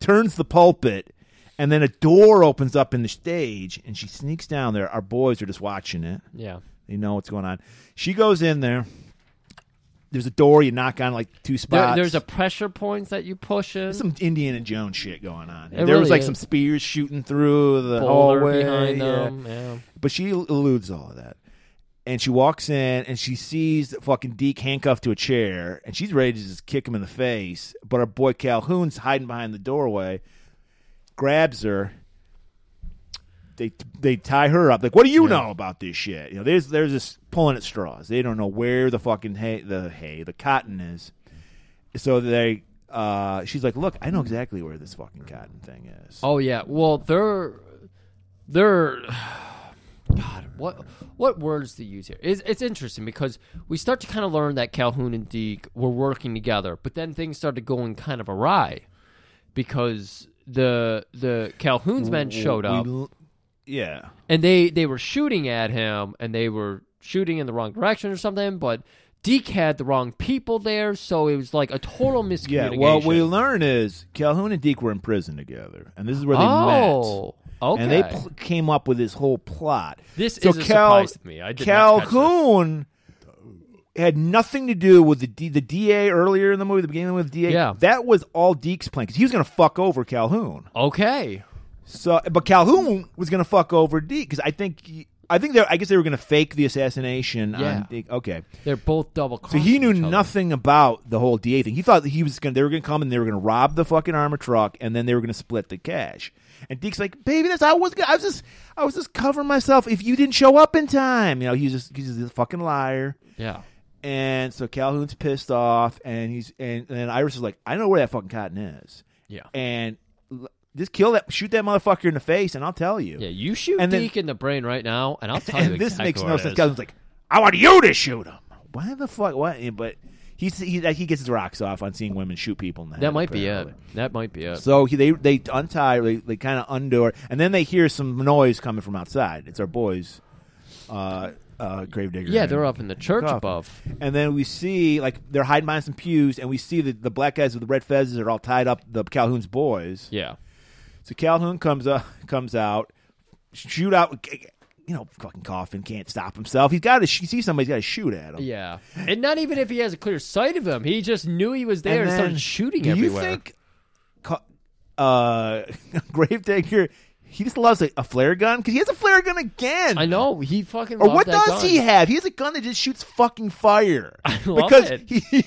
[SPEAKER 3] turns the pulpit, and then a door opens up in the stage, and she sneaks down there. Our boys are just watching it.
[SPEAKER 2] yeah.
[SPEAKER 3] They know what's going on. She goes in there. There's a door. You knock on like two spots.
[SPEAKER 2] There, there's a pressure points that you push in.
[SPEAKER 3] There's some Indiana Jones shit going on.
[SPEAKER 2] It
[SPEAKER 3] there was
[SPEAKER 2] really
[SPEAKER 3] like
[SPEAKER 2] is.
[SPEAKER 3] some spears shooting through the
[SPEAKER 2] boulder
[SPEAKER 3] hallway
[SPEAKER 2] behind
[SPEAKER 3] yeah.
[SPEAKER 2] them. Yeah.
[SPEAKER 3] But she eludes all of that. And she walks in and she sees fucking Deke handcuffed to a chair and she's ready to just kick him in the face. But our boy Calhoun's hiding behind the doorway, grabs her. They they tie her up. Like, what do you know about this shit? You know, there's they're just pulling at straws. They don't know where the fucking hay the hay, the cotton is. So they uh she's like, Look, I know exactly where this fucking cotton thing is.
[SPEAKER 2] Oh yeah. Well, they're they're God. What what words to use here? It's, it's interesting because we start to kind of learn that Calhoun and Deke were working together, but then things started going kind of awry because the the Calhoun's men Oh, showed
[SPEAKER 3] We
[SPEAKER 2] up
[SPEAKER 3] l- yeah.
[SPEAKER 2] and they they were shooting at him and they were shooting in the wrong direction or something, but. Deke had the wrong people there, so it was like a total miscommunication.
[SPEAKER 3] Yeah, what we learn is Calhoun and Deke were in prison together, and this is where they
[SPEAKER 2] oh, okay.
[SPEAKER 3] met. And they pl- came up with this whole plot.
[SPEAKER 2] This
[SPEAKER 3] so
[SPEAKER 2] is a
[SPEAKER 3] Cal-
[SPEAKER 2] surprise to me. I did not catch this.
[SPEAKER 3] Calhoun had nothing to do with the D- the DA earlier in the movie, the beginning of the DA.
[SPEAKER 2] Yeah.
[SPEAKER 3] That was all Deke's plan because he was going to fuck over Calhoun.
[SPEAKER 2] okay.
[SPEAKER 3] So, but Calhoun was going to fuck over Deke because I think he- I think they I guess they were going to fake the assassination
[SPEAKER 2] Yeah.
[SPEAKER 3] on Deke. Okay.
[SPEAKER 2] They're both double
[SPEAKER 3] So he knew nothing about the whole DA thing. He thought that he was going. to They were going to come and they were going to rob the fucking armor truck, and then they were going to split the cash. And Deke's like, "Baby, that's I was. gonna- I was just. I was just covering myself. If you didn't show up in time, you know, he's just. He's just a fucking liar."
[SPEAKER 2] Yeah.
[SPEAKER 3] And so Calhoun's pissed off, and he's and, and then Iris is like, "I know where that fucking cotton is."
[SPEAKER 2] Yeah.
[SPEAKER 3] And l- just kill that, shoot that motherfucker in the face, and I'll tell you.
[SPEAKER 2] Yeah, you shoot
[SPEAKER 3] And then-
[SPEAKER 2] Deke in the brain right now, and I'll tell you
[SPEAKER 3] and this
[SPEAKER 2] exactly
[SPEAKER 3] makes
[SPEAKER 2] where
[SPEAKER 3] no
[SPEAKER 2] it
[SPEAKER 3] sense.
[SPEAKER 2] is.
[SPEAKER 3] Calhoun's like, I want you to shoot him. Why the fuck? Why? eh, But he's, he like, he gets his rocks off on seeing women shoot people in the head.
[SPEAKER 2] That might be it.
[SPEAKER 3] apparently.
[SPEAKER 2] That might be it.
[SPEAKER 3] So he, they they untie they, they kind of undo her, and then they hear some noise coming from outside. It's our boys, uh, uh, Gravedigger.
[SPEAKER 2] Yeah,
[SPEAKER 3] and-
[SPEAKER 2] they're up in the church
[SPEAKER 3] Coffin.
[SPEAKER 2] above.
[SPEAKER 3] And then we see like they're hiding behind some pews, and we see that the black guys with the red fezzes are all tied up. The Calhoun's boys.
[SPEAKER 2] Yeah.
[SPEAKER 3] So Calhoun comes up, comes out, shoot out. You know, fucking Coffin can't stop himself. He's got to. He sees somebody's got to shoot at him.
[SPEAKER 2] Yeah. And not even if he has a clear sight of him, he just knew he was there and,
[SPEAKER 3] then-
[SPEAKER 2] started shooting
[SPEAKER 3] do
[SPEAKER 2] everywhere.
[SPEAKER 3] You think, Co- uh, Gravedigger? He just loves a, a flare gun because he has a flare gun again.
[SPEAKER 2] I know he fucking.
[SPEAKER 3] Or
[SPEAKER 2] loved
[SPEAKER 3] Oh, what
[SPEAKER 2] that
[SPEAKER 3] does
[SPEAKER 2] gun.
[SPEAKER 3] he have? He has a gun that just shoots fucking fire. I
[SPEAKER 2] love
[SPEAKER 3] because
[SPEAKER 2] it.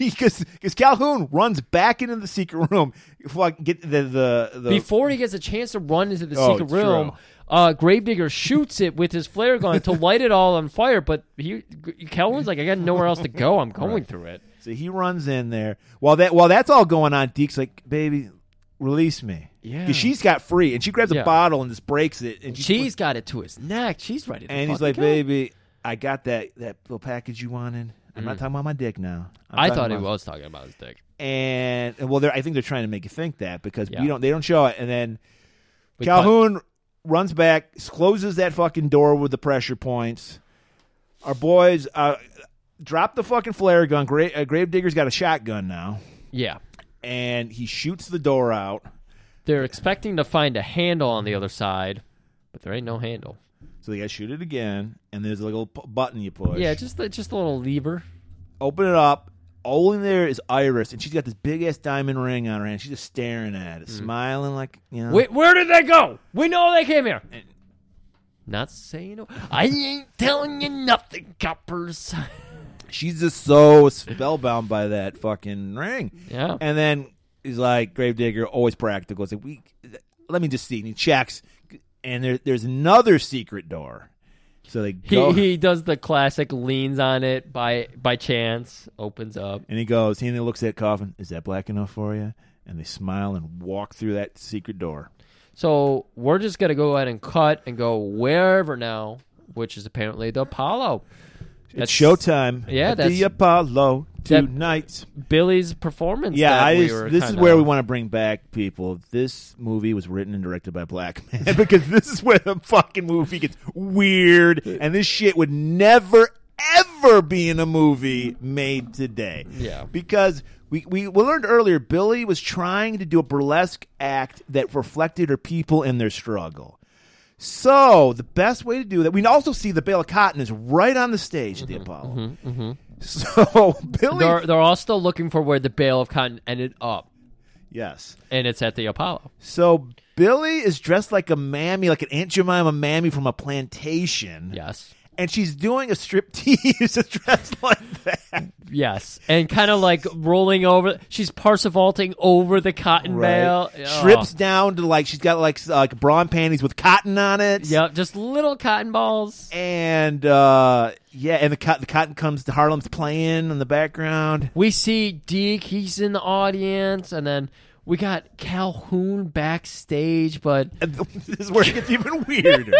[SPEAKER 3] because Calhoun runs back into the secret room, fuck, get the the, the
[SPEAKER 2] Before he gets a chance to run into the
[SPEAKER 3] Oh,
[SPEAKER 2] secret
[SPEAKER 3] it's
[SPEAKER 2] room,
[SPEAKER 3] true.
[SPEAKER 2] uh, Gravedigger shoots it with his flare gun to light it all on fire. But he, Calhoun's like, I got nowhere else to go. I'm going through it.
[SPEAKER 3] So he runs in there while that while that's all going on. Deke's like, "Baby, release me."
[SPEAKER 2] Yeah.
[SPEAKER 3] 'Cause she's got free, and she grabs
[SPEAKER 2] Yeah.
[SPEAKER 3] a bottle and just breaks it, and she's-
[SPEAKER 2] She's got it to his neck. She's ready. To
[SPEAKER 3] and he's
[SPEAKER 2] fucking
[SPEAKER 3] like,
[SPEAKER 2] go.
[SPEAKER 3] "Baby, I got that that little package you wanted. I'm not talking about my dick now." I'm
[SPEAKER 2] Mm. I
[SPEAKER 3] talking
[SPEAKER 2] thought he
[SPEAKER 3] about-
[SPEAKER 2] was talking about his dick.
[SPEAKER 3] And and, well, they're, I think they're trying to make you think that because
[SPEAKER 2] Yeah.
[SPEAKER 3] we don't they don't show it, and then
[SPEAKER 2] We
[SPEAKER 3] Calhoun runs back, closes that fucking door with the pressure points. Our boys uh, drop the fucking flare gun. Gra- uh, Gravedigger's got a shotgun now.
[SPEAKER 2] Yeah.
[SPEAKER 3] and he shoots the door out.
[SPEAKER 2] They're expecting to find a handle on the other side, but there ain't no handle.
[SPEAKER 3] So they got to shoot it again, and there's a little p- button you push.
[SPEAKER 2] Yeah, just the, just a little lever.
[SPEAKER 3] open it up. All in there is Iris, and she's got this big ass diamond ring on her hand. She's just staring at it, smiling like you know.
[SPEAKER 2] Mm. Wait, where did they go? We know they came here. Not saying. a- I ain't telling you nothing, coppers.
[SPEAKER 3] She's just so spellbound by that fucking ring.
[SPEAKER 2] Yeah.
[SPEAKER 3] And then he's like, Gravedigger, always practical. It's like, we, let me just see. And he checks, and there, there's another secret door. So they
[SPEAKER 2] He
[SPEAKER 3] go,
[SPEAKER 2] he does the classic leans on it by by chance, opens up.
[SPEAKER 3] and he goes, he looks at Coffin. Is that black enough for you? And they smile and walk through that secret door.
[SPEAKER 2] So we're just gonna go ahead and cut and go wherever now, which is apparently the Apollo. That's-
[SPEAKER 3] It's showtime.
[SPEAKER 2] Yeah,
[SPEAKER 3] at
[SPEAKER 2] that's-
[SPEAKER 3] the Apollo
[SPEAKER 2] That-
[SPEAKER 3] tonight.
[SPEAKER 2] Billy's performance.
[SPEAKER 3] Yeah,
[SPEAKER 2] that
[SPEAKER 3] I
[SPEAKER 2] we
[SPEAKER 3] just-
[SPEAKER 2] were
[SPEAKER 3] this is
[SPEAKER 2] kinda-
[SPEAKER 3] where we want to bring back people. This movie was written and directed by a black man because this is where the fucking movie gets weird, and this shit would never ever be in a movie made today.
[SPEAKER 2] Yeah.
[SPEAKER 3] because. We, we we learned earlier Billy was trying to do a burlesque act that reflected her people and their struggle. So the best way to do that, we also see the bale of cotton is right on the stage
[SPEAKER 2] Mm-hmm.
[SPEAKER 3] at the Apollo. So Billy,
[SPEAKER 2] They're, they're all still looking for where the bale of cotton ended up,
[SPEAKER 3] yes,
[SPEAKER 2] and it's at the Apollo.
[SPEAKER 3] So Billy is dressed like a mammy, like an Aunt Jemima mammy from a plantation.
[SPEAKER 2] Yes,
[SPEAKER 3] And she's doing a strip tease dressed like that.
[SPEAKER 2] yes, and kind of like rolling over. She's parsivaulting over the cotton bale. Oh.
[SPEAKER 3] Strips down to like she's got like s- like bra and panties with cotton on it.
[SPEAKER 2] Yep, just little cotton balls.
[SPEAKER 3] And uh yeah, and the cotton the cotton comes to Harlem's playing in the background.
[SPEAKER 2] We see Deke, he's in the audience, and then we got Calhoun backstage, but
[SPEAKER 3] And this is where it gets even weirder.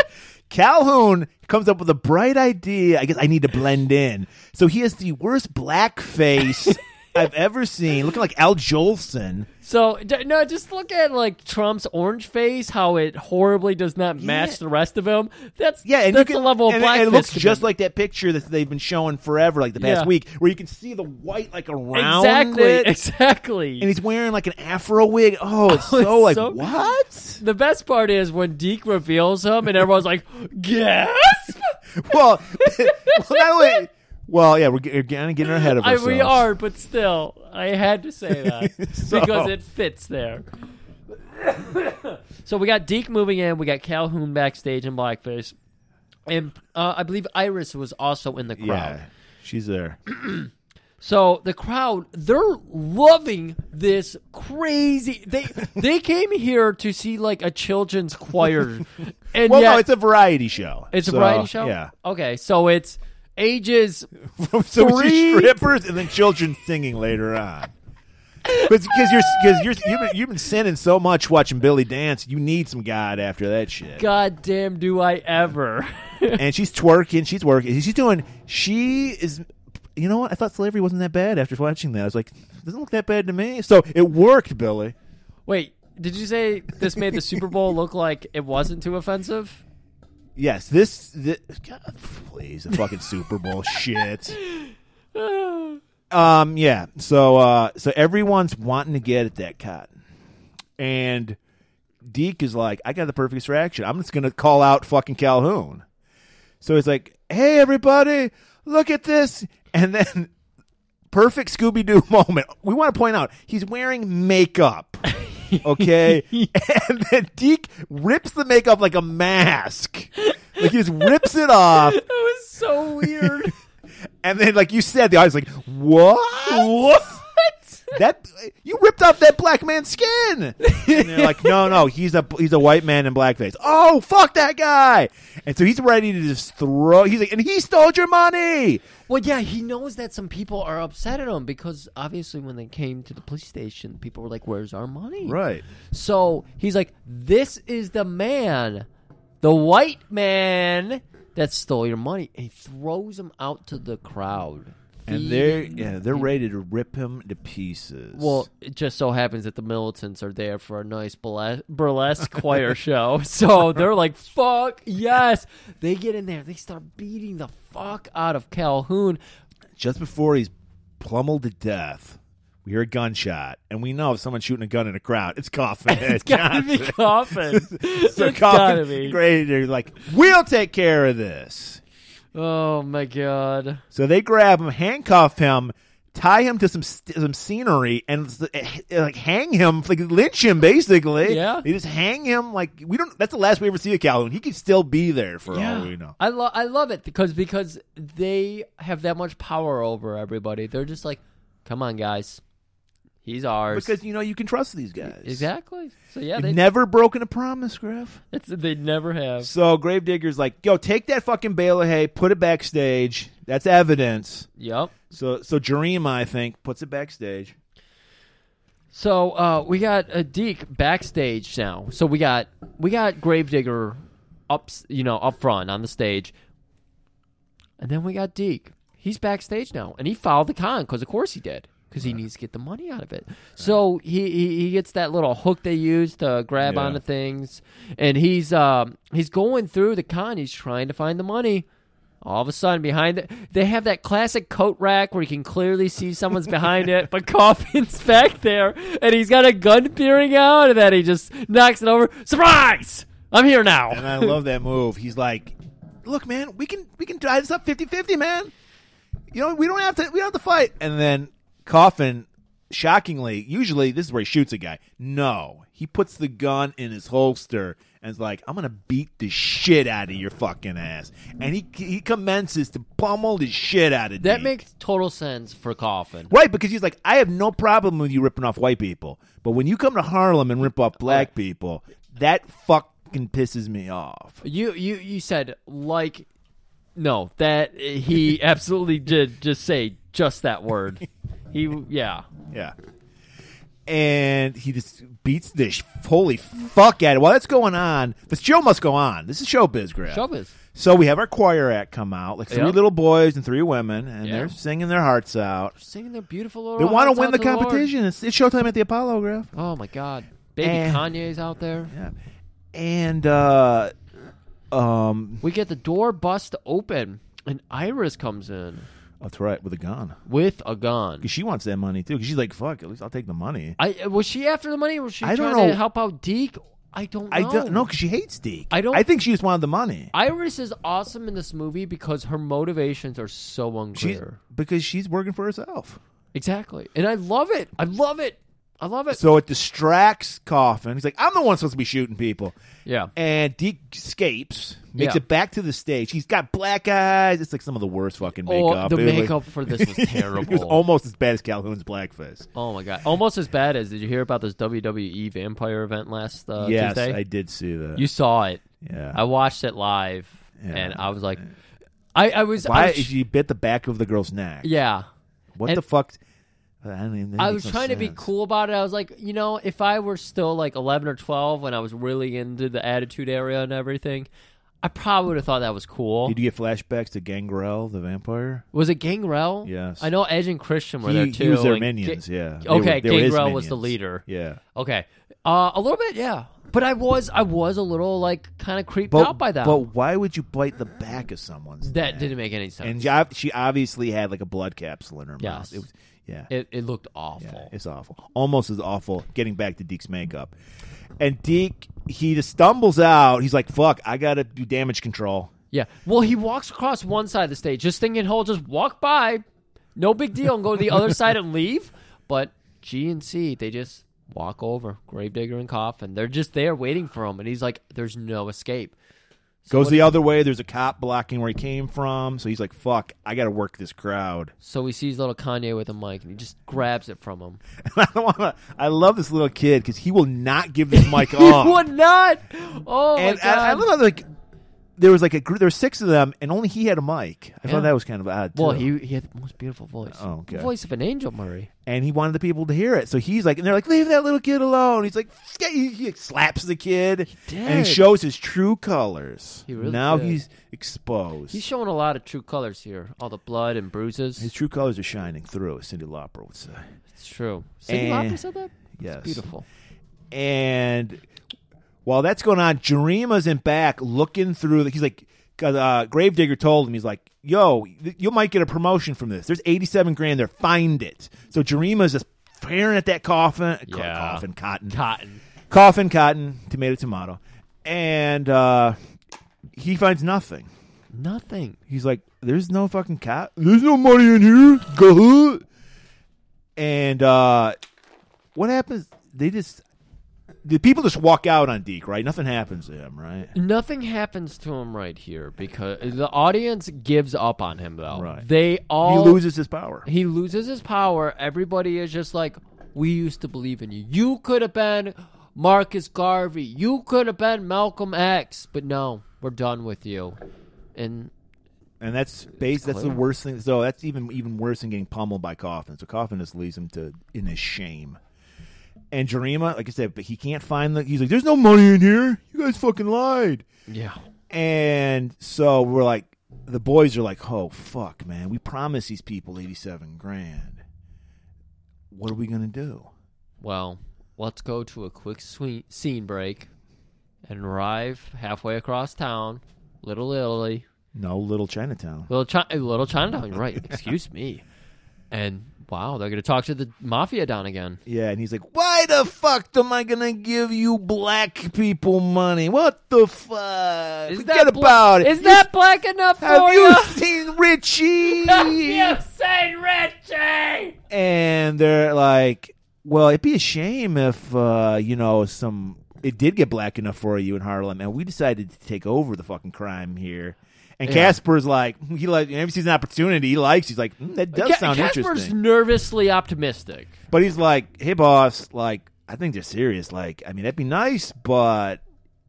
[SPEAKER 3] Calhoun comes up with a bright idea. I guess I need to blend in. So he has the worst blackface I've ever seen, looking like Al Jolson.
[SPEAKER 2] so d- no, just look at like Trump's orange face, how it horribly does not match
[SPEAKER 3] Yeah.
[SPEAKER 2] the rest of him. That's
[SPEAKER 3] Yeah, and
[SPEAKER 2] that's
[SPEAKER 3] you can,
[SPEAKER 2] the level of
[SPEAKER 3] and,
[SPEAKER 2] blackface.
[SPEAKER 3] and it looks
[SPEAKER 2] to
[SPEAKER 3] just
[SPEAKER 2] me.
[SPEAKER 3] like that picture that they've been showing forever, like the past
[SPEAKER 2] Yeah.
[SPEAKER 3] week, where you can see the white like around
[SPEAKER 2] exactly,
[SPEAKER 3] it,
[SPEAKER 2] exactly.
[SPEAKER 3] and he's wearing like an afro wig. Oh, it's so
[SPEAKER 2] it's
[SPEAKER 3] like
[SPEAKER 2] so-
[SPEAKER 3] what?
[SPEAKER 2] the best part is when Deke reveals him, and everyone's like, "Gasp!"
[SPEAKER 3] well, well, not only, well, yeah, we're, g- we're kind of getting ahead of
[SPEAKER 2] I,
[SPEAKER 3] ourselves.
[SPEAKER 2] we are, but still, I had to say that
[SPEAKER 3] So-
[SPEAKER 2] because it fits there. so we got Deke moving in. We got Calhoun backstage in blackface, and uh, I believe Iris was also in the crowd.
[SPEAKER 3] Yeah, she's there.
[SPEAKER 2] So the crowd, they're loving this crazy. They they came here to see like a children's choir, and
[SPEAKER 3] Well,
[SPEAKER 2] yet,
[SPEAKER 3] no, it's a variety show.
[SPEAKER 2] it's a
[SPEAKER 3] So,
[SPEAKER 2] variety show.
[SPEAKER 3] Yeah.
[SPEAKER 2] Okay, so it's ages
[SPEAKER 3] so we see
[SPEAKER 2] Three-
[SPEAKER 3] strippers and then children singing later on. Because you're because you're you've been, you've been sinning so much watching Billy dance, you need some God after that shit.
[SPEAKER 2] God damn, do I ever?
[SPEAKER 3] And she's twerking, she's working, she's doing. She is. You know what? I thought slavery wasn't that bad after watching that. I was like, doesn't look that bad to me. So it worked, Billy.
[SPEAKER 2] Wait, did you say this made the Super Bowl look like it wasn't too offensive?
[SPEAKER 3] Yes, this. this God, please, the fucking Super Bowl shit. Um, yeah. So, uh, so everyone's wanting to get at that cotton, and Deke is like, "I got the perfect distraction. I'm just gonna call out fucking Calhoun." So he's like, "Hey, everybody, look at this!" And then, perfect Scooby Doo moment. We want to point out he's wearing makeup. Okay, and then Deke rips the makeup like a mask. Like he just rips it off,
[SPEAKER 2] That was so weird.
[SPEAKER 3] and then, like you said, the audience like, "What?
[SPEAKER 2] what?
[SPEAKER 3] that you ripped off that black man's skin. And they're like, no, no, he's a he's a white man in blackface. Oh, fuck that guy! And so he's ready to just throw. He's like, and he stole your money.
[SPEAKER 2] Well, yeah, he knows that some people are upset at him because obviously when they came to the police station, people were like, "Where's our money?" So he's like, "This is the man, the white man that stole your money," and he throws him out to the crowd.
[SPEAKER 3] And
[SPEAKER 2] The-
[SPEAKER 3] they're yeah, they're ready to rip him to pieces.
[SPEAKER 2] Well, it just so happens that the militants are there for a nice burles- burlesque choir show. So they're like, fuck, yes. They get in there. They start beating the fuck out of Calhoun.
[SPEAKER 3] just before he's plummeled to death, we hear a gunshot, and we know if someone's shooting a gun in a crowd, it's Coffin.
[SPEAKER 2] It's gotta be Coffin. It's
[SPEAKER 3] so
[SPEAKER 2] gotta
[SPEAKER 3] Coffin,
[SPEAKER 2] be.
[SPEAKER 3] great. They're like, we'll take care of this.
[SPEAKER 2] Oh my god.
[SPEAKER 3] So they grab him, handcuff him, tie him to some st- some scenery, and s- eh, eh, like hang him, like lynch him, basically.
[SPEAKER 2] Yeah.
[SPEAKER 3] they just hang him. Like we don't. That's the last we ever see of Calhoun. He could still be there for all we know.
[SPEAKER 2] I love I love it because because they have that much power over everybody. They're just like, come on guys. He's ours.
[SPEAKER 3] because you know you can trust these guys.
[SPEAKER 2] exactly. So yeah,
[SPEAKER 3] They've
[SPEAKER 2] they
[SPEAKER 3] never broken a promise, Griff.
[SPEAKER 2] it's, they never have.
[SPEAKER 3] So Gravedigger's like, yo, take that fucking bale of hay, put it backstage. That's evidence.
[SPEAKER 2] Yep.
[SPEAKER 3] So so Jareem, I think, puts it backstage.
[SPEAKER 2] So uh, we got a Deke backstage now. So we got we got Gravedigger up, you know, up front on the stage, and then we got Deke. He's backstage now, and he fouled the con because, of course, he did because he needs to get the money out of it. So he, he he gets that little hook they use to grab
[SPEAKER 3] Yeah.
[SPEAKER 2] onto things, and he's um he's going through the con. He's trying to find the money. All of a sudden, behind it, they have that classic coat rack where you can clearly see someone's behind it, but Coffin's back there, and he's got a gun peering out, and then he just knocks it over. Surprise! I'm here
[SPEAKER 3] And
[SPEAKER 2] now.
[SPEAKER 3] I love that move. He's like, Look, man, we can we can tie this up 50-50, man. You know, we don't have to we don't have to fight. And then Coffin, shockingly, usually this is where he shoots a guy. No. He puts the gun in his holster and is like, I'm gonna beat the shit out of your fucking ass. And he he commences to pummel the shit out of
[SPEAKER 2] That
[SPEAKER 3] Deke.
[SPEAKER 2] makes total sense for Coffin.
[SPEAKER 3] Right, because he's like, I have no problem with you ripping off white people, but when you come to Harlem and rip off black people, that fucking pisses me off.
[SPEAKER 2] You you you said like no that he absolutely did just say just that word. He yeah
[SPEAKER 3] Yeah. And he just beats the sh- holy fuck out of While that's going on, the show must go on. This is showbiz, Griff.
[SPEAKER 2] showbiz.
[SPEAKER 3] So we have our choir act come out, like three
[SPEAKER 2] Yeah.
[SPEAKER 3] little boys and three women, and
[SPEAKER 2] Yeah.
[SPEAKER 3] they're singing their hearts out.
[SPEAKER 2] Singing their beautiful little.
[SPEAKER 3] They want
[SPEAKER 2] hearts
[SPEAKER 3] to win
[SPEAKER 2] out
[SPEAKER 3] the
[SPEAKER 2] Lord.
[SPEAKER 3] competition. It's, it's showtime at the Apollo, Griff.
[SPEAKER 2] Oh my God, baby
[SPEAKER 3] Eh.
[SPEAKER 2] Kanye's out there.
[SPEAKER 3] Yeah. And, uh, um,
[SPEAKER 2] We get the door bust open, and Iris comes in
[SPEAKER 3] that's right, with a gun.
[SPEAKER 2] with a gun.
[SPEAKER 3] Because she wants that money too. 'cause she's like, "Fuck, at least I'll take the money."
[SPEAKER 2] I was she after the money? Or was she
[SPEAKER 3] I don't
[SPEAKER 2] trying
[SPEAKER 3] know.
[SPEAKER 2] to help out Deke? I don't. know.
[SPEAKER 3] I don't know because she hates Deke.
[SPEAKER 2] I don't-
[SPEAKER 3] I think she just wanted the money.
[SPEAKER 2] Iris is awesome in this movie because her motivations are so
[SPEAKER 3] She's
[SPEAKER 2] unclear.
[SPEAKER 3] because she's working for herself.
[SPEAKER 2] exactly, and I love it. I love it. I love it.
[SPEAKER 3] So it distracts Coffin. He's like, "I'm the one supposed to be shooting people."
[SPEAKER 2] yeah.
[SPEAKER 3] And Deke escapes, makes
[SPEAKER 2] Yeah.
[SPEAKER 3] it back to the stage. He's got black eyes. It's like some of the worst fucking
[SPEAKER 2] Oh,
[SPEAKER 3] makeup.
[SPEAKER 2] the
[SPEAKER 3] It was like-
[SPEAKER 2] makeup for this was
[SPEAKER 3] it was
[SPEAKER 2] terrible.
[SPEAKER 3] almost as bad as Calhoun's blackface.
[SPEAKER 2] oh my god, almost as bad as. Did you hear about this WWE vampire event last uh,
[SPEAKER 3] yes,
[SPEAKER 2] Tuesday?
[SPEAKER 3] I did see that.
[SPEAKER 2] You saw it.
[SPEAKER 3] yeah.
[SPEAKER 2] I watched it live,
[SPEAKER 3] Yeah.
[SPEAKER 2] and I was like, I, I was, I
[SPEAKER 3] Why?
[SPEAKER 2] was-
[SPEAKER 3] she bit the back of the girl's neck.
[SPEAKER 2] yeah.
[SPEAKER 3] What
[SPEAKER 2] and-
[SPEAKER 3] the fuck? I, don't even, that
[SPEAKER 2] I
[SPEAKER 3] makes
[SPEAKER 2] was
[SPEAKER 3] no
[SPEAKER 2] trying to be
[SPEAKER 3] sense.
[SPEAKER 2] cool about it. I was like, you know, if I were still like 11 or 12 when I was really into the attitude area and everything, I probably would have thought that was cool.
[SPEAKER 3] Did you get flashbacks to Gangrel the vampire?
[SPEAKER 2] Was it Gangrel?
[SPEAKER 3] Yes.
[SPEAKER 2] I know Edge and Christian were
[SPEAKER 3] He-
[SPEAKER 2] there
[SPEAKER 3] he
[SPEAKER 2] too.
[SPEAKER 3] was their
[SPEAKER 2] and Ga-
[SPEAKER 3] minions, yeah. They
[SPEAKER 2] Okay,
[SPEAKER 3] were- they were his
[SPEAKER 2] Gangrel was the
[SPEAKER 3] minions.
[SPEAKER 2] leader.
[SPEAKER 3] Yeah.
[SPEAKER 2] Okay. Uh, a little bit, yeah. But I was, I was a little like kind of creeped out by that.
[SPEAKER 3] But why would you bite the back of someone's?
[SPEAKER 2] that
[SPEAKER 3] neck?
[SPEAKER 2] didn't make any sense.
[SPEAKER 3] And she ob- she obviously had like a blood capsule in her
[SPEAKER 2] Yes.
[SPEAKER 3] mouth. It was, yeah.
[SPEAKER 2] it, it looked
[SPEAKER 3] yeah,
[SPEAKER 2] awful.
[SPEAKER 3] It's awful. Almost as awful. Getting back to Deke's makeup, and Deke he just stumbles out. He's like, "Fuck, I gotta do damage control."
[SPEAKER 2] Yeah. Well, he walks across one side of the stage, just thinking he'll just walk by, no big deal, and go to the other side and leave. But G and C, they just walk over Gravedigger and Coffin. They're just there waiting for him, and he's like, "There's no escape."
[SPEAKER 3] Goes the other way. There's a cop blocking where he came from. So he's like, "Fuck, I gotta work this crowd."
[SPEAKER 2] So he sees little Kanye with a mic, and he just grabs it from him.
[SPEAKER 3] I don't wanna. I love this little kid because he will not give this mic
[SPEAKER 2] He
[SPEAKER 3] off.
[SPEAKER 2] would not. Oh
[SPEAKER 3] and
[SPEAKER 2] my god.
[SPEAKER 3] I, I love how like there was like a group. There were six of them, and only he had a mic. I
[SPEAKER 2] Yeah.
[SPEAKER 3] thought that was kind of odd.
[SPEAKER 2] well,
[SPEAKER 3] too.
[SPEAKER 2] he, he had the most beautiful voice.
[SPEAKER 3] Oh, okay.
[SPEAKER 2] The voice of an angel, Murray.
[SPEAKER 3] and he wanted the people to hear it. So he's like, and they're like, leave that little kid alone. He's like, "Sca-" he, he slaps the kid, and
[SPEAKER 2] did.
[SPEAKER 3] he shows his true colors.
[SPEAKER 2] He really
[SPEAKER 3] now
[SPEAKER 2] did.
[SPEAKER 3] he's exposed.
[SPEAKER 2] He's showing a lot of true colors here. All the blood and bruises.
[SPEAKER 3] his true colors are shining through, as Cindy Lauper would say.
[SPEAKER 2] It's true. Cindy
[SPEAKER 3] And-
[SPEAKER 2] Lauper said that.
[SPEAKER 3] Eh. Yes,
[SPEAKER 2] It's beautiful.
[SPEAKER 3] And while that's going on, Jerima's in back looking through. The, he's like, 'cause, uh, Gravedigger told him, he's like, yo, th- you might get a promotion from this. There's 87 grand there. Find it. So Jerima's just staring at that coffin, co-
[SPEAKER 2] Yeah.
[SPEAKER 3] coffin, cotton,
[SPEAKER 2] Cotton.
[SPEAKER 3] coffin, cotton, tomato, tomato. And uh, he finds nothing.
[SPEAKER 2] Nothing.
[SPEAKER 3] He's like, there's no fucking cat. There's no money in here. Go. And uh, what happens? They just the people just walk out on Deke, right? Nothing happens to him, right?
[SPEAKER 2] Nothing happens to him right here because the audience gives up on him though.
[SPEAKER 3] Right.
[SPEAKER 2] They all
[SPEAKER 3] he loses his power.
[SPEAKER 2] he loses his power. Everybody is just like, we used to believe in you. You could have been Marcus Garvey. You could have been Malcolm X. But no, we're done with you. And
[SPEAKER 3] and that's base. That's the
[SPEAKER 2] clear.
[SPEAKER 3] worst thing. So that's even even worse than getting pummeled by Coffin. So Coffin just leaves him to in his shame. And Jarema, like I said, but he can't find the. He's like, "There's no money in here. You guys fucking lied."
[SPEAKER 2] yeah,
[SPEAKER 3] And so we're like, the boys are like, "Oh fuck, man. We promised these people eighty-seven grand. What are we gonna do?"
[SPEAKER 2] well, let's go to a quick swe- scene break and arrive halfway across town, Little Italy,
[SPEAKER 3] No, little Chinatown.
[SPEAKER 2] Little Chi- Little Chinatown. You're right. Excuse me. And wow, they're gonna talk to the mafia down again.
[SPEAKER 3] Yeah, and he's like, "Why the fuck am I gonna give you black people money? What the fuck?
[SPEAKER 2] Is
[SPEAKER 3] Forget
[SPEAKER 2] that bla-
[SPEAKER 3] about it.
[SPEAKER 2] Is
[SPEAKER 3] You
[SPEAKER 2] that black enough
[SPEAKER 3] Have
[SPEAKER 2] for
[SPEAKER 3] you
[SPEAKER 2] you?
[SPEAKER 3] seen Richie?
[SPEAKER 2] say Richie?
[SPEAKER 3] And they're like, well, it'd be a shame if, uh, you know, some. It did get black enough for you in Harlem, and we decided to take over the fucking crime here. And
[SPEAKER 2] Yeah.
[SPEAKER 3] Casper's like, he like, whenever he sees an opportunity, he likes. He's like, mm, that does
[SPEAKER 2] Ca-
[SPEAKER 3] sound
[SPEAKER 2] Casper's
[SPEAKER 3] interesting.
[SPEAKER 2] nervously optimistic.
[SPEAKER 3] But he's like, hey, boss, like, I think they're serious. Like, I mean, that'd be nice, but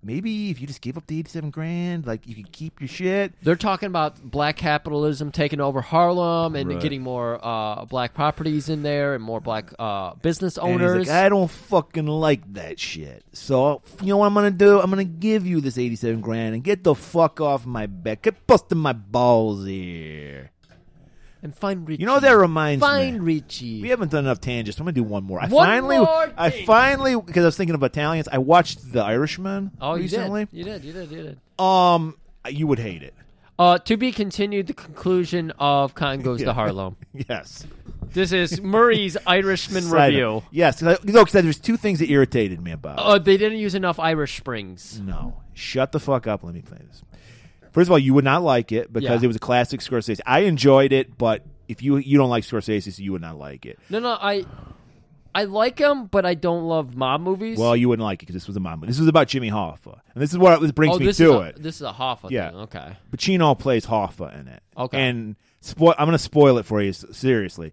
[SPEAKER 3] maybe if you just gave up the eighty-seven grand, like, you could keep your shit.
[SPEAKER 2] They're talking about black capitalism taking over Harlem and
[SPEAKER 3] Right.
[SPEAKER 2] getting more uh, black properties in there and more black uh, business
[SPEAKER 3] And he's like,
[SPEAKER 2] owners.
[SPEAKER 3] I don't fucking like that shit. So you know what I'm gonna do? I'm gonna give you this 87 grand and get the fuck off my back. Get busting my balls here.
[SPEAKER 2] and find Richie.
[SPEAKER 3] You know what that reminds
[SPEAKER 2] Find
[SPEAKER 3] me?
[SPEAKER 2] Richie.
[SPEAKER 3] We haven't done enough tangents. I'm gonna do one more. I
[SPEAKER 2] One
[SPEAKER 3] finally,
[SPEAKER 2] more
[SPEAKER 3] I
[SPEAKER 2] thing.
[SPEAKER 3] finally, because I was thinking of Italians. I watched The Irishman
[SPEAKER 2] oh, you
[SPEAKER 3] recently.
[SPEAKER 2] did. You did. You did. You did.
[SPEAKER 3] Um, you would hate it.
[SPEAKER 2] Uh, to be continued. The conclusion of Con Goes
[SPEAKER 3] Yeah.
[SPEAKER 2] to Harlem.
[SPEAKER 3] Yes.
[SPEAKER 2] This is Murray's Irishman
[SPEAKER 3] Side
[SPEAKER 2] review.
[SPEAKER 3] note. Yes. 'cause I- No, because there's two things that irritated me about. it.
[SPEAKER 2] Uh, they didn't use enough Irish Springs.
[SPEAKER 3] No. Shut the fuck up. Let me play this. First of all, you would not like it because
[SPEAKER 2] Yeah.
[SPEAKER 3] it was a classic Scorsese. I enjoyed it, but if you you don't like Scorsese, so you would not like it.
[SPEAKER 2] No, no, I, I like him, but I don't love mob movies.
[SPEAKER 3] Well, you wouldn't like it because this was a mama. This was about Jimmy Hoffa, and this is what this brings
[SPEAKER 2] oh,
[SPEAKER 3] me
[SPEAKER 2] this
[SPEAKER 3] to
[SPEAKER 2] is a,
[SPEAKER 3] it.
[SPEAKER 2] This is a Hoffa
[SPEAKER 3] Yeah.
[SPEAKER 2] thing. Okay.
[SPEAKER 3] Pacino plays Hoffa in it.
[SPEAKER 2] Okay.
[SPEAKER 3] and spo- I'm going to spoil it for you s- seriously.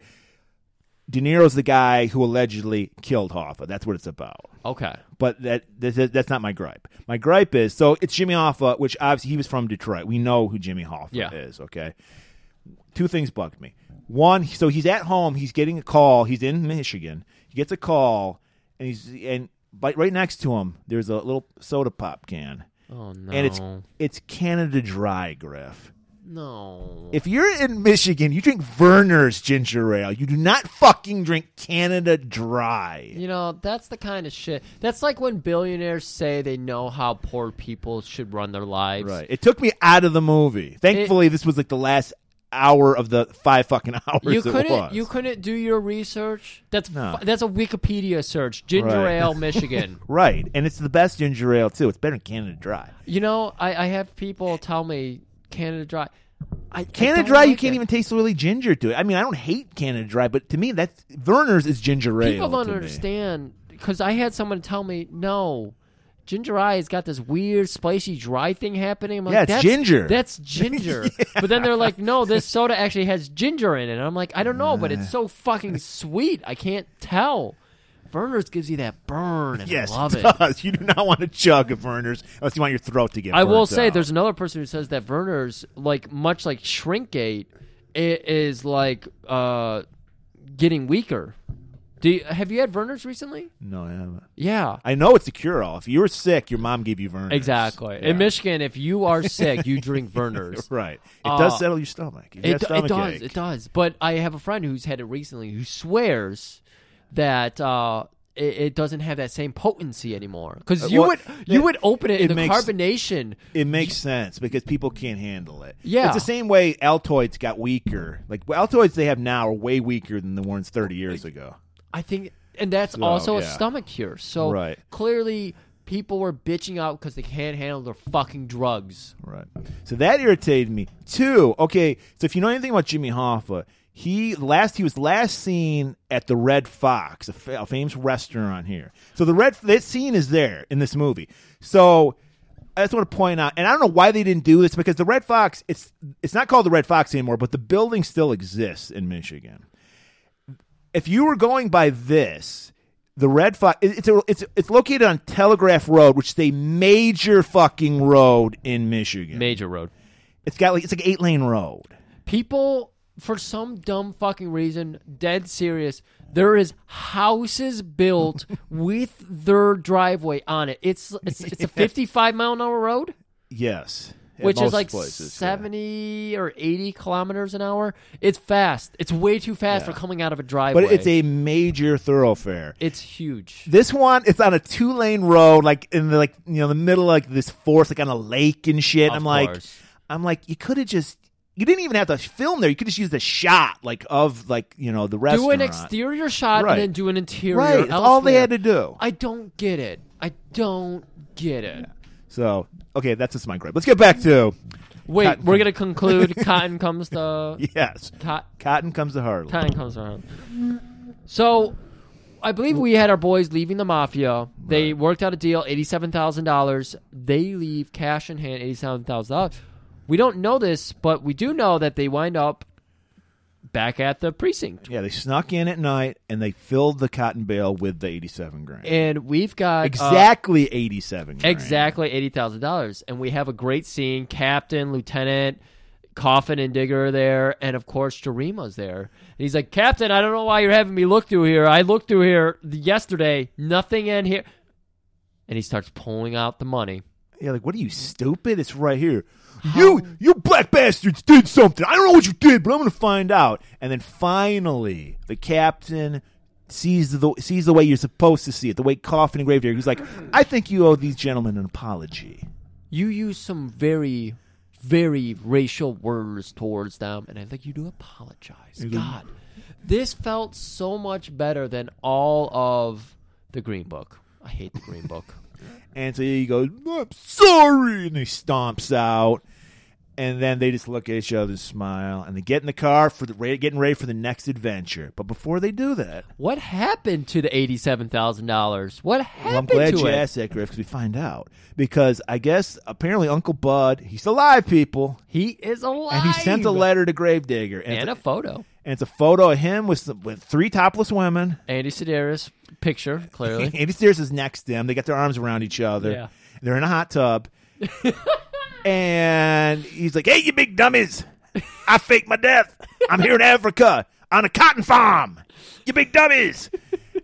[SPEAKER 3] De Niro's the guy who allegedly killed Hoffa. That's what it's about.
[SPEAKER 2] Okay.
[SPEAKER 3] but that, that, that- that's not my gripe. My gripe is so it's Jimmy Hoffa, which obviously he was from Detroit. We know who Jimmy Hoffa
[SPEAKER 2] Yeah.
[SPEAKER 3] is. Okay, two things bugged me. One, so he's at home. He's getting a call. He's in Michigan. He gets a call, and he's and but right next to him there's a little soda pop can,
[SPEAKER 2] Oh no.
[SPEAKER 3] and it's it's Canada Dry, Griff.
[SPEAKER 2] no.
[SPEAKER 3] If you're in Michigan, you drink Verner's ginger ale. You do not fucking drink Canada Dry.
[SPEAKER 2] you know, that's the kind of shit. That's like when billionaires say they know how poor people should run their lives.
[SPEAKER 3] Right. It took me out of the movie. Thankfully, this was like the last hour of the five fucking hours.
[SPEAKER 2] You
[SPEAKER 3] it
[SPEAKER 2] couldn't.
[SPEAKER 3] was.
[SPEAKER 2] You couldn't do your research. That's
[SPEAKER 3] No.
[SPEAKER 2] fu- that's a Wikipedia search. Ginger
[SPEAKER 3] Right.
[SPEAKER 2] ale, Michigan.
[SPEAKER 3] Right, and it's the best ginger ale too. It's better than Canada Dry.
[SPEAKER 2] you know, I, I have people tell me Canada Dry. I,
[SPEAKER 3] Canada
[SPEAKER 2] I don't
[SPEAKER 3] Dry, you
[SPEAKER 2] like
[SPEAKER 3] can't
[SPEAKER 2] it.
[SPEAKER 3] even taste really ginger to it. I mean, I don't hate Canada Dry, but to me, that's Verner's is ginger ale.
[SPEAKER 2] People don't
[SPEAKER 3] to me.
[SPEAKER 2] understand because I had someone tell me no. Ginger eye has got this weird spicy dry thing happening. I'm like,
[SPEAKER 3] Yeah, it's
[SPEAKER 2] that's,
[SPEAKER 3] ginger."
[SPEAKER 2] That's ginger. But then they're like, no, this soda actually has ginger in it. And I'm like, I don't know, but it's so fucking sweet. I can't tell. Verner's gives you that burn, and
[SPEAKER 3] Yes,
[SPEAKER 2] I love it.
[SPEAKER 3] it does. You do not want to chug a Verner's unless you want your throat to get.
[SPEAKER 2] I will
[SPEAKER 3] burnt
[SPEAKER 2] say,
[SPEAKER 3] out.
[SPEAKER 2] there's another person who says that Verner's, like much like Shrinkgate, it is like uh, getting weaker. Do you, have you had Verner's recently?
[SPEAKER 3] no. I, haven't.
[SPEAKER 2] Yeah.
[SPEAKER 3] I know it's a cure all. If you were sick, your mom gave you Verner's.
[SPEAKER 2] Exactly.
[SPEAKER 3] Yeah.
[SPEAKER 2] In Michigan, if you are sick, you drink Verner's.
[SPEAKER 3] Right. It
[SPEAKER 2] Uh,
[SPEAKER 3] does settle your stomach. If
[SPEAKER 2] It,
[SPEAKER 3] you have
[SPEAKER 2] d- it
[SPEAKER 3] stomach
[SPEAKER 2] does.
[SPEAKER 3] ache.
[SPEAKER 2] It does. But I have a friend who's had it recently who swears that uh, it, it doesn't have that same potency anymore. Because you
[SPEAKER 3] Uh, well,
[SPEAKER 2] would you
[SPEAKER 3] it-
[SPEAKER 2] would open it,
[SPEAKER 3] it
[SPEAKER 2] and the
[SPEAKER 3] makes-
[SPEAKER 2] carbonation.
[SPEAKER 3] It makes sense because people can't handle it.
[SPEAKER 2] Yeah.
[SPEAKER 3] it's the same way Altoids got weaker. Like well, Altoids they have now are way weaker than the ones thirty years ago.
[SPEAKER 2] I think, and that's
[SPEAKER 3] So,
[SPEAKER 2] also
[SPEAKER 3] Oh, yeah.
[SPEAKER 2] a stomach cure. So
[SPEAKER 3] Right.
[SPEAKER 2] clearly, people were bitching out because they can't handle their fucking drugs.
[SPEAKER 3] Right. So that irritated me too. Okay, so if you know anything about Jimmy Hoffa, he last he was last seen at the Red Fox, a, fa- a famous restaurant here. So the red that scene is there in this movie. So I just want to point out, and I don't know why they didn't do this because the Red Fox it's it's not called the Red Fox anymore, but the building still exists in Michigan. if you were going by this, the Red Fox it- it's a, it's it's located on Telegraph Road, which is a major fucking road in Michigan.
[SPEAKER 2] Major road.
[SPEAKER 3] It's got like it's like eight lane road.
[SPEAKER 2] People, for some dumb fucking reason, dead serious, there is houses built with their driveway on it. It's it's, it's a 55 mile an hour road,
[SPEAKER 3] Yes, At
[SPEAKER 2] which is
[SPEAKER 3] most
[SPEAKER 2] like
[SPEAKER 3] places, yeah.
[SPEAKER 2] 70 or 80 kilometers an hour. It's fast. It's way too fast for coming out of a driveway.
[SPEAKER 3] But it's a major thoroughfare.
[SPEAKER 2] it's huge.
[SPEAKER 3] This one, it's on a two lane road, like in the like you know the middle, of, like this forest, like on a lake and shit.
[SPEAKER 2] Of
[SPEAKER 3] I'm like,
[SPEAKER 2] course.
[SPEAKER 3] I'm like, you could have just, you didn't even have to film there. You could just use the shot, like of like you know the
[SPEAKER 2] Do
[SPEAKER 3] restaurant.
[SPEAKER 2] an exterior shot
[SPEAKER 3] Right.
[SPEAKER 2] and then do an interior.
[SPEAKER 3] right? That's all they
[SPEAKER 2] elsewhere.
[SPEAKER 3] had to do.
[SPEAKER 2] I don't get it. I don't get it.
[SPEAKER 3] So okay, that's just my gripe. Let's get back to
[SPEAKER 2] Wait,
[SPEAKER 3] Cotton
[SPEAKER 2] we're
[SPEAKER 3] come-
[SPEAKER 2] gonna conclude. Cotton comes to
[SPEAKER 3] yes.
[SPEAKER 2] cot,
[SPEAKER 3] Cotton comes to Harlem.
[SPEAKER 2] Cotton comes around. So, I believe we had our boys leaving the mafia. They worked out a deal, eighty-seven thousand dollars. They leave cash in hand, eighty-seven thousand dollars. We don't know this, but we do know that they wind up back at the precinct,
[SPEAKER 3] Yeah, they snuck in at night and they filled the cotton bale with the eighty-seven grand.
[SPEAKER 2] and we've got uh,
[SPEAKER 3] exactly eighty-seven. Grand.
[SPEAKER 2] Exactly eighty thousand dollars, and we have a great scene. Captain, Lieutenant, Coffin, and Digger are there, and of course Jarima's there. And he's like, Captain, I don't know why you're having me look through here. I looked through here yesterday, nothing in here. And he starts pulling out the money.
[SPEAKER 3] Yeah, like what are you stupid? It's right here. You you black bastards did something. I don't know what you did, but I'm gonna find out. And then finally, the captain sees the sees the way you're supposed to see it, the way Coffin and Gravedigger. He's like, I think you owe these gentlemen an apology.
[SPEAKER 2] You use some very, very racial words towards them, and I think you do apologize. God, this felt so much better than all of the Green Book. I hate the Green Book.
[SPEAKER 3] And so he goes, I'm sorry, and he stomps out. And then they just look at each other, and smile, and they get in the car for the re- getting ready for the next adventure. But before they do that,
[SPEAKER 2] What happened to the eighty-seven thousand dollars? What happened
[SPEAKER 3] Well, I'm glad
[SPEAKER 2] to
[SPEAKER 3] you
[SPEAKER 2] it?
[SPEAKER 3] asked that, Griff, because we find out. Because I guess apparently Uncle Bud, he's alive, people,
[SPEAKER 2] He is alive.
[SPEAKER 3] and he sent a letter to Gravedigger, and,
[SPEAKER 2] and a
[SPEAKER 3] it's,
[SPEAKER 2] photo.
[SPEAKER 3] and it's a photo of him with some, with three topless women.
[SPEAKER 2] Andy Sedaris picture clearly.
[SPEAKER 3] Andy Sears is next to them. They got their arms around each other.
[SPEAKER 2] Yeah.
[SPEAKER 3] They're in a hot tub, and he's like, "Hey, you big dummies! I faked my death. I'm here in Africa on a cotton farm. You big dummies!"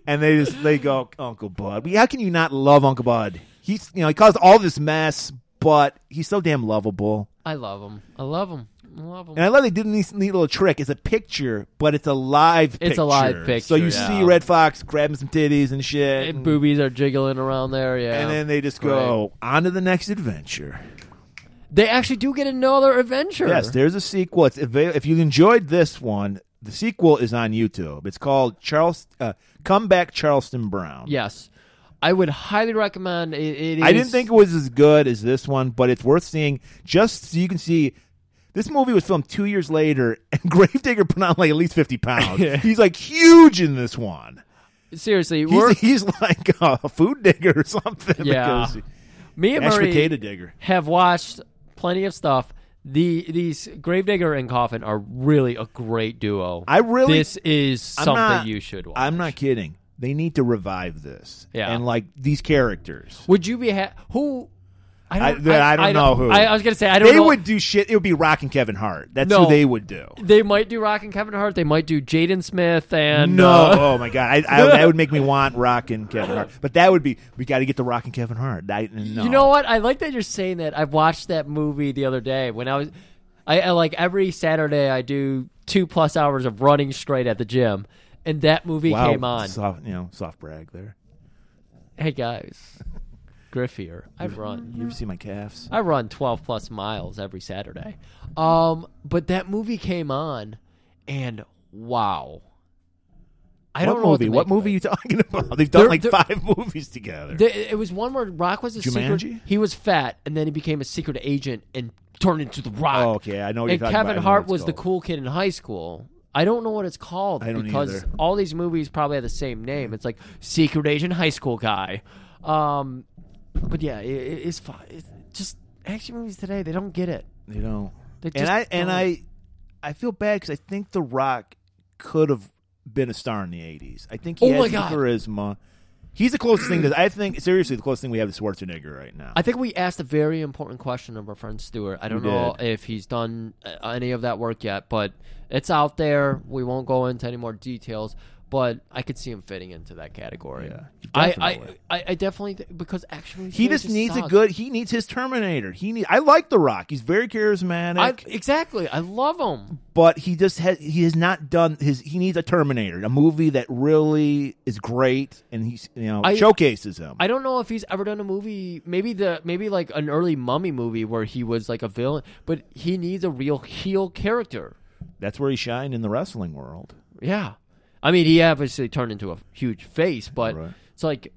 [SPEAKER 3] And they just they go, "Uncle Bud, how can you not love Uncle Bud? He's you know he caused all this mess, but he's so damn lovable."
[SPEAKER 2] I love him. I love him. I love him.
[SPEAKER 3] And I love they did a neat, neat little trick. It's a picture, but it's a live.
[SPEAKER 2] It's a live
[SPEAKER 3] So you
[SPEAKER 2] picture,
[SPEAKER 3] see
[SPEAKER 2] yeah.
[SPEAKER 3] Red Fox grabbing some titties and shit.
[SPEAKER 2] And
[SPEAKER 3] and-
[SPEAKER 2] boobies are jiggling around there. Yeah.
[SPEAKER 3] and then they just
[SPEAKER 2] Great.
[SPEAKER 3] go on to the next adventure.
[SPEAKER 2] They actually do get another adventure.
[SPEAKER 3] Yes, there's a sequel. It's avail- if you enjoyed this one, the sequel is on YouTube. It's called Charles uh, Come Back Charleston Brown.
[SPEAKER 2] Yes. I would highly recommend. It, it
[SPEAKER 3] I
[SPEAKER 2] is-
[SPEAKER 3] didn't think it was as good as this one, but it's worth seeing just so you can see. This movie was filmed two years later, and Gravedigger put on like at least fifty pounds. He's like huge in this one.
[SPEAKER 2] seriously. We're,
[SPEAKER 3] He's, he's like a food digger or something.
[SPEAKER 2] Yeah.
[SPEAKER 3] because-
[SPEAKER 2] me and
[SPEAKER 3] mashed
[SPEAKER 2] Murray
[SPEAKER 3] potato digger.
[SPEAKER 2] have watched plenty of stuff. The these Gravedigger and Coffin are really a great duo.
[SPEAKER 3] I really-
[SPEAKER 2] this is
[SPEAKER 3] I'm
[SPEAKER 2] something
[SPEAKER 3] not-
[SPEAKER 2] you should watch.
[SPEAKER 3] I'm not kidding. They need to revive this.
[SPEAKER 2] Yeah.
[SPEAKER 3] And like these characters.
[SPEAKER 2] Would you be ha- who?
[SPEAKER 3] I, that- I don't know who.
[SPEAKER 2] I, I was gonna say I don't.
[SPEAKER 3] They
[SPEAKER 2] know.
[SPEAKER 3] would do shit. It would be Rock and Kevin Hart. That's
[SPEAKER 2] No.
[SPEAKER 3] who they would do.
[SPEAKER 2] They might do Rock and Kevin Hart. They might do Jaden Smith and
[SPEAKER 3] No,
[SPEAKER 2] uh,
[SPEAKER 3] oh my god, I, I, that would make me want Rock and Kevin Hart. But that would be we got to get the Rock and Kevin Hart. I, no.
[SPEAKER 2] You know what? I like that you're saying that. I watched that movie the other day when I was, I, I like every Saturday I do two plus hours of running straight at the gym, and that movie
[SPEAKER 3] Wow,
[SPEAKER 2] came on.
[SPEAKER 3] Soft, you know, soft brag there.
[SPEAKER 2] Hey guys, Griff here. I've run.
[SPEAKER 3] You ever see my calves?
[SPEAKER 2] I run 12 plus miles every Saturday. Um, but that movie came on, and wow. I
[SPEAKER 3] what
[SPEAKER 2] don't know
[SPEAKER 3] movie?
[SPEAKER 2] What,
[SPEAKER 3] What
[SPEAKER 2] to make of
[SPEAKER 3] movie
[SPEAKER 2] it.
[SPEAKER 3] are you talking about? They've done
[SPEAKER 2] They're-
[SPEAKER 3] like
[SPEAKER 2] they're-
[SPEAKER 3] five movies together.
[SPEAKER 2] There- it was one where Rock was a secret.
[SPEAKER 3] Jumanji?
[SPEAKER 2] He was fat, and then he became a secret agent and turned into the Rock.
[SPEAKER 3] Oh, okay, I know what
[SPEAKER 2] and
[SPEAKER 3] you're talking about. I
[SPEAKER 2] Kevin
[SPEAKER 3] know what
[SPEAKER 2] Hart
[SPEAKER 3] it's
[SPEAKER 2] was the
[SPEAKER 3] called.
[SPEAKER 2] cool kid in high school. I don't know what it's called
[SPEAKER 3] I don't
[SPEAKER 2] because
[SPEAKER 3] either.
[SPEAKER 2] all these movies probably have the same name. It's like Secret Agent High School Guy. Um, but yeah, it, it- it's fine. It's just action movies today they don't get it.
[SPEAKER 3] You know,
[SPEAKER 2] They
[SPEAKER 3] and
[SPEAKER 2] just
[SPEAKER 3] I and
[SPEAKER 2] don't.
[SPEAKER 3] I, I feel bad because I think The Rock could have been a star in the '80s. I think he
[SPEAKER 2] Oh
[SPEAKER 3] has
[SPEAKER 2] my
[SPEAKER 3] the
[SPEAKER 2] God.
[SPEAKER 3] charisma. He's the closest thing that I think. Seriously, the closest thing we have to Schwarzenegger right now.
[SPEAKER 2] I think we asked a very important question of our friend Stuart. I don't
[SPEAKER 3] We
[SPEAKER 2] know
[SPEAKER 3] did.
[SPEAKER 2] if he's done uh, any of that work yet, but it's out there. We won't go into any more details, but I could see him fitting into that category.
[SPEAKER 3] Yeah,
[SPEAKER 2] I, I,
[SPEAKER 3] definitely.
[SPEAKER 2] I, I definitely th- because actually
[SPEAKER 3] he just needs a
[SPEAKER 2] sucks.
[SPEAKER 3] good. He needs his Terminator. He need, I like The Rock. He's very charismatic,
[SPEAKER 2] I, exactly. I love him.
[SPEAKER 3] but he just has. He has not done his. He needs a Terminator, a movie that really is great and he's you know
[SPEAKER 2] I-
[SPEAKER 3] showcases him.
[SPEAKER 2] I don't know if he's ever done a movie. Maybe the maybe like an early Mummy movie where he was like a villain, but he needs a real heel character.
[SPEAKER 3] That's where he shined in the wrestling world.
[SPEAKER 2] Yeah. I mean, he obviously turned into a huge face, but
[SPEAKER 3] Right.
[SPEAKER 2] it's like,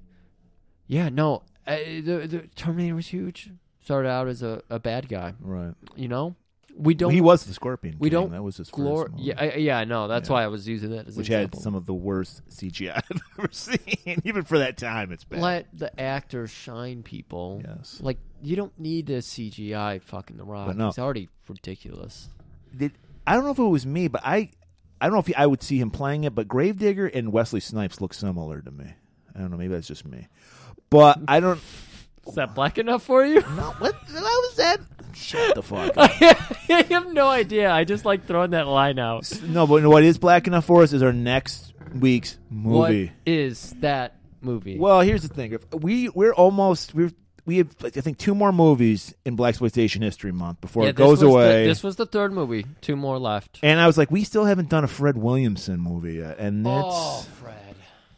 [SPEAKER 2] yeah, no, uh, the, the Terminator was huge. Started out as a, a bad guy,
[SPEAKER 3] Right.
[SPEAKER 2] you know. We don't.
[SPEAKER 3] he was the Scorpion.
[SPEAKER 2] we
[SPEAKER 3] King.
[SPEAKER 2] don't.
[SPEAKER 3] That was his
[SPEAKER 2] glor-
[SPEAKER 3] first movie.
[SPEAKER 2] Yeah, I, yeah, no, that's why I was using that as an
[SPEAKER 3] which had
[SPEAKER 2] example.
[SPEAKER 3] some of the worst CGI I've ever seen. Even for that time, it's bad.
[SPEAKER 2] Let the actors shine, people.
[SPEAKER 3] Yes.
[SPEAKER 2] Like you don't need the CGI fucking the Rock.
[SPEAKER 3] But no.
[SPEAKER 2] He's already ridiculous.
[SPEAKER 3] Did- I don't know if it was me, but I, I don't know if he, I would see him playing it. But Gravedigger and Wesley Snipes look similar to me. I don't know. Maybe that's just me. But I don't.
[SPEAKER 2] Is that black enough for you?
[SPEAKER 3] No, what? How was that? Shut the fuck up.
[SPEAKER 2] I have no idea. I just like throwing that line out.
[SPEAKER 3] no, but what is black enough for us is our next week's movie.
[SPEAKER 2] What is that movie?
[SPEAKER 3] Well, here's the thing: if we we're almost we're we have like, I think two more movies in Black Exploitation History Month before
[SPEAKER 2] Yeah,
[SPEAKER 3] it
[SPEAKER 2] this was
[SPEAKER 3] goes
[SPEAKER 2] the-
[SPEAKER 3] away.
[SPEAKER 2] this was the third movie. Two more left.
[SPEAKER 3] And I was like, we still haven't done a Fred Williamson movie yet, and that's.
[SPEAKER 2] Oh, Fred.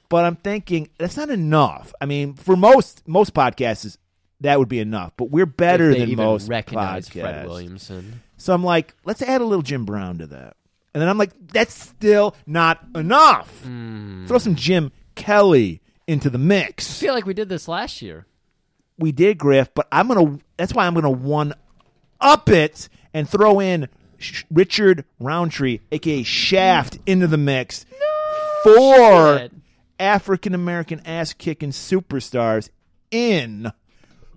[SPEAKER 3] But I'm thinking that's not enough. I mean, for most most podcasts, that would be enough. But we're better
[SPEAKER 2] If they
[SPEAKER 3] than
[SPEAKER 2] even
[SPEAKER 3] most
[SPEAKER 2] recognize
[SPEAKER 3] podcasts.
[SPEAKER 2] Fred Williamson.
[SPEAKER 3] So I'm like, let's add a little Jim Brown to that, and then I'm like, that's still not enough.
[SPEAKER 2] Hmm.
[SPEAKER 3] Throw some Jim Kelly into the mix.
[SPEAKER 2] I feel like we did this last year.
[SPEAKER 3] We did Griff, but I'm gonna. That's why I'm gonna one up it and throw in Sh- Richard Roundtree, aka Shaft, into the mix for
[SPEAKER 2] Shit.
[SPEAKER 3] African American ass kicking superstars in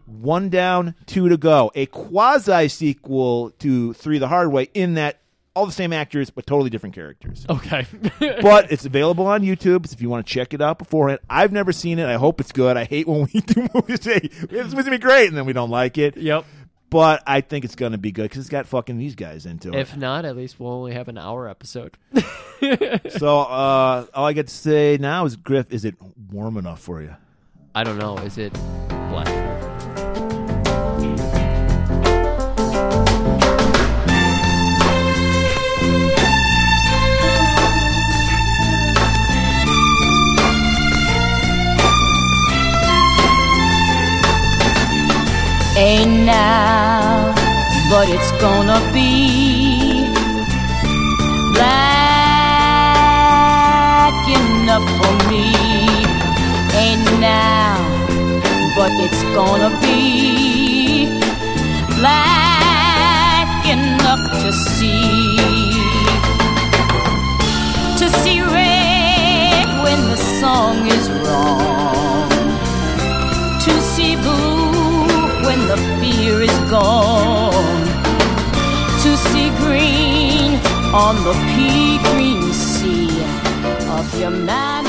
[SPEAKER 3] One Down, Two to Go, a quasi sequel to Three the Hard Way, in that all the same actors but totally different characters.
[SPEAKER 2] Okay.
[SPEAKER 3] But it's available on YouTube so if you want to check it out beforehand. I've never seen it. I hope it's good. I hate when we do movies. Hey, this is going to be great, and then we don't like it.
[SPEAKER 2] yep.
[SPEAKER 3] But I think it's going to be good because it's got fucking these guys into it.
[SPEAKER 2] If not, at least we'll only have an hour episode.
[SPEAKER 3] so uh, all I got to say now is, Griff, is it warm enough for you?
[SPEAKER 2] I don't know. Is it black?
[SPEAKER 8] Ain't now, but it's gonna be black enough for me. Ain't now, but it's gonna be black enough to see. To see red when the song is wrong to see blue when the fear is gone. To see green on the pea green sea of your man.